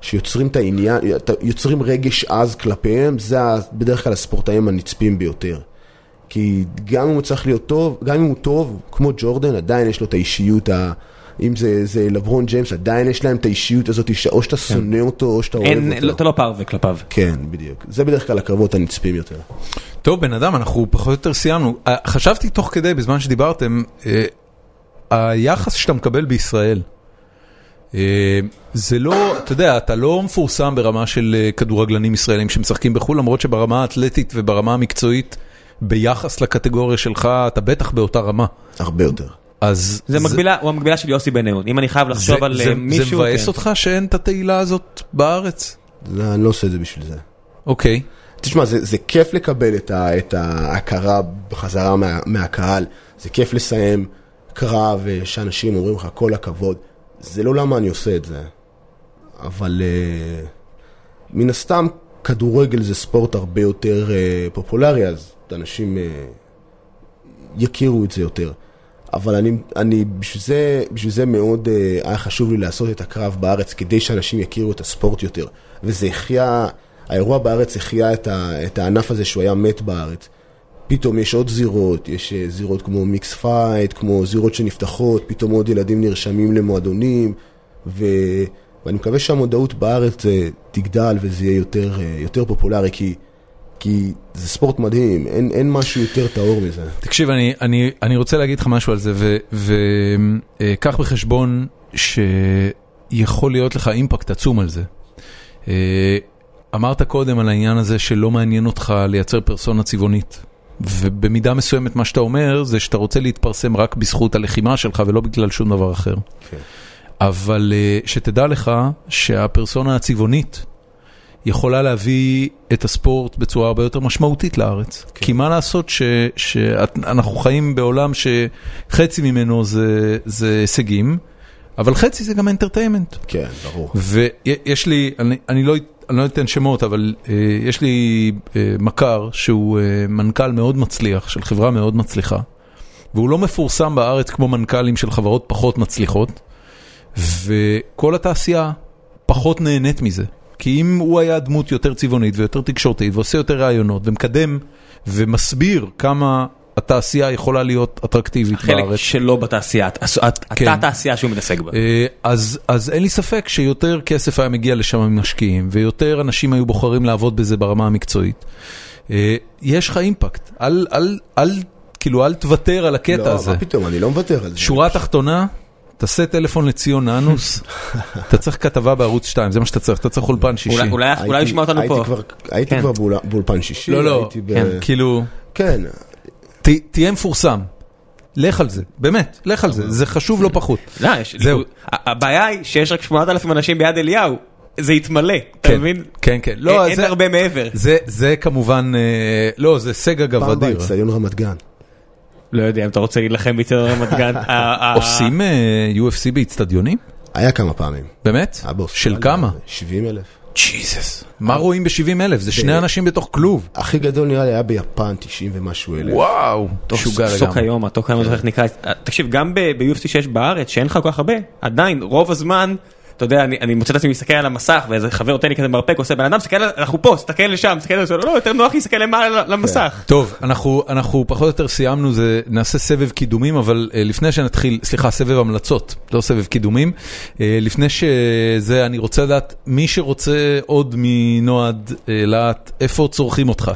Speaker 3: שיוצרים את העניין, יוצרים רגש עז כלפיהם, זה ה- בדרך כלל הספורטאים הנצפים ביותר. כי גם אם הוא צריך להיות טוב, גם אם הוא טוב, כמו ג'ורדן, עדיין יש לו את האישיות ה... אם זה, זה לברון ג'יימס, עדיין יש להם את האישיות הזאת, שאו שאתה שונא אותו, או שאתה אוהב
Speaker 2: כן. אין,
Speaker 3: אותו.
Speaker 2: לא- אתה לא פרווה כלפיו.
Speaker 3: כן, בדיוק. זה בדרך כלל הקרבות הנצפים יותר.
Speaker 1: טוב, בן אדם, אנחנו פחות או יותר סיימנו. אה, חשבתי תוך כדי, בזמן שדיברתם, אה, היחס שאתה מקבל בישראל, אה, זה לא, אתה יודע, אתה לא מפורסם ברמה של אה, כדורגלנים ישראלים שמשחקים בחו"ל, למרות שברמה האתלטית וברמה המקצועית, ביחס לקטגוריה שלך, אתה בטח באותה רמה.
Speaker 3: הרבה יותר.
Speaker 1: אז...
Speaker 2: זה מקבילה, הוא המקבילה של יוסי בן אהוד, אם אני חייב לחשוב
Speaker 1: זה-
Speaker 2: על
Speaker 1: זה-
Speaker 2: אה, מישהו...
Speaker 1: זה מבאס
Speaker 2: כן.
Speaker 1: אותך שאין את התהילה הזאת בארץ?
Speaker 3: זה, אני לא עושה את זה בשביל זה.
Speaker 1: אוקיי.
Speaker 3: תשמע, זה, זה כיף לקבל את, ה, את ההכרה בחזרה מה, מהקהל, זה כיף לסיים קרב אה, שאנשים אומרים לך כל הכבוד. זה לא למה אני עושה את זה, אבל אה, מן הסתם כדורגל זה ספורט הרבה יותר אה, פופולרי, אז אנשים אה, יכירו את זה יותר. אבל אני, אני בשביל, זה, בשביל זה מאוד אה, היה חשוב לי לעשות את הקרב בארץ, כדי שאנשים יכירו את הספורט יותר. וזה החיה, האירוע בארץ החיה את, ה, את הענף הזה שהוא היה מת בארץ. פתאום יש עוד זירות, יש אה, זירות כמו מיקס פייט, כמו זירות שנפתחות, פתאום עוד ילדים נרשמים למועדונים, ו... ואני מקווה שהמודעות בארץ אה, תגדל וזה יהיה יותר, אה, יותר פופולרי, כי, כי זה ספורט מדהים, אין, אין משהו יותר טהור מזה.
Speaker 1: תקשיב, אני, אני, אני רוצה להגיד לך משהו על זה, וקח בחשבון שיכול להיות לך אימפקט עצום על זה. אה, אמרת קודם על העניין הזה שלא מעניין אותך לייצר פרסונה צבעונית. ובמידה מסוימת מה שאתה אומר זה שאתה רוצה להתפרסם רק בזכות הלחימה שלך ולא בגלל שום דבר אחר.
Speaker 3: כן.
Speaker 1: אבל אה, שתדע לך שהפרסונה הצבעונית יכולה להביא את הספורט בצורה הרבה יותר משמעותית לארץ. כי מה לעשות ש- שאנחנו חיים בעולם שחצי ממנו זה, זה הישגים, אבל חצי זה גם אינטרטיימנט.
Speaker 3: כן, ברור.
Speaker 1: ויש לי, אני, אני, לא, אני לא אתן שמות, אבל אה, יש לי אה, מכר שהוא אה, מנכ"ל מאוד מצליח, של חברה מאוד מצליחה, והוא לא מפורסם בארץ כמו מנכ"לים של חברות פחות מצליחות, וכל התעשייה פחות נהנית מזה. כי אם הוא היה דמות יותר צבעונית ויותר תקשורתית ועושה יותר ראיונות ומקדם ומסביר כמה התעשייה יכולה להיות אטרקטיבית
Speaker 2: חלק
Speaker 1: בארץ.
Speaker 2: שלו בתעשייה, הס- הת-
Speaker 1: כן.
Speaker 2: התת התעשייה שהוא מתעסק בה.
Speaker 1: אה, אז, אז אין לי ספק שיותר כסף היה מגיע לשם ממשקיעים, ויותר אנשים היו בוחרים לעבוד בזה ברמה המקצועית. אה, יש לך אימפקט, אל, אל, אל, כאילו אל תוותר על הקטע
Speaker 3: לא,
Speaker 1: הזה.
Speaker 3: מה פתאום, אני לא מוותר על זה.
Speaker 1: שורה תחתונה, תעשה טלפון לציון אנוס, אתה צריך כתבה בערוץ 2, זה מה שאתה צריך, אתה צריך אולפן שישי.
Speaker 2: אולי- אולי
Speaker 3: הייתי-
Speaker 2: אולי ישמע אותנו
Speaker 3: הייתי
Speaker 2: פה.
Speaker 3: כבר- הייתי
Speaker 2: כן.
Speaker 3: כבר באול- באולפן שישי.
Speaker 1: לא, לא,
Speaker 3: הייתי ב-
Speaker 1: כן, כאילו,
Speaker 3: כן,
Speaker 1: ת, תהיה מפורסם. לך על זה, באמת, לך על זה, זה חשוב לא פחות.
Speaker 2: לא, יש-
Speaker 1: זהו.
Speaker 2: ה- הבעיה היא שיש רק 8,000 אנשים ביד אליהו, זה יתמלא, אתה
Speaker 1: כן,
Speaker 2: מבין?
Speaker 1: כן, כן. לא,
Speaker 2: אין אין
Speaker 1: זה-
Speaker 2: הרבה מעבר.
Speaker 1: זה, זה כמובן, אה, לא, זה הישג אגב
Speaker 3: פעם
Speaker 1: אדיר.
Speaker 3: באצטדיון רמת גן.
Speaker 2: לא יודע אם אתה רוצה להילחם ביצור רמת גן. ה- ה-
Speaker 1: עושים אה, UFC באיצטדיונים?
Speaker 3: היה כמה פעמים.
Speaker 1: באמת?
Speaker 3: היה אה, באוסטרליה,
Speaker 1: של כמה?
Speaker 3: 70 אלף.
Speaker 1: ג'יזוס. מה רואים ב-70 אלף? זה שני אנשים בתוך כלוב.
Speaker 3: הכי גדול נראה לי היה ביפן 90 ומשהו אלף.
Speaker 1: וואו, משוגע
Speaker 2: סוק
Speaker 1: לגמרי.
Speaker 2: היום, הטוק היום, אני לא זוכר איך נקרא, תקשיב, גם ב-UFC שיש בארץ, שאין לך כל כך הרבה, עדיין, רוב הזמן, אתה יודע, אני אני מוצא את עצמי מסתכל על המסך, ואיזה חבר נותן לי כזה מרפק, עושה בן אדם, תסתכל, על- אנחנו פה, תסתכל לשם, תסתכל לשם, לא, יותר נוח להסתכל למעלה ל- למסך.
Speaker 1: טוב, אנחנו, אנחנו פחות או יותר סיימנו, זה, נעשה סבב קידומים, אבל אה, לפני שנתחיל, סליחה, סבב המלצות, לא סבב קידומים. אה, לפני שזה, אני רוצה לדעת, מי שרוצה עוד מנועד אה, להט, איפה צורכים אותך?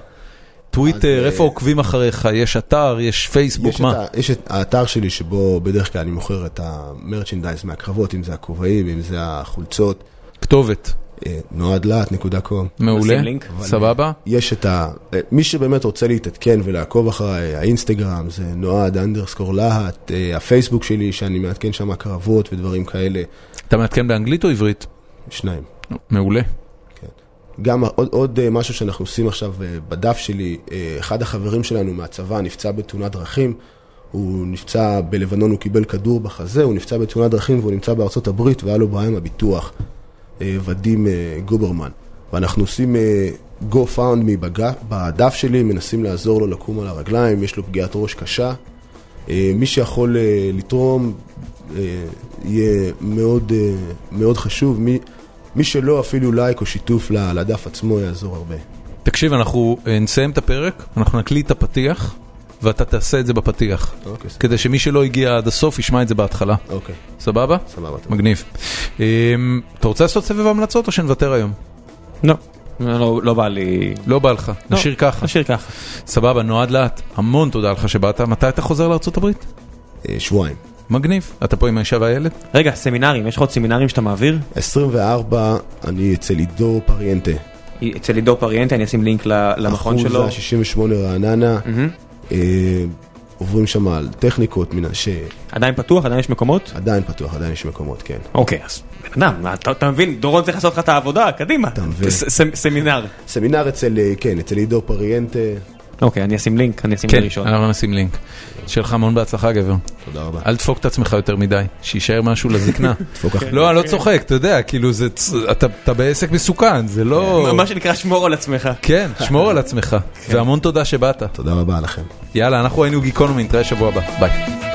Speaker 1: טוויטר,
Speaker 3: אה,
Speaker 1: איפה עוקבים אחריך? יש אתר, יש פייסבוק,
Speaker 3: יש
Speaker 1: מה?
Speaker 3: את ה- יש את האתר שלי שבו בדרך כלל אני מוכר את המרצ'נדייז מהקרבות, אם זה הכובעים, אם זה החולצות,
Speaker 1: כתובת,
Speaker 3: אה, נועד להט נקודה קום.
Speaker 1: מעולה,
Speaker 2: נשים לינק.
Speaker 1: סבבה?
Speaker 3: יש את ה... אה, מי שבאמת רוצה להתעדכן ולעקוב אחריי, האינסטגרם זה נועד אנדרסקור להט, אה, הפייסבוק שלי שאני מעדכן שם הקרבות ודברים כאלה,
Speaker 1: אתה מעדכן באנגלית או עברית?
Speaker 3: שניים.
Speaker 1: מעולה.
Speaker 3: כן. גם עוד, עוד אה, משהו שאנחנו עושים עכשיו אה, בדף שלי, אה, אחד החברים שלנו מהצבא נפצע בתאונת דרכים, הוא נפצע בלבנון, הוא קיבל כדור בחזה, הוא נפצע בתאונת דרכים והוא נמצא בארצות הברית והיה לו בעיה עם הביטוח, אה, ודים אה, גוברמן. ואנחנו עושים אה, go found me בג- בדף שלי, מנסים לעזור לו לקום על הרגליים, יש לו פגיעת ראש קשה. אה, מי שיכול אה, לתרום אה, יהיה מאוד, אה, מאוד חשוב. מי, מי שלא, אפילו לייק או שיתוף ל- לדף עצמו יעזור הרבה.
Speaker 1: תקשיב, אנחנו אה, נסיים את הפרק, אנחנו נקליט את הפתיח, ואתה תעשה את זה בפתיח.
Speaker 3: אוקיי, סבבה.
Speaker 1: כדי שמי שלא הגיע עד הסוף ישמע את זה בהתחלה.
Speaker 3: אוקיי,
Speaker 1: סבבה?
Speaker 3: סבבה. טוב.
Speaker 1: מגניב. אמ, אתה רוצה לעשות סבב המלצות או שנוותר היום?
Speaker 2: לא, לא לא בא לי...
Speaker 1: לא בא לך,
Speaker 2: לא,
Speaker 1: נשאיר ככה.
Speaker 2: נשאיר ככה.
Speaker 1: סבבה, נועד לאט, המון תודה לך שבאת. מתי אתה חוזר לארה"ב?
Speaker 3: אה, שבועיים.
Speaker 1: מגניב. אתה פה עם האישה והילד?
Speaker 2: רגע, סמינרים, יש לך עוד סמינרים שאתה מעביר?
Speaker 3: 24, אני אצל עידו פריאנטה.
Speaker 2: אצל עידו פריאנטה, אני אשים לינק ל- למכון שלו.
Speaker 3: אחוז 68 רעננה.
Speaker 2: מהמם.
Speaker 3: אה, עוברים שם על טכניקות מן ה- שעדיין
Speaker 2: עדיין פתוח, עדיין יש מקומות?
Speaker 3: פתוח, עדיין יש מקומות, כן.
Speaker 2: אוקיי, אז בן אדם, אתה- אתה מבין, דורון צריך לעשות לך את העבודה, קדימה.
Speaker 3: אתה מבין.
Speaker 2: ס- ס- סמינר.
Speaker 3: סמינר אצל, אה, כן, אצל עידו פריאנטה.
Speaker 2: אוקיי, אני אשים לינק, אני אשים
Speaker 1: כן,
Speaker 2: לראשון.
Speaker 1: אנחנו נשים לינק. שיהיה לך המון בהצלחה גבר.
Speaker 3: תודה רבה.
Speaker 1: אל תדפוק את עצמך יותר מדי, שיישאר משהו לזקנה.
Speaker 3: תפוק אחרי.
Speaker 1: לא, אני לא צוחק, אתה יודע, כאילו זה, צ- אתה אתה בעסק מסוכן, זה לא...
Speaker 2: מה שנקרא שמור על עצמך.
Speaker 1: כן, שמור על
Speaker 2: כן.
Speaker 1: עצמך, והמון תודה שבאת.
Speaker 3: תודה רבה לכם.
Speaker 1: יאללה, אנחנו היינו גיקונומי, נתראה שבוע הבא, ביי.